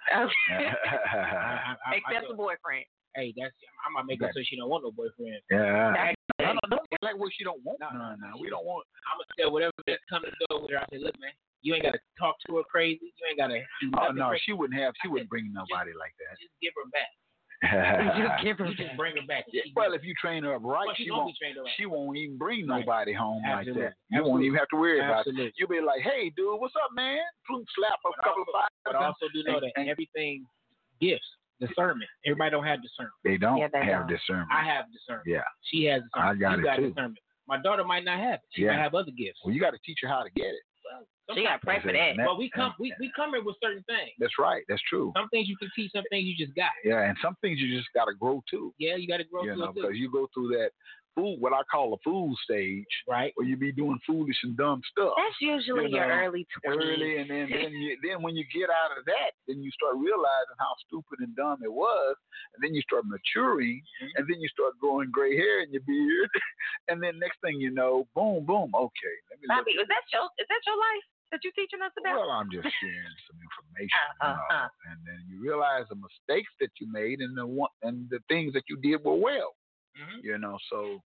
Speaker 19: I, I, I, I,
Speaker 10: Except a
Speaker 19: feel-
Speaker 10: boyfriend.
Speaker 19: hey, that's I'm gonna make it so she don't want no boyfriend.
Speaker 6: yeah.
Speaker 10: That's-
Speaker 6: No, no, don't act like what she don't want. No, no, no. We don't want.
Speaker 19: I'm gonna tell whatever that comes to go with her. I say, look, man, you ain't gotta talk to her crazy. You ain't gotta. do
Speaker 6: Oh
Speaker 19: nothing
Speaker 6: no,
Speaker 19: crazy.
Speaker 6: she wouldn't have. She wouldn't bring nobody like
Speaker 19: just give her back.
Speaker 6: that.
Speaker 10: give her
Speaker 19: You just bring her back.
Speaker 6: Yeah,
Speaker 19: She-
Speaker 6: well, if you train her up right,
Speaker 19: well, she's
Speaker 6: she
Speaker 19: gonna
Speaker 6: won't.
Speaker 19: be trained around.
Speaker 6: She won't even bring
Speaker 19: Right.
Speaker 6: nobody home
Speaker 19: Absolutely.
Speaker 6: like that. You won't even have to worry about it.
Speaker 19: Absolutely.
Speaker 6: You'll be like, "Hey, dude, what's up, man?" Boom, slap a
Speaker 19: But
Speaker 6: couple
Speaker 19: also-
Speaker 6: of
Speaker 19: But
Speaker 6: fives.
Speaker 19: also do know that everything gifts discernment. Everybody don't have discernment.
Speaker 6: They don't
Speaker 10: Yeah, they
Speaker 6: have
Speaker 10: don't.
Speaker 6: discernment.
Speaker 19: I have discernment.
Speaker 6: yeah.
Speaker 19: She has discernment.
Speaker 6: I got
Speaker 19: you
Speaker 6: it
Speaker 19: got
Speaker 6: too.
Speaker 19: discernment. My daughter might not have it. She
Speaker 6: Yeah.
Speaker 19: might have other gifts.
Speaker 6: Well, you got to teach her how to get it.
Speaker 10: She gotta pray for
Speaker 6: That's
Speaker 10: that.
Speaker 6: it.
Speaker 19: But we come we, we come here with certain things.
Speaker 6: That's right. That's true.
Speaker 19: Some things you can teach, some things you just got.
Speaker 6: Yeah, and some things you just got to grow to.
Speaker 19: Yeah, you gotta grow
Speaker 6: you
Speaker 19: through
Speaker 6: know,
Speaker 19: it too.
Speaker 6: because you go through that fool, what I call a fool stage,
Speaker 19: Right.
Speaker 6: where you be doing foolish and dumb stuff
Speaker 10: That's usually
Speaker 6: You know,
Speaker 10: your early 20s.
Speaker 6: early, and then then, you, then when you get out of that, then you start realizing how stupid and dumb it was, and then you start maturing,
Speaker 19: Mm-hmm.
Speaker 6: and then you start growing gray hair in your beard, and then next thing you know, boom, boom, okay, let me. look
Speaker 10: Bobby, is that your is that your life that you teaching us about?
Speaker 6: Well, I'm just sharing some information, you
Speaker 19: Uh-huh,
Speaker 10: Uh, uh,
Speaker 6: know,
Speaker 10: uh.
Speaker 6: and then you realize the mistakes that you made and the one and the things that you did were well,
Speaker 19: Mhm.
Speaker 6: you know. So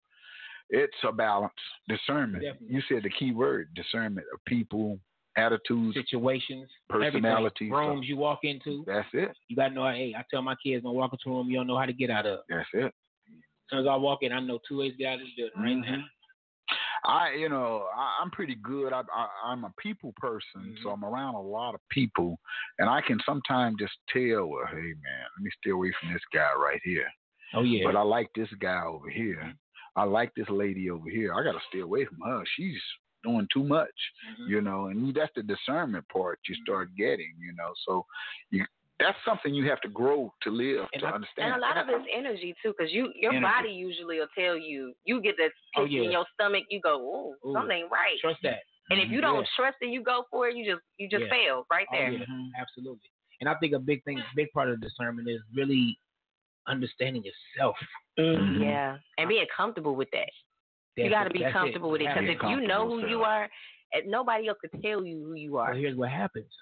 Speaker 6: it's a balance, discernment.
Speaker 19: Definitely.
Speaker 6: You said the key word, discernment of people, attitudes,
Speaker 19: Situations, everything,
Speaker 6: personality. so
Speaker 19: rooms you walk into.
Speaker 6: that's it.
Speaker 19: You gotta know how hey, I tell my kids don't walk into a room you don't know how to get out of.
Speaker 6: That's it.
Speaker 19: As soon as I walk in, I know two ways to get out of this building right
Speaker 6: Mm-hmm.
Speaker 19: now.
Speaker 6: I, you know, I, I'm pretty good. I, I, I'm a people person, so
Speaker 19: Mm-hmm.
Speaker 6: I'm around a lot of people, and I can sometimes just tell, well, hey man, let me stay away from this guy right here.
Speaker 19: Oh yeah. Mm-hmm.
Speaker 6: But I like this guy over here. I like this lady over here. I gotta stay away from her. She's doing too much,
Speaker 19: Mhm. Mm-hmm.
Speaker 6: you know. And that's the discernment part you start getting, you know. So you that's something you have to grow to live to understand.
Speaker 10: And a lot of it's energy too, because you your
Speaker 6: Energy.
Speaker 10: body usually will tell you. You get this
Speaker 19: Oh,
Speaker 10: picture in
Speaker 19: yeah.
Speaker 10: your stomach, you go, "Ooh,
Speaker 19: Ooh,
Speaker 10: something ain't right."
Speaker 19: Trust that.
Speaker 10: And if you don't
Speaker 19: Yeah.
Speaker 10: trust it, you go for it. You just you just
Speaker 19: Yeah.
Speaker 10: fail right
Speaker 19: Oh,
Speaker 10: there.
Speaker 19: yeah,
Speaker 6: Mm-hmm.
Speaker 19: absolutely. And I think a big thing, big part of discernment is really understanding yourself.
Speaker 10: Mm-hmm.
Speaker 6: Mm-hmm.
Speaker 10: Yeah, and being comfortable with that. you
Speaker 19: That's
Speaker 10: got to
Speaker 19: it-
Speaker 10: be
Speaker 19: that's
Speaker 10: comfortable with it because
Speaker 19: Being
Speaker 10: if you know
Speaker 19: comfortable
Speaker 10: who
Speaker 19: with
Speaker 10: you
Speaker 19: it.
Speaker 10: are, eh, nobody else can tell you who you are.
Speaker 19: Well, here's what happens.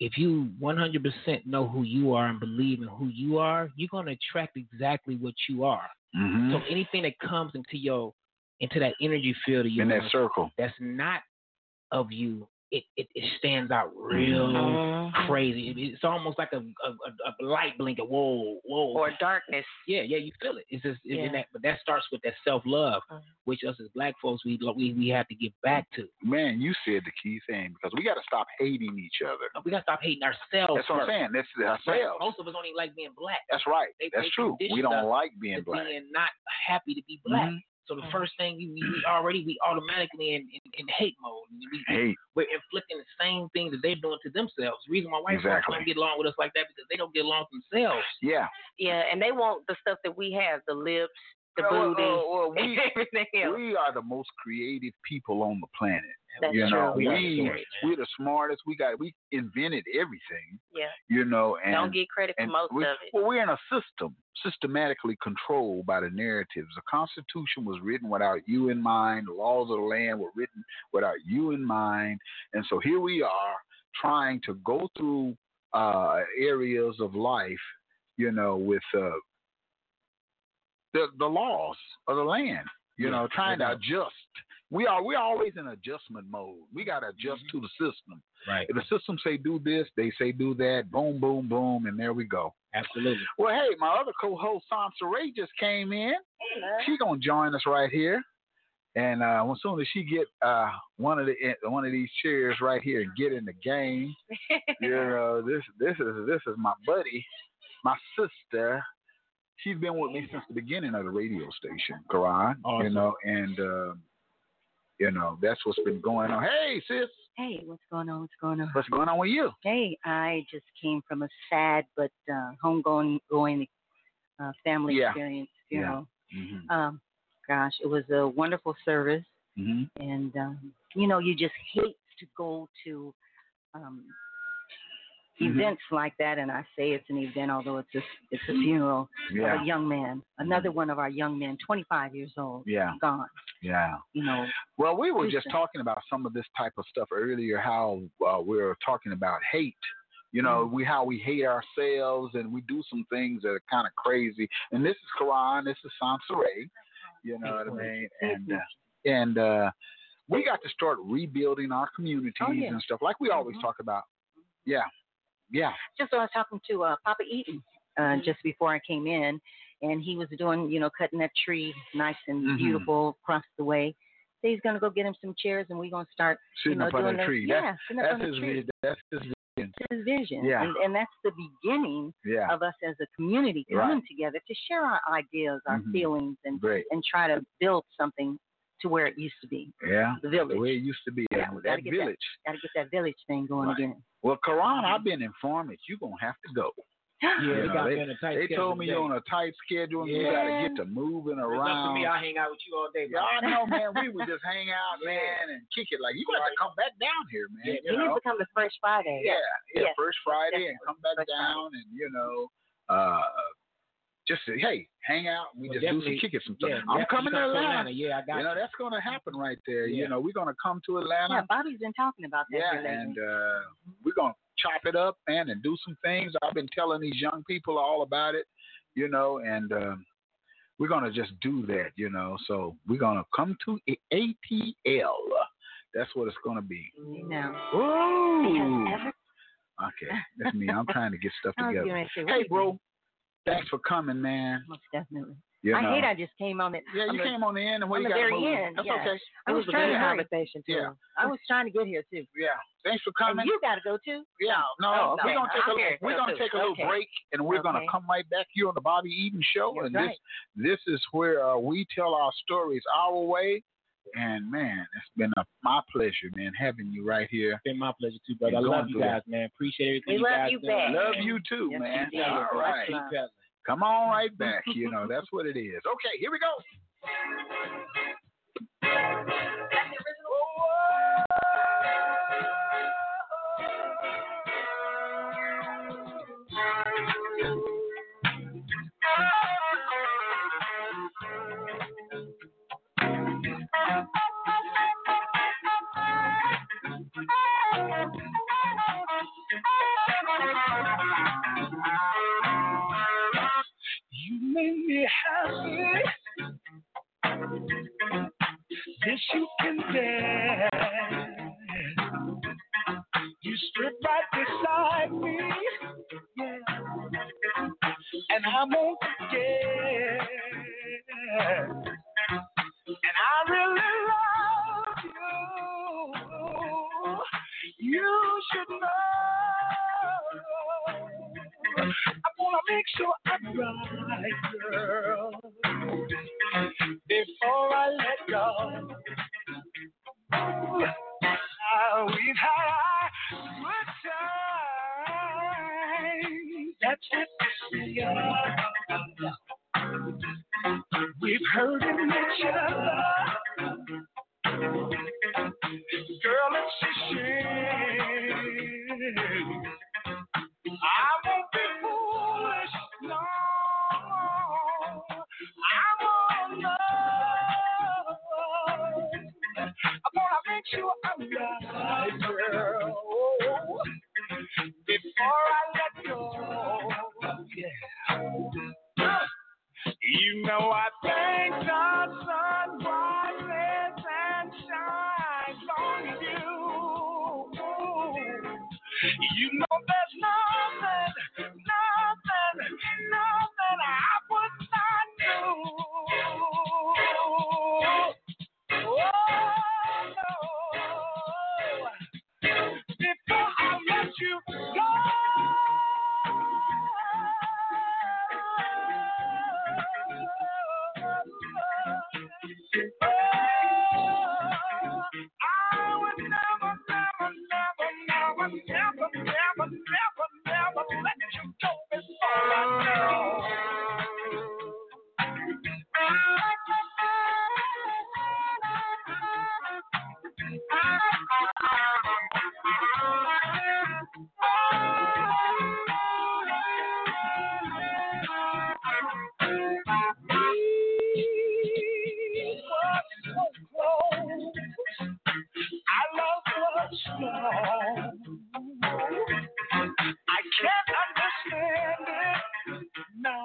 Speaker 19: If you 100% know who you are and believe in who you are, you're going to attract exactly what you are.
Speaker 6: Mm-hmm.
Speaker 19: So anything that comes into your into that energy field of you
Speaker 6: in that circle.
Speaker 19: that's not of you, it it, it stands out real
Speaker 10: Mm-hmm.
Speaker 19: crazy. It- it's almost like a, a, a, a light blink of whoa, whoa,
Speaker 10: or darkness.
Speaker 19: Yeah, yeah, you feel it. It's just it-
Speaker 10: Yeah.
Speaker 19: and that, but that starts with that self love, which us as black folks we lo- we we have to get back to.
Speaker 6: Man, you said the key thing because we got to stop hating each other.
Speaker 19: We gotta stop hating ourselves.
Speaker 6: That's what I'm
Speaker 19: first.
Speaker 6: saying. That's
Speaker 19: That's right.
Speaker 6: ourselves.
Speaker 19: Most of us only like being black.
Speaker 6: That's right.
Speaker 19: They-
Speaker 6: That's
Speaker 19: they
Speaker 6: true. We
Speaker 19: conditioned
Speaker 6: don't
Speaker 19: us
Speaker 6: like being
Speaker 19: to
Speaker 6: black.
Speaker 19: Being not happy to be black.
Speaker 6: Mhm.
Speaker 19: So the first thing you, we, we already we automatically in, in, in hate mode. We- We,
Speaker 6: Hate.
Speaker 19: We're inflicting the same thing that they're doing to themselves. The reason why white
Speaker 6: Exactly.
Speaker 19: folks don't get along with us like that because they don't get along with themselves.
Speaker 6: Yeah.
Speaker 10: Yeah, and they want the stuff that we have, the lips, the
Speaker 6: Well, well,
Speaker 10: booty,
Speaker 6: well, well, we-
Speaker 10: everything else.
Speaker 6: We are the most creative people on the planet.
Speaker 10: That's
Speaker 6: you know,
Speaker 10: true.
Speaker 6: we we're the smartest. We got we invented everything.
Speaker 10: yeah.
Speaker 6: You know, and
Speaker 10: Don't get credit for
Speaker 6: and
Speaker 10: most
Speaker 6: we,
Speaker 10: of it.
Speaker 6: Well, we're in a system systematically controlled by the narratives. The Constitution was written without you in mind. The laws of the land were written without you in mind. And so here we are trying to go through uh, areas of life, you know, with uh, the the laws of the land. You know, trying to adjust. We are we're always in adjustment mode. We got to adjust to the system.
Speaker 19: Right.
Speaker 6: If the system say do this, they say do that. Boom, boom, boom, and there we go.
Speaker 19: Absolutely.
Speaker 6: Well, hey, my other co-host Sansa Ray just came in. She gonna join us right here, and uh, as soon as she get uh, one of the one of these chairs right here and get in the game, you know this this is this is my buddy, my sister. She's been with me since the beginning of the radio station, Karan. You
Speaker 19: Awesome.
Speaker 6: know, and uh, you know that's what's been going on. Hey, sis,
Speaker 2: Hey, what's going on? What's going on?
Speaker 6: what's going on with you?
Speaker 2: Hey, I just came from a sad but uh, homegoing going uh, family
Speaker 18: Yeah.
Speaker 2: experience
Speaker 18: Yeah.
Speaker 2: funeral.
Speaker 6: Mm-hmm. Mm.
Speaker 2: Um, gosh, it was a wonderful service,
Speaker 6: Mm-hmm.
Speaker 2: and um, you know, you just hate to go to um,
Speaker 6: Mm-hmm.
Speaker 18: Mhm.
Speaker 2: events like that. And I say it's an event, although it's a it's a funeral of
Speaker 6: Mm. Yeah. Mm.
Speaker 2: a young man, another one of our young men, 25 years old,
Speaker 6: Yeah.
Speaker 2: gone.
Speaker 6: Yeah.
Speaker 2: You know.
Speaker 6: Well, we were just
Speaker 2: Listen.
Speaker 6: talking about some of this type of stuff earlier. How uh, we were talking about hate. You know,
Speaker 2: Mm-hmm.
Speaker 6: we how we hate ourselves and we do some things that are kind of crazy. And this is Quran. This is Sansaray. You know what I mean?
Speaker 2: Mm-hmm.
Speaker 6: And uh, and uh, we got to start rebuilding our communities
Speaker 2: Oh, yeah. Mm-hmm.
Speaker 6: and stuff like we always talk about. Yeah. Yeah. Mm-hmm.
Speaker 2: just I was talking to uh, Papa Eaton uh, just before I came in, and he was doing, you know, cutting that tree nice and
Speaker 6: Mhm.
Speaker 2: beautiful across the way. So he's gonna go get him some chairs, and we're gonna start,
Speaker 6: Sitting
Speaker 2: you know,
Speaker 6: up under
Speaker 2: doing
Speaker 6: a
Speaker 2: the-
Speaker 6: tree.
Speaker 2: Yeah, sitting
Speaker 6: that's
Speaker 2: up
Speaker 6: that's
Speaker 2: under
Speaker 6: his
Speaker 2: a tree.
Speaker 6: vision. That's his vision.
Speaker 2: That's his vision,
Speaker 6: Yeah.
Speaker 2: and, and that's the beginning
Speaker 6: Yeah.
Speaker 2: of us as a community
Speaker 6: Right.
Speaker 2: coming together to share our ideas, our
Speaker 6: Mhm.
Speaker 2: feelings, and
Speaker 6: Great.
Speaker 2: and try to build something to where it used to be.
Speaker 6: Yeah.
Speaker 2: the village.
Speaker 6: The way it used to be.
Speaker 2: Yeah,
Speaker 6: and
Speaker 2: we gotta
Speaker 6: that
Speaker 2: get
Speaker 6: village.
Speaker 2: Got to get that village thing going
Speaker 6: Right.
Speaker 2: again.
Speaker 6: Well, Karan, I've been informed that you're gonna have to go.
Speaker 2: Yeah,
Speaker 6: You
Speaker 19: we
Speaker 6: know,
Speaker 19: Um, got
Speaker 6: they,
Speaker 19: me on a tight
Speaker 6: they
Speaker 19: schedule
Speaker 6: told me
Speaker 19: today.
Speaker 6: you're on a tight schedule. and You
Speaker 19: Yeah.
Speaker 6: gotta get to moving
Speaker 19: It's up to
Speaker 6: around.
Speaker 19: me. I hang out with you all day.
Speaker 6: Yeah, I
Speaker 19: bro.
Speaker 6: know, man. We would just hang out, man, and kick it. Like you got to come back down here, man.
Speaker 19: Yeah,
Speaker 6: you
Speaker 19: we need
Speaker 6: know?
Speaker 19: to
Speaker 2: come to First Friday.
Speaker 6: Yeah, yeah.
Speaker 19: Yes,
Speaker 6: First Friday, and come back
Speaker 19: First Friday.
Speaker 6: down, and you know, uh, just say, hey, hang out. We
Speaker 19: Well,
Speaker 6: just do some
Speaker 19: definitely-
Speaker 6: kick it some stuff.
Speaker 19: yeah,
Speaker 6: I'm
Speaker 19: definitely
Speaker 6: coming to
Speaker 19: come to
Speaker 6: Atlanta.
Speaker 19: Atlanta. Yeah, I got
Speaker 6: You know
Speaker 19: you.
Speaker 6: that's gonna happen right there.
Speaker 19: Yeah.
Speaker 6: You know we're gonna come to
Speaker 2: Yeah,
Speaker 6: Atlanta.
Speaker 2: Bobby's been talking about that
Speaker 6: Yeah,
Speaker 2: here lately.
Speaker 6: and uh, we're gonna chop it up, man, and do some things. I've been telling these young people all about it, you know, and um, we're gonna just do that, you know. So we're gonna come to A- ATL. That's what it's gonna be.
Speaker 2: No.
Speaker 6: Ooh. Okay, that's me. I'm trying to get stuff
Speaker 2: I was
Speaker 6: together.
Speaker 2: gonna say, what
Speaker 6: hey,
Speaker 2: you
Speaker 6: bro. Thanks for coming, man.
Speaker 2: Most definitely.
Speaker 6: You
Speaker 2: I
Speaker 6: know.
Speaker 2: hate I just came on it.
Speaker 6: Yeah, you
Speaker 2: the-
Speaker 6: came on the end, and when
Speaker 2: on
Speaker 6: you
Speaker 2: the
Speaker 6: got
Speaker 2: very
Speaker 6: moving.
Speaker 2: end.
Speaker 6: That's
Speaker 2: yeah.
Speaker 6: okay.
Speaker 2: I
Speaker 6: It
Speaker 2: was
Speaker 6: was a
Speaker 2: trying to
Speaker 6: good
Speaker 2: conversation too.
Speaker 6: Yeah.
Speaker 2: I was trying to get here too.
Speaker 6: Yeah. Thanks for
Speaker 2: And
Speaker 6: coming.
Speaker 2: you got to go too.
Speaker 6: Yeah,
Speaker 2: Oh,
Speaker 6: no,
Speaker 2: okay.
Speaker 6: we're gonna take
Speaker 2: I'm
Speaker 6: a little,
Speaker 2: here
Speaker 6: we're
Speaker 2: still,
Speaker 6: gonna
Speaker 2: too.
Speaker 6: take a little
Speaker 2: Okay.
Speaker 6: break, and we're gonna
Speaker 2: Okay.
Speaker 6: come right back here on the Bobby Eden Show,
Speaker 2: That's
Speaker 6: and
Speaker 2: right.
Speaker 6: this this is where uh, we tell our stories our way, And man, it's been a, my pleasure, man, having you right here. It's
Speaker 19: been my pleasure too, brother. I love you guys, man. Appreciate everything.
Speaker 6: We
Speaker 19: you
Speaker 6: love
Speaker 19: guys
Speaker 6: you
Speaker 19: do.
Speaker 6: back. Love you too, Yes, man. we do. All right.
Speaker 19: Keep telling.
Speaker 6: Come on right back. You know, that's what it is. Okay, here we go.
Speaker 7: You make me happy. This you can dance. You strip right beside me. Yeah. And I won't forget. And I really love you. You should know. I wanna make sure I'm right, girl. Before I let go. Ah, we've had our good times. That's what we are. We've hurted each other. Girl, it's a shame. I won't be foolish, no. I won't love. I wanna make sure I'm right, girl. Before I let go, yeah. You know I think the sun rises and shines on you. You know there's nothing, nothing, nothing I would not do. Oh, no. Before I let you I love what's wrong. I can't understand it. No.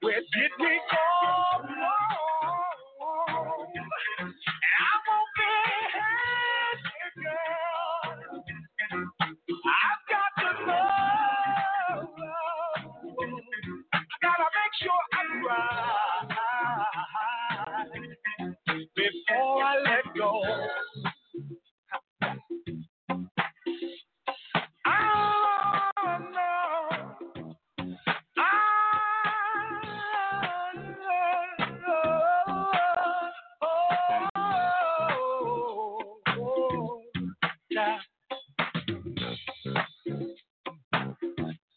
Speaker 7: Where did we go wrong? And I won't be happy, girl. I've got to love. I gotta make sure I'm right before I let go.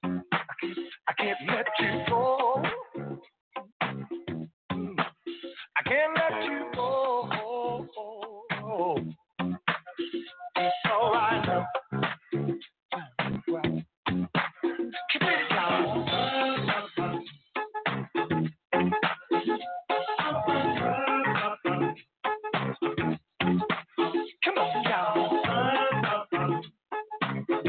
Speaker 7: I can't let you go. I can't let you go. So I know. Keep it down. Come on, y'all.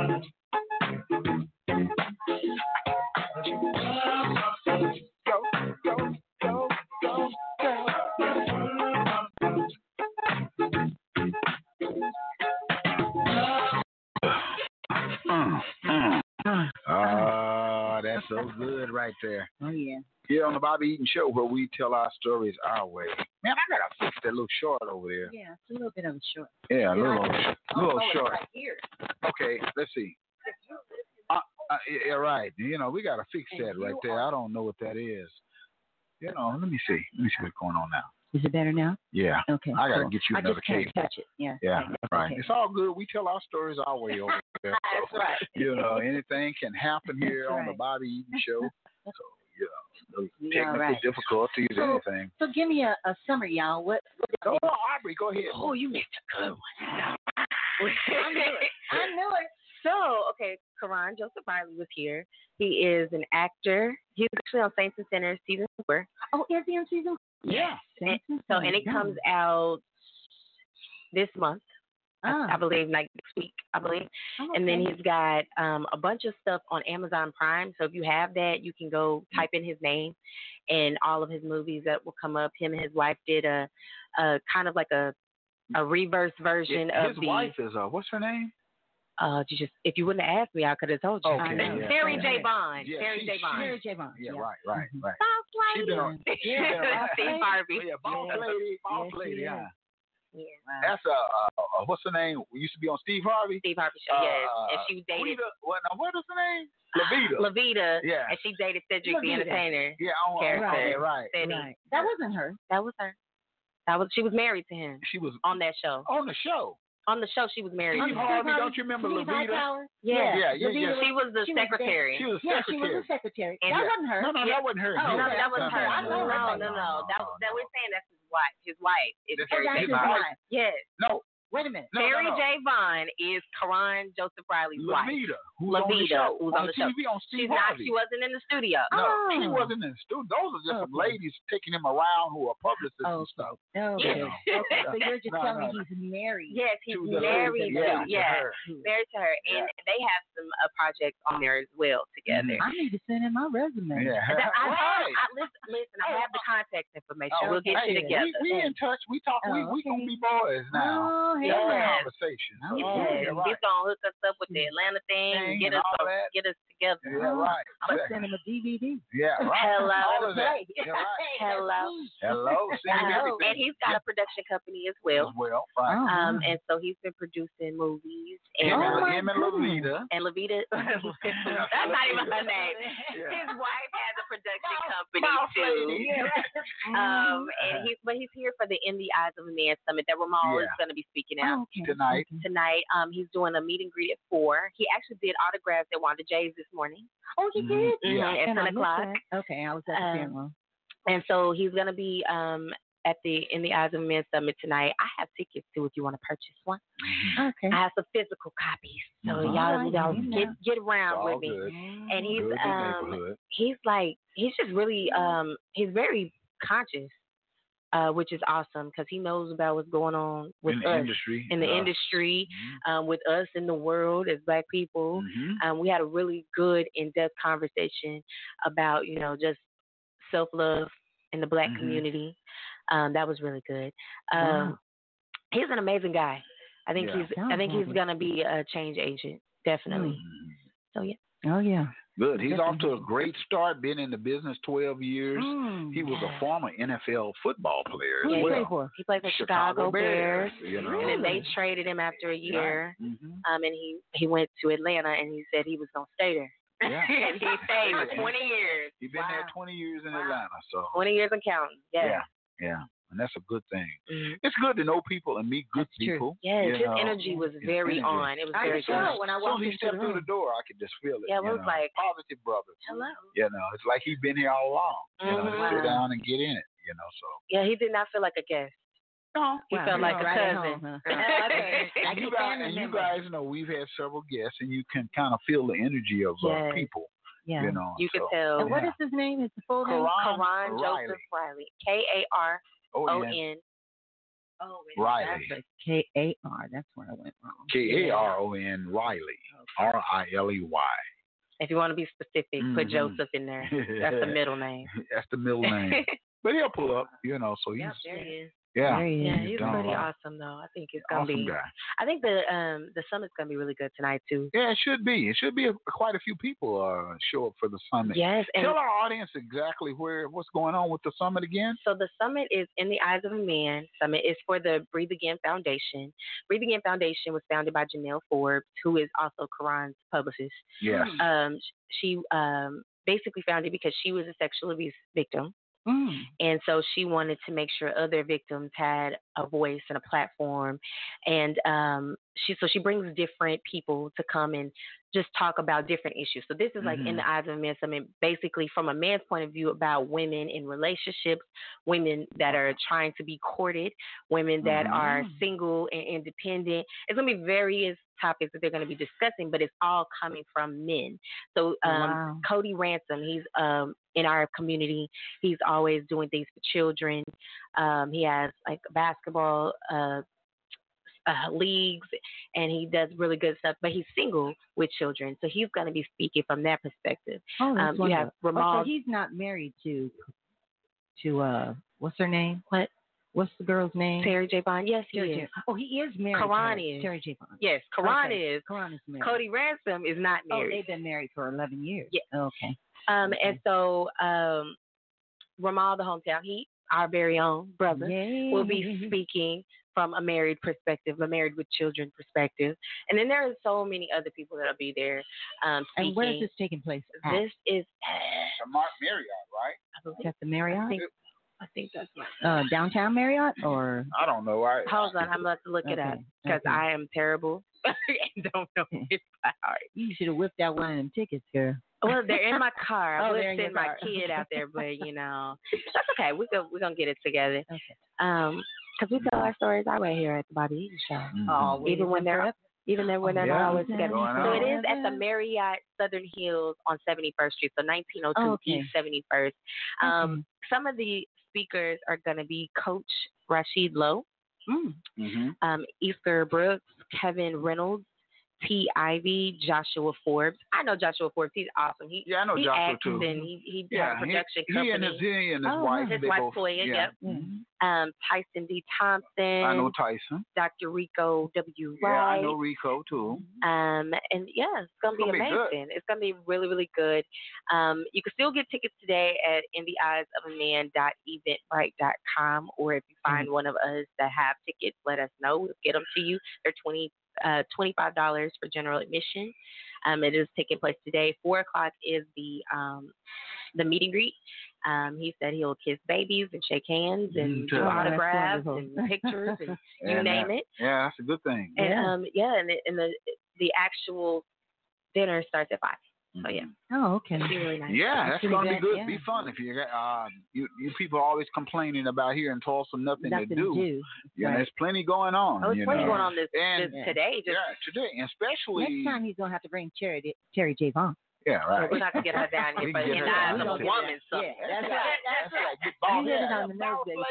Speaker 7: Go, go, go, go, go.
Speaker 6: Ah, That's so good right there.
Speaker 2: Oh yeah.
Speaker 6: Here on the Bobby Eaton Show, where we tell our stories our way. Man, I gotta fix that little short over there.
Speaker 2: Yeah, it's a little bit of a short.
Speaker 6: Yeah, a little, little short.
Speaker 2: Right here.
Speaker 6: Okay, let's see. Uh, uh, yeah, right. You know, we gotta fix that right there. I don't know what that is. You know, let me see. Let me see what's going on now.
Speaker 2: Is it better now?
Speaker 6: Yeah.
Speaker 2: Okay.
Speaker 6: I gotta
Speaker 2: cool.
Speaker 6: get you
Speaker 2: I
Speaker 6: another
Speaker 2: just can't
Speaker 6: cable.
Speaker 2: Touch it. Yeah.
Speaker 6: Yeah,
Speaker 2: okay.
Speaker 6: that's right.
Speaker 2: Okay.
Speaker 6: It's all good. We tell our stories our way over here.
Speaker 2: That's right.
Speaker 6: You know, anything can happen here
Speaker 2: That's
Speaker 6: on the
Speaker 2: right.
Speaker 6: Bobby Eaton Show. So, you know, no
Speaker 2: We all
Speaker 6: technical
Speaker 2: right.
Speaker 6: difficulties,
Speaker 2: So-
Speaker 6: anything.
Speaker 2: So give me a, a summary, y'all. What? what
Speaker 6: Go, oh, Aubrey, go ahead.
Speaker 2: Oh, you missed a good one.
Speaker 10: I knew it. I knew it. So, okay, Karan Joseph Riley was here. He is an actor. He was actually on Saints and Sinners season four.
Speaker 2: Oh, is he on season?
Speaker 6: Yeah.
Speaker 10: And- so, and it comes out this month. I- I, believe like next week, I believe. And then
Speaker 2: okay.
Speaker 10: he's got um, a bunch of stuff on Amazon Prime. So if you have that, you can go type in his name and all of his movies that will come up. Him and his wife did a, a kind of like a a reverse version
Speaker 6: Yeah,
Speaker 10: of
Speaker 6: His
Speaker 10: the
Speaker 6: wife is uh, what's her name?
Speaker 10: uh, you just if you wouldn't have asked me, I could have told you.
Speaker 6: Okay, yeah.
Speaker 10: Mary
Speaker 6: Yeah.
Speaker 10: J. Bond.
Speaker 6: Yeah,
Speaker 10: Mary
Speaker 6: she-
Speaker 10: J. Bond.
Speaker 6: she- Mary
Speaker 2: J. Bond.
Speaker 6: Yeah, right, right, right.
Speaker 10: Boss
Speaker 6: She
Speaker 10: lady.
Speaker 6: been on- she been on-
Speaker 10: Steve Harvey.
Speaker 6: Oh, Yeah, boss
Speaker 10: Yeah.
Speaker 6: lady, boss
Speaker 10: Yes,
Speaker 6: lady.
Speaker 10: she
Speaker 6: Yeah.
Speaker 10: is. Yeah.
Speaker 6: That's a uh, uh, what's her name? We used to be on Steve Harvey.
Speaker 10: Steve Harvey show.
Speaker 6: Uh,
Speaker 10: yes. And she dated
Speaker 6: Quita- what now? What is her name? Levita.
Speaker 10: Levita.
Speaker 6: Yeah.
Speaker 10: And she dated Cedric the
Speaker 2: Levita.
Speaker 10: Entertainer.
Speaker 6: Yeah, oh, okay,
Speaker 10: character.
Speaker 6: right,
Speaker 10: City.
Speaker 2: Right. That wasn't her.
Speaker 10: That was her. That was she was married to him.
Speaker 6: She was
Speaker 10: on that show.
Speaker 6: On the show.
Speaker 10: On the show, she was married.
Speaker 6: Steve
Speaker 10: to him.
Speaker 6: Harvey, don't you remember
Speaker 2: Steve
Speaker 6: Levita?
Speaker 2: Hightower?
Speaker 10: Yeah.
Speaker 6: yeah, yeah.
Speaker 10: Levita,
Speaker 6: yeah.
Speaker 10: She was the
Speaker 2: She was
Speaker 10: secretary.
Speaker 6: She was
Speaker 2: Yeah, she was
Speaker 6: secretary.
Speaker 2: the secretary.
Speaker 10: And-
Speaker 2: that wasn't her.
Speaker 6: No, no, that wasn't her.
Speaker 10: Oh, no,
Speaker 6: Yeah.
Speaker 10: that was
Speaker 6: No, no,
Speaker 10: her.
Speaker 6: no, no,
Speaker 10: No,
Speaker 6: no,
Speaker 10: no, no. That was that we're saying that's his wife. His wife is
Speaker 6: That's
Speaker 10: Mary
Speaker 6: his
Speaker 10: J.
Speaker 6: wife.
Speaker 10: Vaughn. Yes.
Speaker 6: No,
Speaker 2: Wait a minute.
Speaker 6: No, no,
Speaker 10: Mary
Speaker 6: no.
Speaker 10: J. Vaughn is Karan Joseph Riley's wife.
Speaker 6: Levita, who's on the
Speaker 10: Levita,
Speaker 6: show.
Speaker 10: who's
Speaker 6: on
Speaker 10: on the show.
Speaker 6: TV on Steve
Speaker 10: She's not.
Speaker 6: Harvey.
Speaker 10: She wasn't oh. in the studio.
Speaker 6: No, she
Speaker 2: Oh.
Speaker 6: wasn't in the studio. Those are just some ladies taking him around who are publicists and stuff.
Speaker 2: Oh, Okay.
Speaker 6: You know.
Speaker 2: okay. So you're just
Speaker 6: No,
Speaker 2: telling
Speaker 6: no,
Speaker 2: me he's married.
Speaker 10: Yes, he's
Speaker 2: To the
Speaker 10: married.
Speaker 2: lady. Yeah,
Speaker 10: to- Yeah,
Speaker 2: to her.
Speaker 10: married to her, and they have some uh, projects on there as well together.
Speaker 2: Mm-hmm. I need to send in my resume.
Speaker 6: Yeah.
Speaker 10: I, I,
Speaker 6: Right.
Speaker 10: I, listen, listen, I have the contact information.
Speaker 6: Oh,
Speaker 10: we'll get
Speaker 6: hey,
Speaker 10: you together.
Speaker 6: We, we in touch. We talk. we we gonna be boys now.
Speaker 2: Oh,
Speaker 6: That's
Speaker 10: yeah.
Speaker 6: our conversation. So, yeah,
Speaker 10: Yes, He's
Speaker 6: right.
Speaker 10: gonna hook us up
Speaker 2: Mm.
Speaker 10: with the Atlanta thing, and
Speaker 6: Thing
Speaker 10: get
Speaker 6: and
Speaker 10: us
Speaker 6: all
Speaker 10: a-
Speaker 6: that.
Speaker 10: get us together.
Speaker 6: Yeah, right.
Speaker 2: Oh, I'm gonna send him a DVD.
Speaker 6: Yeah, right.
Speaker 10: Hello.
Speaker 6: All of that. Yeah, right.
Speaker 10: Hello.
Speaker 6: Hello. See
Speaker 10: Hello.
Speaker 6: everything.
Speaker 10: And he's got a production company as well.
Speaker 6: As well. Fine.
Speaker 10: Um, and so he's been producing movies and
Speaker 6: him, and-
Speaker 10: um,
Speaker 6: him and Lolita.
Speaker 10: and Levita. that's not even her name. His wife has a production company
Speaker 7: Mouth
Speaker 10: too.
Speaker 7: lady, yeah.
Speaker 10: um,
Speaker 2: Mm-hmm.
Speaker 6: Uh-huh.
Speaker 10: and he's but he's here for the In the Eyes of a Man Summit that Ramal is
Speaker 6: Yeah.
Speaker 10: going to be speaking at
Speaker 6: Oh, okay. Tonight.
Speaker 10: Tonight, um, he's doing a meet and greet at four. He actually did autographs at Wanda Jay's this morning.
Speaker 2: Oh, he did.
Speaker 10: Mhm, at
Speaker 2: And I
Speaker 10: 10
Speaker 2: missed
Speaker 10: o'clock.
Speaker 2: that. Okay, I was at the
Speaker 10: Um,
Speaker 2: funeral.
Speaker 10: And so he's going to be um at the In the Eyes of a Man Summit tonight. I have tickets too if you want to purchase one.
Speaker 2: Okay.
Speaker 10: I have some physical copies, so
Speaker 2: Mhm.
Speaker 10: y'all
Speaker 2: Alright,
Speaker 10: y'all
Speaker 2: you
Speaker 10: get
Speaker 2: know.
Speaker 10: get around
Speaker 2: It's all
Speaker 10: with me.
Speaker 2: good.
Speaker 10: And he's
Speaker 2: Good in
Speaker 10: um
Speaker 2: neighborhood.
Speaker 10: he's like he's just really um he's very conscious. Uh, which is awesome because he knows about what's going on with
Speaker 6: In the
Speaker 10: us
Speaker 6: industry, Uh-huh.
Speaker 10: in the
Speaker 6: yeah.
Speaker 10: industry, um, with us in the world as Black people. Um, we had a really good in-depth conversation about you know just self-love in the Black community. Um, that was really good. Um,
Speaker 2: Wow.
Speaker 10: He's an amazing guy. I think
Speaker 2: Yeah.
Speaker 10: he's
Speaker 2: Sounds
Speaker 10: I think
Speaker 2: lovely.
Speaker 10: he's gonna be a change agent definitely. So yeah.
Speaker 2: Oh yeah.
Speaker 6: Good. He's off to a great start. Been in the business 12 years.
Speaker 10: Oh,
Speaker 2: Mm.
Speaker 6: he was a former NFL football player as
Speaker 10: Yeah, he
Speaker 6: well.
Speaker 10: played for? He played for Chicago, Bears,
Speaker 6: you know.
Speaker 10: and then they traded him after a year.
Speaker 6: Mhm.
Speaker 10: Um, and he he went to Atlanta, and he said he was gonna stay there.
Speaker 6: Yeah.
Speaker 10: and he stayed for
Speaker 6: Yeah.
Speaker 10: 20 years.
Speaker 6: He's been there 20 years in Atlanta, so
Speaker 10: 20 years and counting. Yeah.
Speaker 6: yeah, yeah. and that's a good thing. It's good to know people and meet good people.
Speaker 10: Mm-hmm. Yes,
Speaker 6: you
Speaker 10: his
Speaker 6: know.
Speaker 10: energy was
Speaker 6: His
Speaker 10: very
Speaker 6: energy.
Speaker 10: on. It was
Speaker 6: I
Speaker 10: very
Speaker 6: could tell
Speaker 10: good.
Speaker 6: When I walked he stepped through the door, I could just feel it.
Speaker 10: Yeah, it
Speaker 6: you
Speaker 10: was
Speaker 6: know.
Speaker 10: like-
Speaker 6: positive brothers.
Speaker 10: Hello.
Speaker 6: You know, it's like he's been here all along. You know,
Speaker 10: Mhm.
Speaker 6: just sit
Speaker 10: Wow.
Speaker 6: down and get in it. You know, so
Speaker 10: Yeah, he did not feel like a guest.
Speaker 6: No,
Speaker 10: he
Speaker 6: Oh, Wow.
Speaker 10: felt
Speaker 6: You
Speaker 10: like
Speaker 6: know,
Speaker 10: a
Speaker 6: right at home,
Speaker 10: cousin. Like
Speaker 6: And
Speaker 10: a
Speaker 6: you guys,
Speaker 10: family
Speaker 6: and you
Speaker 10: member.
Speaker 6: guys know we've had several guests, and you can kind of feel the energy of uh,
Speaker 10: Yes.
Speaker 6: people.
Speaker 2: Yeah.
Speaker 6: You know,
Speaker 10: You
Speaker 6: so,
Speaker 10: could tell.
Speaker 6: yeah.
Speaker 2: his name? His full
Speaker 6: name? Karan Oh,
Speaker 10: Karan Joseph Riley. K A R O N.
Speaker 6: Riley.
Speaker 2: K A R. That's where I went wrong.
Speaker 6: K A R O N Riley. R I L E Y.
Speaker 10: If you want to be specific, put
Speaker 6: Mhm.
Speaker 10: Joseph in there. That's the middle name.
Speaker 6: That's the middle name. but he'll pull up, you know. So he's
Speaker 10: Yep, there he is.
Speaker 6: Yeah.
Speaker 10: Yeah, he's pretty awesome though. I think it's gonna
Speaker 6: Awesome
Speaker 10: be.
Speaker 6: guy.
Speaker 10: I think the um the summit's gonna be really good tonight too.
Speaker 6: Yeah, it should be. It should be a, quite a few people uh, show up for the summit.
Speaker 10: Yes, and-
Speaker 6: Tell our audience exactly where what's going on with the summit again.
Speaker 10: So the summit is in the eyes of a man. Summit is for the Breathe Again Foundation. Breathe Again Foundation was founded by Janelle Forbes, who is also Quran's publicist.
Speaker 21: Yes.
Speaker 10: Um, sh- she um basically founded because she was a sexual abuse victim.
Speaker 2: Mm.
Speaker 10: And so she wanted to make sure other victims had a voice and a platform. And um, she so she brings different people to come and just talk about different issues. So this is like in the eyes of a man summit, basically from a man's point of view about women in relationships, women that are trying to be courted, women that are
Speaker 21: Mhm.
Speaker 10: single and independent. It's gonna be various topics that they're gonna be discussing, but it's all coming from men. So um,
Speaker 21: Wow.
Speaker 10: Cody Ransom. He's um, in our community. He's always doing things for children. Um, he has like basketball uh, uh, leagues, and he does really good stuff. But he's single with children, so he's going to be speaking from that perspective.
Speaker 2: Oh, that's
Speaker 10: um, you have
Speaker 2: wonderful.
Speaker 10: Ramal.
Speaker 2: Oh, so he's not married to to uh what's her name? What? What's the girl's name?
Speaker 10: Terry J. Bond. Yes, he
Speaker 2: Terry
Speaker 10: is.
Speaker 2: J. Oh, he is married.
Speaker 10: Karan
Speaker 2: to her.
Speaker 10: is.
Speaker 2: Terry J. Bond.
Speaker 10: yes, Karan
Speaker 2: Okay.
Speaker 10: is.
Speaker 2: Karan is married.
Speaker 10: Cody Ransom is not
Speaker 2: Oh,
Speaker 10: married.
Speaker 2: they've been married for eleven years. Oh,
Speaker 10: Yeah.
Speaker 2: Okay.
Speaker 10: Um, and so um, Ramal, the hometown heat, our very own brother, will be speaking from a married perspective, a married with children perspective, and then there are so many other people that'll be there. Um, speaking.
Speaker 2: And where is this taking place? at?
Speaker 10: This is
Speaker 6: the Mark Marriott, right?
Speaker 2: Is that the Marriott?
Speaker 10: I think, I think that's right.
Speaker 2: uh, downtown Marriott or
Speaker 6: I don't know. I
Speaker 10: Hold on, I'm about to look it
Speaker 2: Okay,
Speaker 10: up because
Speaker 2: okay.
Speaker 10: I am terrible and don't know it by heart.
Speaker 2: you should have whipped out one of them tickets here.
Speaker 10: Well, they're in my car. I
Speaker 2: Oh,
Speaker 10: would
Speaker 2: they're in your
Speaker 10: send my
Speaker 2: car.
Speaker 10: kid out there, but you know, that's okay. We're gonna we're gonna get it together. Okay. Um, cause we tell our stories our way here at the Bobby Eaton Show.
Speaker 2: Oh, we
Speaker 10: even when they're up, even then when
Speaker 2: Oh,
Speaker 10: they're
Speaker 2: yeah.
Speaker 10: not always together.
Speaker 2: Going
Speaker 10: So it
Speaker 2: on.
Speaker 10: is at the Marriott Southern Hills on 71st Street, so 1902
Speaker 2: Oh, okay.
Speaker 10: East 71st. Um, some of the speakers are gonna be Coach Rashid Lowe,
Speaker 2: Mm.
Speaker 6: Mm-hmm.
Speaker 10: um, Easter Brooks, Kevin Reynolds. T. Ivy, Joshua Forbes. I know Joshua Forbes. He's awesome. He
Speaker 6: Yeah, I know
Speaker 10: he
Speaker 6: Joshua,
Speaker 10: acts
Speaker 6: too.
Speaker 10: and he he
Speaker 6: Yeah,
Speaker 10: has a
Speaker 6: he-
Speaker 10: production
Speaker 6: he
Speaker 10: company.
Speaker 6: and his- he and his Oh, wife,
Speaker 10: his
Speaker 6: they
Speaker 10: wife
Speaker 6: both-
Speaker 10: Toya.
Speaker 6: yeah.
Speaker 10: Yep.
Speaker 2: Mm-hmm.
Speaker 10: Um, Tyson D. Thompson.
Speaker 6: I know Tyson.
Speaker 10: Dr. Rico W.
Speaker 6: Yeah,
Speaker 10: Wright.
Speaker 6: I know Rico too.
Speaker 10: Um, and yeah, it's gonna be
Speaker 6: It's gonna be good.
Speaker 10: amazing. it's gonna be really, really good. Um, you can still get tickets today at in the eyes of a man dot eventbrite dot com, or if you find one of us that have tickets, let us know. We'll get them to you. They're twenty uh, twenty five dollars for general admission. Um, it is taking place today. Four o'clock is the um, the meet and greet. Um, he said he'll kiss babies and shake hands and do
Speaker 6: Oh, that's
Speaker 10: autographs and
Speaker 6: wonderful.
Speaker 10: pictures and uh, you
Speaker 6: And
Speaker 10: name
Speaker 6: that-
Speaker 10: it.
Speaker 6: Yeah, that's a good thing.
Speaker 10: And um, yeah, and, it- and the the actual dinner starts at five. So yeah.
Speaker 2: Oh, okay.
Speaker 10: It'll be really nice.
Speaker 6: Yeah, that's
Speaker 10: Pretty
Speaker 6: gonna be
Speaker 10: bad,
Speaker 6: good.
Speaker 10: yeah.
Speaker 6: Be fun if you got- uh, you you people are always complaining about here in Tulsa nothing,
Speaker 10: Nothing to do.
Speaker 6: Yeah,
Speaker 10: Right.
Speaker 6: there's plenty going on.
Speaker 10: Oh, it's
Speaker 6: you
Speaker 10: plenty
Speaker 6: know.
Speaker 10: going on this,
Speaker 6: And-
Speaker 10: this today. Just
Speaker 6: yeah, today, and especially
Speaker 2: Next time he's gonna have to bring Terry Terry J. Vaughn.
Speaker 6: yeah, right.
Speaker 10: we're not gonna get her down here,
Speaker 6: We
Speaker 10: but
Speaker 6: can get
Speaker 10: in
Speaker 6: her
Speaker 10: the
Speaker 6: down.
Speaker 10: eyes
Speaker 6: We
Speaker 10: of a
Speaker 6: don't get
Speaker 10: woman,
Speaker 6: that.
Speaker 10: so
Speaker 6: Yeah, that's right. That's right. Get
Speaker 2: You
Speaker 6: boss
Speaker 2: hit it
Speaker 6: lady.
Speaker 2: on the nose, baby girl.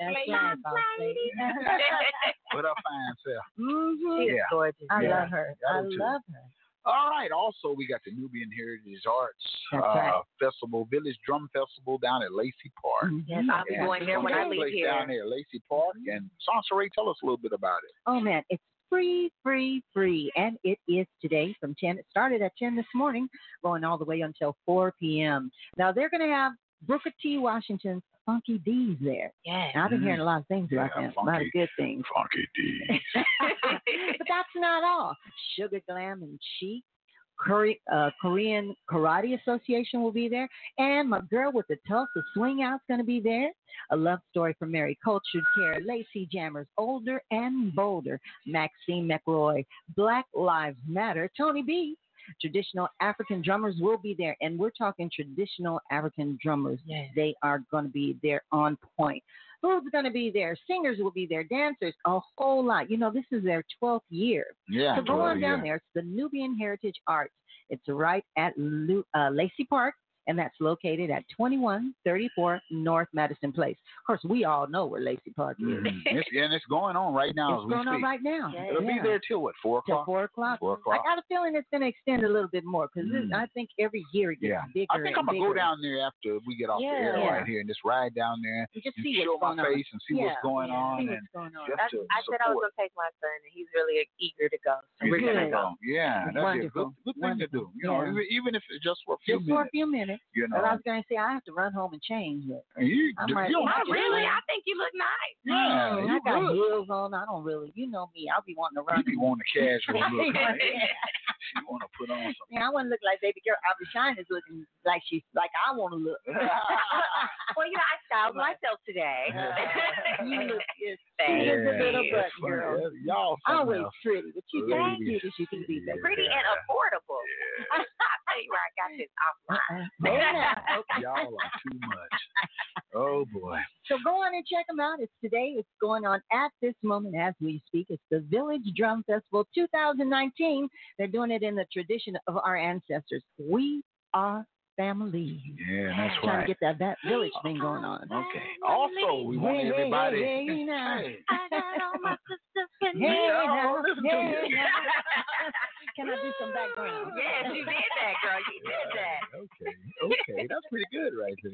Speaker 2: That's right, boss lady.
Speaker 6: With her fine self.
Speaker 2: Mhm.
Speaker 6: Yeah.
Speaker 2: I
Speaker 6: Yeah.
Speaker 2: love her.
Speaker 6: Yeah, Mm-hmm. I
Speaker 2: I
Speaker 6: do too.
Speaker 2: love her.
Speaker 6: All right. Also, we got the Nubian Heritage Arts
Speaker 2: That's
Speaker 6: uh,
Speaker 2: right.
Speaker 6: Festival, Village Drum Festival down at Lacey Park.
Speaker 2: Yes, I'll be
Speaker 6: And
Speaker 2: going
Speaker 6: it's
Speaker 2: there
Speaker 6: gonna
Speaker 2: when I
Speaker 6: take
Speaker 2: leave
Speaker 6: place
Speaker 2: here.
Speaker 6: Down there, at Lacey Park,
Speaker 2: Mm-hmm.
Speaker 6: and Sansa Ray, tell us a little bit about it.
Speaker 2: Oh man, it's free, free, free, and it is today from ten. It started at ten this morning, going all the way until four p.m. Now they're going to have Booker T. Washington's Funky D's there.
Speaker 10: Yeah,
Speaker 2: I've been
Speaker 6: Mhm.
Speaker 2: hearing a lot of things about
Speaker 6: Yeah,
Speaker 2: them, a lot of
Speaker 6: funky-
Speaker 2: good things.
Speaker 6: Funky D.
Speaker 2: but that's not all. Sugar Glam and Chic, Kore- uh, Korean Karate Association will be there, and my girl with the Tulsa Swing Out's going to be there. A love story for Mary Cultured Care, Lacey Jammers, Older and Bolder, Maxine McRoy, Black Lives Matter, Tony B. Traditional African drummers will be there, and we're talking traditional African drummers. They are going to be there on point. Who's going to be there? Singers will be there, dancers, a whole lot. You know, this is their 12th year.
Speaker 21: Yeah,
Speaker 2: So go
Speaker 21: 12th
Speaker 2: on
Speaker 21: year.
Speaker 2: down there. It's the Nubian Heritage Arts. It's right at Lu- uh, Lacey Park. and that's located at 2134 North Madison Place. Of course, we all know where Lacey Park is.
Speaker 6: Mhm. It's- and it's going on right now. as
Speaker 2: Mm-hmm. It's
Speaker 6: we
Speaker 2: going on
Speaker 6: speak.
Speaker 2: right now.
Speaker 6: It'll be
Speaker 2: Yeah.
Speaker 6: there till what? Four
Speaker 2: Till
Speaker 6: o'clock.
Speaker 2: four o'clock.
Speaker 6: Four o'clock.
Speaker 2: I got a feeling it's going to extend a little bit more because
Speaker 6: Mm.
Speaker 2: I think every year it gets
Speaker 6: yeah.
Speaker 2: bigger.
Speaker 6: I think
Speaker 2: and
Speaker 6: I'm gonna go
Speaker 2: bigger.
Speaker 6: down there after we get off
Speaker 2: Yeah.
Speaker 6: the air
Speaker 2: Yeah.
Speaker 6: right here and just ride down there
Speaker 2: and just
Speaker 6: and
Speaker 2: see what's
Speaker 6: show my
Speaker 2: going on.
Speaker 6: face and see what's
Speaker 2: Yeah,
Speaker 6: going
Speaker 2: yeah,
Speaker 6: on
Speaker 2: see
Speaker 6: and
Speaker 2: what's going on.
Speaker 6: just
Speaker 10: I,
Speaker 6: to
Speaker 10: I said I was
Speaker 6: support.
Speaker 10: gonna take my son, and he's really eager to go.
Speaker 6: Yeah,
Speaker 10: So we're gonna
Speaker 6: you
Speaker 10: go.
Speaker 6: know, Yeah, that'd
Speaker 2: Wonderful.
Speaker 6: be a good, good thing to do. You know,
Speaker 2: Yeah.
Speaker 6: even- even if it's just for a few
Speaker 2: Just for a
Speaker 6: minutes.
Speaker 2: few minutes.
Speaker 6: You know.
Speaker 2: But I was going to say, I have to run home and change it.
Speaker 6: You,
Speaker 2: I'm
Speaker 6: you
Speaker 2: like,
Speaker 6: don't have
Speaker 2: "Not
Speaker 6: to
Speaker 2: really,
Speaker 6: do
Speaker 2: I
Speaker 6: it.
Speaker 10: think you look nice.
Speaker 6: Yeah,
Speaker 2: Mm,
Speaker 6: you
Speaker 2: I got
Speaker 6: good.
Speaker 2: heels on. I don't really, you know me. I'll be wanting to run.
Speaker 6: Mm-hmm. You be wanting a casual look.
Speaker 2: Yeah.
Speaker 6: man. You want to put on some.
Speaker 2: Man, I want to look like baby girl. Albert Shine is looking like she's like I want to look.
Speaker 10: well, you know, I styled myself today.
Speaker 2: you look just
Speaker 10: Thank
Speaker 2: She is a
Speaker 10: you.
Speaker 2: little
Speaker 10: It's
Speaker 2: button
Speaker 10: funny.
Speaker 2: girl.
Speaker 6: Y'all
Speaker 2: always
Speaker 10: else.
Speaker 2: pretty, but you just as
Speaker 10: Thank
Speaker 2: cute as you can be, baby.
Speaker 10: Pretty and affordable. I'll tell you where I got this
Speaker 6: Uh-uh.
Speaker 10: offline.
Speaker 2: Yeah.
Speaker 6: Y'all are too much. Oh boy.
Speaker 2: So go on and check them out. It's today. It's going on at this moment as we speak. It's the Village Drum Festival 2019. They're doing it in the tradition of our ancestors. We are family.
Speaker 6: Yeah, that's
Speaker 2: Trying
Speaker 6: right.
Speaker 2: to get that, that village thing going on.
Speaker 6: Okay. Also, we want
Speaker 2: Hey, hey,
Speaker 6: everybody.
Speaker 2: hey, hey, now.
Speaker 6: Hey.
Speaker 2: Hey,
Speaker 6: Yeah, I
Speaker 2: now,
Speaker 6: don't listen to
Speaker 2: hey,
Speaker 6: you.
Speaker 2: now. Can I do some background?
Speaker 10: Yes, you did that, girl. You did that.
Speaker 6: Okay, okay, that's pretty good right there.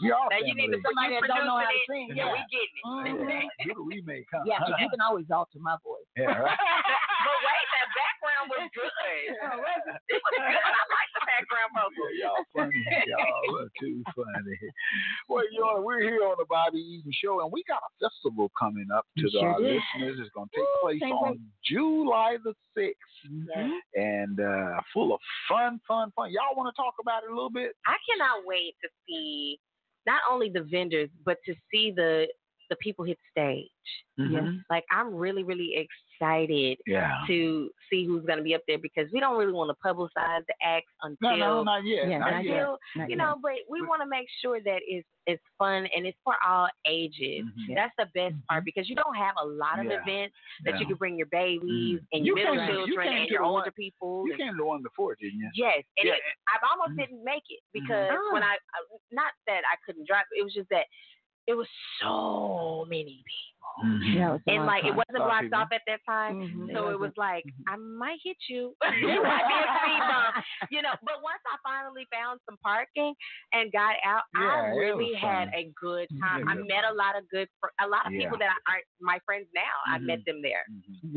Speaker 6: We are
Speaker 10: Now you need to
Speaker 6: family.
Speaker 2: Somebody that don't know how to sing,
Speaker 10: producing it,
Speaker 2: yeah.
Speaker 10: And we getting it.
Speaker 2: Mhm.
Speaker 6: Do the remake, huh?
Speaker 2: Yeah, 'cause you can always alter my voice.
Speaker 6: Yeah, right.
Speaker 10: but wait, that background was good.
Speaker 2: Oh,
Speaker 10: It was good. I like the background vocal.
Speaker 6: Y'all funny. Y'all are too funny. Well, you know, we're here on the Bobby Eaton Show, and we got a festival coming up to
Speaker 7: We
Speaker 6: the
Speaker 7: sure
Speaker 6: our
Speaker 7: do.
Speaker 6: listeners. It's going to take place
Speaker 7: can't
Speaker 6: on
Speaker 7: wait.
Speaker 6: July the 6th.
Speaker 2: Mm-hmm.
Speaker 6: And uh, full of fun, fun, fun. Y'all want to talk about it a little bit?
Speaker 10: I cannot wait to see not only the vendors, but to see the the people hit stage.
Speaker 6: Mm-hmm.
Speaker 10: Like I'm really, really excited
Speaker 6: Yeah.
Speaker 10: to see who's going to be up there because we don't really want to publicize the acts
Speaker 6: No,
Speaker 10: until
Speaker 6: no, not yet.
Speaker 2: Yeah,
Speaker 6: not yet.
Speaker 10: until,
Speaker 6: Not
Speaker 10: you
Speaker 6: yet.
Speaker 10: know, but we want to make sure that it's it's fun and it's for all ages. That's the best part because you don't have a lot of
Speaker 6: Mm-hmm. Yeah.
Speaker 10: events that you
Speaker 6: Yeah. Mm.
Speaker 10: can bring your babies and your middle
Speaker 6: came to-
Speaker 10: children
Speaker 6: came
Speaker 10: and
Speaker 6: to
Speaker 10: your
Speaker 6: the one-
Speaker 10: older people.
Speaker 6: You
Speaker 10: and-
Speaker 6: came to one before, didn't you?
Speaker 10: Yes, and
Speaker 6: Yeah. Mm-hmm.
Speaker 10: it, I almost didn't make it because
Speaker 6: Mhm.
Speaker 10: when I I- not that I couldn't drive, it was just that it was so many people,
Speaker 6: Mm-hmm.
Speaker 2: Yeah,
Speaker 10: and like it wasn't blocked off at that time,
Speaker 2: Mhm. It Mm-hmm.
Speaker 10: so it was like I might hit you, you might be a speed bump, you know. But once I finally found some parking and got out,
Speaker 2: Yeah,
Speaker 10: I
Speaker 2: it
Speaker 10: really
Speaker 2: was
Speaker 10: had
Speaker 2: fun.
Speaker 10: a good
Speaker 6: Mm-hmm.
Speaker 10: time.
Speaker 2: Yeah,
Speaker 10: I
Speaker 2: good
Speaker 10: met a lot of good, fr- a lot of people
Speaker 6: Yeah.
Speaker 10: that aren't my friends now. I
Speaker 6: Mhm.
Speaker 10: met them there.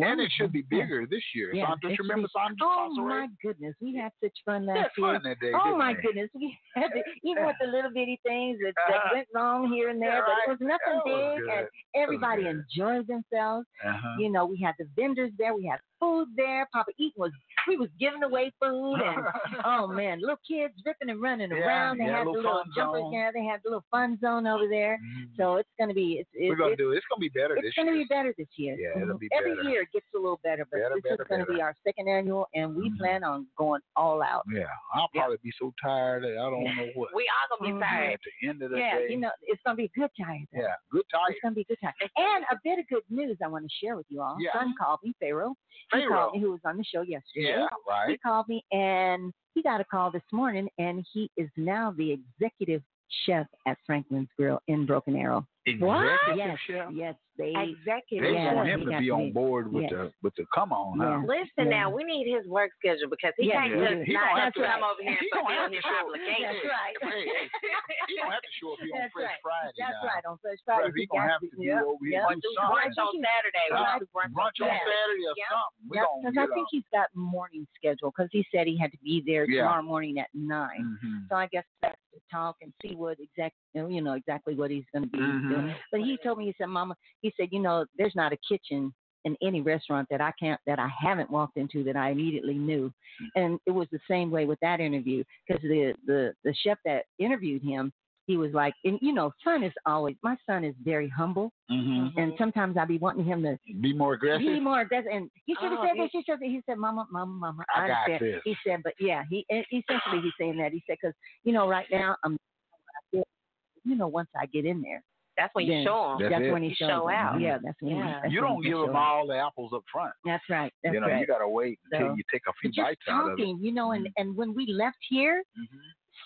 Speaker 6: And it should be bigger this year.
Speaker 2: Yeah,
Speaker 6: Sandra,
Speaker 2: it
Speaker 6: you remember
Speaker 2: should be-
Speaker 6: Sandra?
Speaker 2: Oh
Speaker 6: Sandra Ray?
Speaker 2: my goodness, we had such fun last
Speaker 6: fun
Speaker 2: year.
Speaker 6: that day,
Speaker 2: oh
Speaker 6: didn't
Speaker 2: my
Speaker 6: they?
Speaker 2: goodness, we had the, even with the little bitty things that, that
Speaker 6: Uh-huh.
Speaker 2: went wrong here and
Speaker 6: Yeah,
Speaker 2: there, but
Speaker 6: right.
Speaker 2: it was nothing
Speaker 6: That was
Speaker 2: big,
Speaker 6: good. That
Speaker 2: and
Speaker 6: was
Speaker 2: everybody enjoyed themselves.
Speaker 6: Uh-huh.
Speaker 2: Mm-hmm. You know, we had the vendors there, we had food there. Papa Eaton was we was giving away food, and oh man, little kids ripping and running
Speaker 6: Yeah,
Speaker 2: around. They
Speaker 6: yeah,
Speaker 2: had the
Speaker 6: little
Speaker 2: little
Speaker 6: fun
Speaker 2: jumpers
Speaker 6: zone. Mm-hmm.
Speaker 2: there. They had the little fun zone over there. So it's gonna be it's
Speaker 6: We're
Speaker 2: it's-
Speaker 6: gonna
Speaker 2: it's
Speaker 6: do it. It's gonna be better this
Speaker 2: it's going to
Speaker 6: year.
Speaker 2: be better this year.
Speaker 6: Yeah, it'll be
Speaker 2: Every
Speaker 6: better.
Speaker 2: year it gets a little better, but
Speaker 6: Better,
Speaker 2: this
Speaker 6: better,
Speaker 2: is going to be
Speaker 6: better. Mm-hmm.
Speaker 2: our second annual, and we plan on going all out.
Speaker 6: Yeah, I'll probably be so tired that I don't know what.
Speaker 10: We all
Speaker 2: gonna be
Speaker 6: Yeah,
Speaker 2: tired.
Speaker 6: At the end of the
Speaker 2: yeah,
Speaker 6: day.
Speaker 2: you know, it's going to be a good time.
Speaker 6: yeah, good tired.
Speaker 2: It's going to be a good time. And a bit of good news I want to share with you all.
Speaker 6: Yeah.
Speaker 2: Son called me, Pharaoh. He
Speaker 6: Pharaoh.
Speaker 2: called me, who was on the show yesterday.
Speaker 6: Yeah, right.
Speaker 2: He called me, and he got a call this morning, and he is now the executive chef at Franklin's Grill in Broken Arrow.
Speaker 6: Executive
Speaker 2: Yes,
Speaker 6: chef?
Speaker 2: yes, they
Speaker 6: They
Speaker 10: Executive
Speaker 2: yeah,
Speaker 6: want
Speaker 2: he
Speaker 6: him to
Speaker 2: got
Speaker 6: be on
Speaker 2: me.
Speaker 6: board with
Speaker 2: Yes.
Speaker 6: the with the come on. Huh?
Speaker 10: Listen now, we need his work schedule because he
Speaker 6: Yeah,
Speaker 10: can't
Speaker 6: yeah.
Speaker 10: just
Speaker 6: He
Speaker 10: not
Speaker 6: gonna have to-
Speaker 10: come over here
Speaker 6: he
Speaker 10: and
Speaker 6: gonna have
Speaker 10: fulfill
Speaker 6: to
Speaker 10: his
Speaker 6: show-
Speaker 10: obligations.
Speaker 6: That's right. Hey, hey, he gonna have to show up here on
Speaker 2: That's
Speaker 6: Fresh
Speaker 2: right.
Speaker 6: Friday
Speaker 2: That's
Speaker 6: now.
Speaker 2: right. On Fresh
Speaker 6: Right,
Speaker 2: Friday,
Speaker 6: he
Speaker 2: we
Speaker 6: gonna
Speaker 2: got
Speaker 6: have
Speaker 2: to-
Speaker 6: to be
Speaker 2: yep,
Speaker 6: over
Speaker 2: yep.
Speaker 6: here and do
Speaker 2: Brunch
Speaker 6: something.
Speaker 2: on Saturday. We
Speaker 6: Right.
Speaker 2: have to brunch on
Speaker 6: Brunch on
Speaker 2: Saturday.
Speaker 6: Saturday uh, or
Speaker 2: Yep.
Speaker 6: something. We
Speaker 2: Yep,
Speaker 6: gonna
Speaker 2: because
Speaker 6: get
Speaker 2: I
Speaker 6: a-
Speaker 2: think he's got morning schedule because he said he had to be there
Speaker 6: Yeah.
Speaker 2: tomorrow morning at 9
Speaker 6: Mhm.
Speaker 2: So I guess that's to talk and see what exact you know exactly what he's going to be
Speaker 6: Mhm.
Speaker 2: doing. But he told me he said, "Mama," he said, "You know, there's not a kitchen." In any restaurant that I can't, that I haven't walked into, that I immediately knew,
Speaker 6: Mm.
Speaker 2: and it was the same way with that interview because the the the chef that interviewed him, he was like, and you know, son is always my son is very humble,
Speaker 6: Mhm.
Speaker 2: and sometimes I be wanting him to
Speaker 6: Be more aggressive.
Speaker 2: be more aggressive. And you should have
Speaker 6: Oh,
Speaker 2: said
Speaker 6: he-
Speaker 2: this. You should have. He said, "Mama, mama, mama."
Speaker 6: I got
Speaker 2: understand."
Speaker 6: this.
Speaker 2: He said, "But yeah, he and essentially he's saying that. He said, because you know, right now I'm, you know, once I get in there,
Speaker 10: That's when you
Speaker 2: then-
Speaker 10: show 'em.
Speaker 2: That's,
Speaker 6: That's it.
Speaker 2: when he
Speaker 10: You
Speaker 2: shows
Speaker 10: show
Speaker 2: them.
Speaker 10: out.
Speaker 2: Yeah, that's when. He,
Speaker 10: Yeah.
Speaker 2: that's
Speaker 6: you
Speaker 2: when
Speaker 6: don't
Speaker 2: he
Speaker 6: give
Speaker 2: shows
Speaker 6: them
Speaker 2: out.
Speaker 6: all the apples up front.
Speaker 2: That's right. That's
Speaker 6: you know,
Speaker 2: right.
Speaker 6: you gotta wait until
Speaker 2: So-
Speaker 6: you take a few
Speaker 2: But just
Speaker 10: Mm-hmm.
Speaker 6: bites out of it.
Speaker 2: talking, you know, and and when we left here,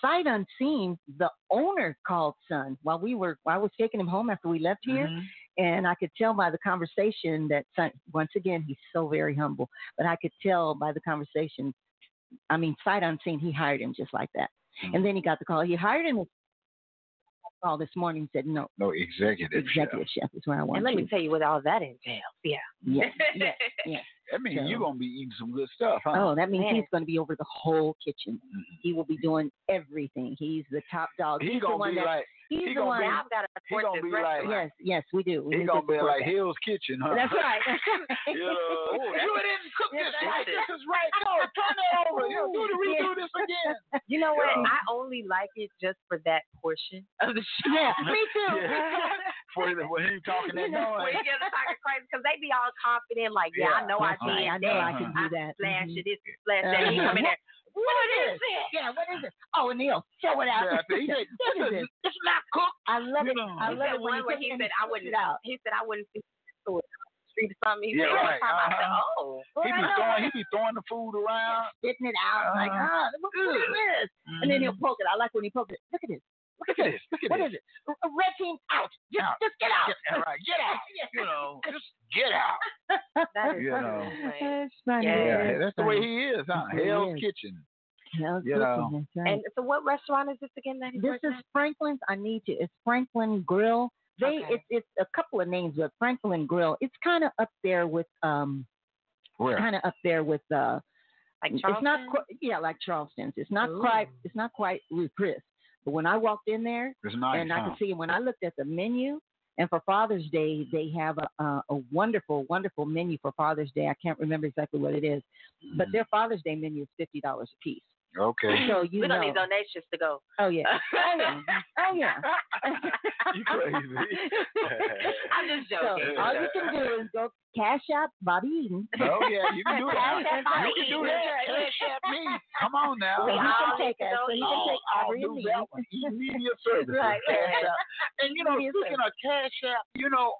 Speaker 2: sight unseen, the owner called son while we were while I was taking him home after we left here,
Speaker 10: Mm-hmm.
Speaker 2: and I could tell by the conversation that son. Once again, he's so very humble, but I could tell by the conversation. I mean, sight unseen, he hired him just like that,
Speaker 10: Mm-hmm.
Speaker 2: and then he got the call. He hired him. Call this morning said no.
Speaker 6: No, executive.
Speaker 2: Executive chef is where I want.
Speaker 10: And let
Speaker 2: you.
Speaker 10: me tell you what all that entails. Yeah.
Speaker 2: Yeah, yeah, yeah.
Speaker 6: That means
Speaker 2: So-
Speaker 6: you're gonna be eating some good stuff, huh?
Speaker 2: Oh, that means he's going to be over the whole kitchen. He will be doing everything. He's the top dog.
Speaker 6: He
Speaker 2: he's the
Speaker 6: gonna
Speaker 2: one
Speaker 6: be
Speaker 2: that,
Speaker 6: like-
Speaker 2: he's
Speaker 6: he
Speaker 2: the
Speaker 6: gonna
Speaker 2: one.
Speaker 6: be- I've gotta he support gonna this be restaurant. like-
Speaker 2: yes, yes, we do. We
Speaker 6: He's
Speaker 2: need
Speaker 6: gonna
Speaker 2: to
Speaker 6: be
Speaker 2: support
Speaker 6: like
Speaker 2: that.
Speaker 6: Hill's Kitchen, huh?
Speaker 2: That's right.
Speaker 6: you know, "Oh, you didn't cook this right. This is right.
Speaker 2: No,
Speaker 6: turn it over. You know, do the redo this again.
Speaker 10: You know what?
Speaker 6: Yeah.
Speaker 10: I only like it just for that portion of the show.
Speaker 2: Yeah, me too.
Speaker 6: Yeah. For the, when he talking that
Speaker 10: You know,
Speaker 6: noise.
Speaker 10: when you get to talking crazy, because they be all confident, like, yeah, I
Speaker 6: Yeah,
Speaker 10: know I
Speaker 6: that's
Speaker 10: did
Speaker 6: right. I know
Speaker 10: that.
Speaker 6: I can do
Speaker 10: that. Slash it, this, slash
Speaker 2: Uh-huh.
Speaker 10: that. He come in there.
Speaker 2: What is it? Yeah, what is it? Oh, Neil, show it out.
Speaker 10: Yeah,
Speaker 2: What is
Speaker 10: see, that-
Speaker 2: it?
Speaker 10: this is- It's not cooked.
Speaker 2: I love it.
Speaker 10: you Know.
Speaker 2: I
Speaker 10: He
Speaker 2: love
Speaker 10: said
Speaker 2: it when
Speaker 10: one
Speaker 2: you
Speaker 10: where
Speaker 2: cook
Speaker 10: he
Speaker 2: and
Speaker 10: said
Speaker 2: you
Speaker 10: I
Speaker 2: cook it
Speaker 10: wouldn't.
Speaker 2: out.
Speaker 10: He said I wouldn't see the street or something. He
Speaker 6: Yeah, right.
Speaker 10: said one time I said,
Speaker 6: Uh-huh.
Speaker 10: oh,
Speaker 6: He be
Speaker 10: well,
Speaker 6: throwing, he be throwing the food around.
Speaker 2: spitting it out. Like,
Speaker 6: Uh-huh. Mm-hmm.
Speaker 2: ah, what, what is this? And then he'll poke it. I like when he pokes it. Look at this. Look at this.
Speaker 6: Look at
Speaker 2: What
Speaker 6: this.
Speaker 2: is it? A- a Red team out. Just,
Speaker 6: Out.
Speaker 2: just get out.
Speaker 6: Get- all right, get out. You know, just get out.
Speaker 2: That
Speaker 6: is You funny. know.
Speaker 2: That's funny.
Speaker 6: Yeah, that's the way
Speaker 2: funny.
Speaker 6: he is, huh?
Speaker 2: That's the way he
Speaker 6: Hell's
Speaker 2: is.
Speaker 6: Kitchen.
Speaker 2: Hell's
Speaker 6: you know.
Speaker 2: Kitchen, that's right.
Speaker 10: And so, what restaurant is this again? That he's
Speaker 2: This
Speaker 10: working
Speaker 2: is Franklin's. I need you. It's Franklin Grill. They
Speaker 10: Okay.
Speaker 2: it's it's a couple of names, but Franklin Grill. It's kind of up there with um.
Speaker 6: Where?
Speaker 2: Kind of up there with uh.
Speaker 10: Like
Speaker 2: It's not qu- yeah, like Charleston's. It's not quite. It's not quite Ruth Chris. But when I walked in there,
Speaker 6: It's nice,
Speaker 2: and I
Speaker 6: huh?
Speaker 2: could see, and when I looked at the menu, and for Father's Day, they have a, a, a wonderful, wonderful menu for Father's Day. I can't remember exactly what it is, but
Speaker 6: Mm.
Speaker 2: their Father's Day menu is fifty dollars a piece.
Speaker 6: Okay.
Speaker 2: So you
Speaker 10: we don't
Speaker 2: know.
Speaker 10: need donations to go.
Speaker 2: Oh yeah. Oh yeah. Oh yeah.
Speaker 6: You crazy.
Speaker 10: I'm just joking.
Speaker 2: So all you can do is go cash out Bobby Eaton.
Speaker 6: Oh yeah, you can do that.
Speaker 2: Cash App Bobby
Speaker 6: You can do
Speaker 2: Eaton.
Speaker 6: that. Cash App me. Come on now.
Speaker 2: So he can
Speaker 6: I'll-
Speaker 2: take us. So he can
Speaker 6: I'll-
Speaker 2: take
Speaker 6: I'll
Speaker 2: Aubrey and
Speaker 6: do
Speaker 2: me.
Speaker 6: that one. Media services.
Speaker 2: Right,
Speaker 6: Cash
Speaker 2: right.
Speaker 6: App. And you know,
Speaker 2: Media
Speaker 6: speaking of Cash App, you know,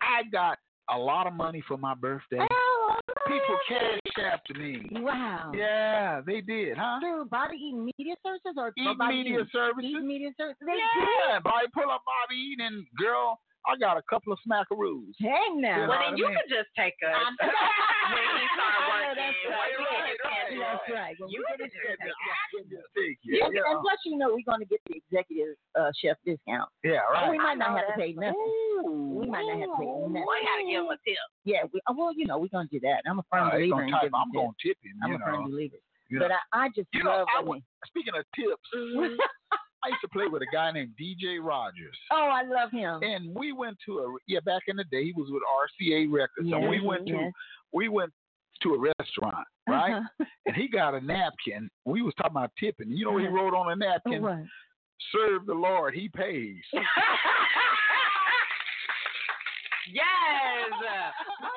Speaker 6: I got a lot of money for my birthday.
Speaker 2: Oh,
Speaker 6: People Cash App to me.
Speaker 2: Wow.
Speaker 6: Yeah, they did, huh?
Speaker 2: Through Bobby Eaton Media Services or
Speaker 6: Eat
Speaker 2: or Bobby
Speaker 6: Media
Speaker 2: Eaton?
Speaker 6: Services.
Speaker 2: Eaton Media Services. They
Speaker 6: Yeah, Bobby, pull up Bobby Eaton, and girl, I got a couple of smackaroos.
Speaker 2: did. Hang
Speaker 6: You know
Speaker 2: now.
Speaker 10: Well,
Speaker 6: what I
Speaker 10: then you
Speaker 6: mean?
Speaker 10: could just take us.
Speaker 2: I'm-
Speaker 10: when he start
Speaker 2: I know
Speaker 10: working.
Speaker 2: that's
Speaker 10: when we
Speaker 2: right.
Speaker 10: get
Speaker 2: That's
Speaker 10: his hands on.
Speaker 2: right. When we
Speaker 10: You
Speaker 2: get
Speaker 10: could
Speaker 2: his
Speaker 10: just
Speaker 2: hands
Speaker 10: take
Speaker 2: on.
Speaker 10: us.
Speaker 6: Thank you.
Speaker 2: Yeah,
Speaker 6: Yeah,
Speaker 2: And plus, you know, we're going to get the executive uh, chef discount.
Speaker 6: yeah,
Speaker 2: So
Speaker 6: right.
Speaker 2: we might
Speaker 10: I know
Speaker 2: not have to
Speaker 10: that's
Speaker 2: pay nothing. We might not have to pay nothing.
Speaker 10: We gotta give him a tip.
Speaker 2: Yeah, we, oh, well, you know, we're going to do that. I'm a firm
Speaker 6: Uh, it's
Speaker 2: believer
Speaker 6: gonna
Speaker 2: in
Speaker 6: type,
Speaker 2: giving
Speaker 6: I'm
Speaker 2: tips.
Speaker 6: going to tip him.
Speaker 2: I'm
Speaker 6: you
Speaker 2: a
Speaker 6: know.
Speaker 2: firm believer.
Speaker 6: You
Speaker 2: But
Speaker 6: know.
Speaker 2: I, I just
Speaker 6: You know,
Speaker 2: love
Speaker 6: I
Speaker 2: when
Speaker 6: would- Speaking of tips,
Speaker 10: Mm-hmm.
Speaker 6: I used to play with a guy named DJ Rogers.
Speaker 2: they- Oh, I love him.
Speaker 6: And we went to a yeah back in the day he was with RCA Records and
Speaker 2: Yes,
Speaker 6: we went to
Speaker 2: yes.
Speaker 6: we went to a restaurant right
Speaker 10: Uh-huh.
Speaker 6: and he got a napkin we was talking about tipping you know what he
Speaker 2: Uh-huh.
Speaker 6: wrote on a napkin
Speaker 2: What?
Speaker 6: serve the Lord he pays
Speaker 10: Yes.
Speaker 2: Oh,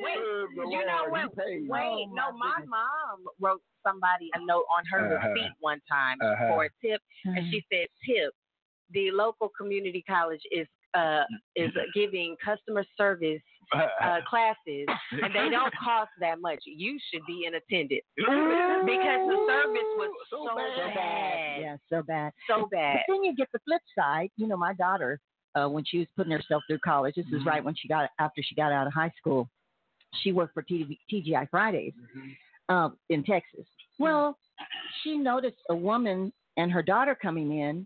Speaker 10: Wait,
Speaker 6: Serve the
Speaker 10: you know
Speaker 6: Lord,
Speaker 10: what?
Speaker 6: he pays.
Speaker 10: Wait,
Speaker 2: Oh,
Speaker 10: no,
Speaker 2: my
Speaker 10: my mom wrote somebody a note on her
Speaker 6: Uh-huh.
Speaker 10: receipt one time
Speaker 6: Uh-huh.
Speaker 10: for a tip, and she
Speaker 2: Uh-huh.
Speaker 10: said, "Tip, the local community college is uh is giving customer service uh, classes, and they don't cost that much. You should be in attendance because the service was so,
Speaker 2: So bad. Yeah, so bad.
Speaker 10: so bad.
Speaker 2: But then you get the flip side. You know, my daughter, uh, when she was putting herself through college, this
Speaker 10: Mm-hmm.
Speaker 2: is right when she got after she got out of high school. She worked for TV, TGI Fridays um, in Texas.
Speaker 6: Hmm.
Speaker 2: Well, she noticed a woman and her daughter coming in,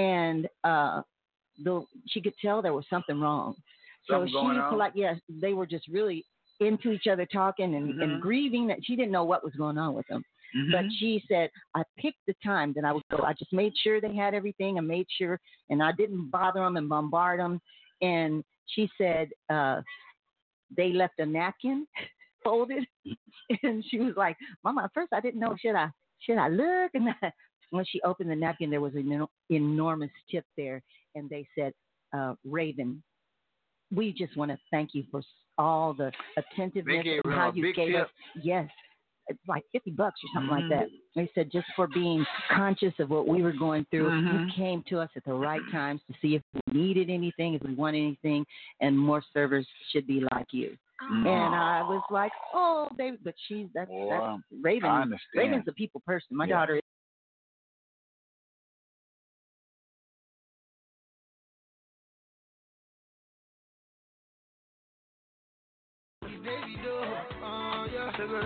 Speaker 2: and uh, the she could tell there was something wrong.
Speaker 6: Something
Speaker 2: so
Speaker 6: going
Speaker 2: she
Speaker 6: on?
Speaker 2: polite, yes, they were just really into each other talking and,
Speaker 6: Mm-hmm.
Speaker 2: and grieving that she didn't know what was going on with them. But she said, I picked the time that I would go. I just made sure they had everything. I made sure, and I didn't bother them and bombard them. And she said, uh, they left a napkin folded. And she was like, Mama, at first I didn't know, should I, should I look? And I, when she opened the napkin, there was an eno- enormous tip there. And they said, uh, Raven, we just want to thank you for s- all the attentiveness
Speaker 6: gave
Speaker 2: and
Speaker 6: her
Speaker 2: how
Speaker 6: a
Speaker 2: you
Speaker 6: big
Speaker 2: gave
Speaker 6: tip. Mm-hmm.
Speaker 2: us. Yes, it's like 50 bucks or something like that. They said just for being conscious of what we were going through, you
Speaker 6: Mm-hmm.
Speaker 2: came to us at the right times to see if we needed anything, if we wanted anything, and more servers should be like you.
Speaker 6: Mm-hmm.
Speaker 2: And I was like, oh, baby, but she's that's,
Speaker 6: Wow.
Speaker 2: that's Raven.
Speaker 6: I understand.
Speaker 2: Raven's a people person. My
Speaker 6: Yeah.
Speaker 2: daughter is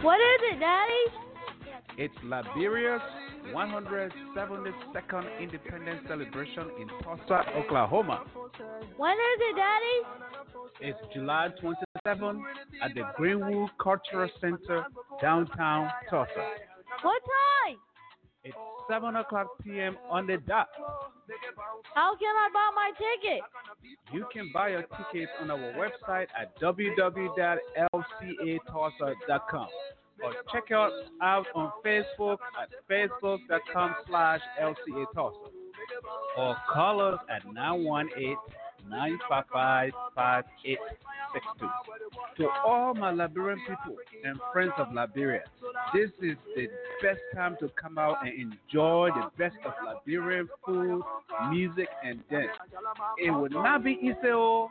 Speaker 3: What is it, Daddy?
Speaker 15: It's Liberia's 172nd Independence Celebration in
Speaker 6: Oh,
Speaker 15: Tulsa, Oklahoma.
Speaker 3: When is it, Daddy?
Speaker 15: It's July 27th at the Greenwood Cultural Center, downtown Tulsa.
Speaker 3: What time?
Speaker 15: 7 o'clock p.m. on the dot.
Speaker 3: How can I buy my ticket?
Speaker 15: You can buy your tickets on our website at www.lcatulsa.com or check us out on Facebook at facebook.com slash LCA Tulsa or call us at 918-955-5862. To all my Liberian people and friends of Liberia, this is the best time to come out and enjoy the best of Liberian food, music, and dance. It will not be easy, oh,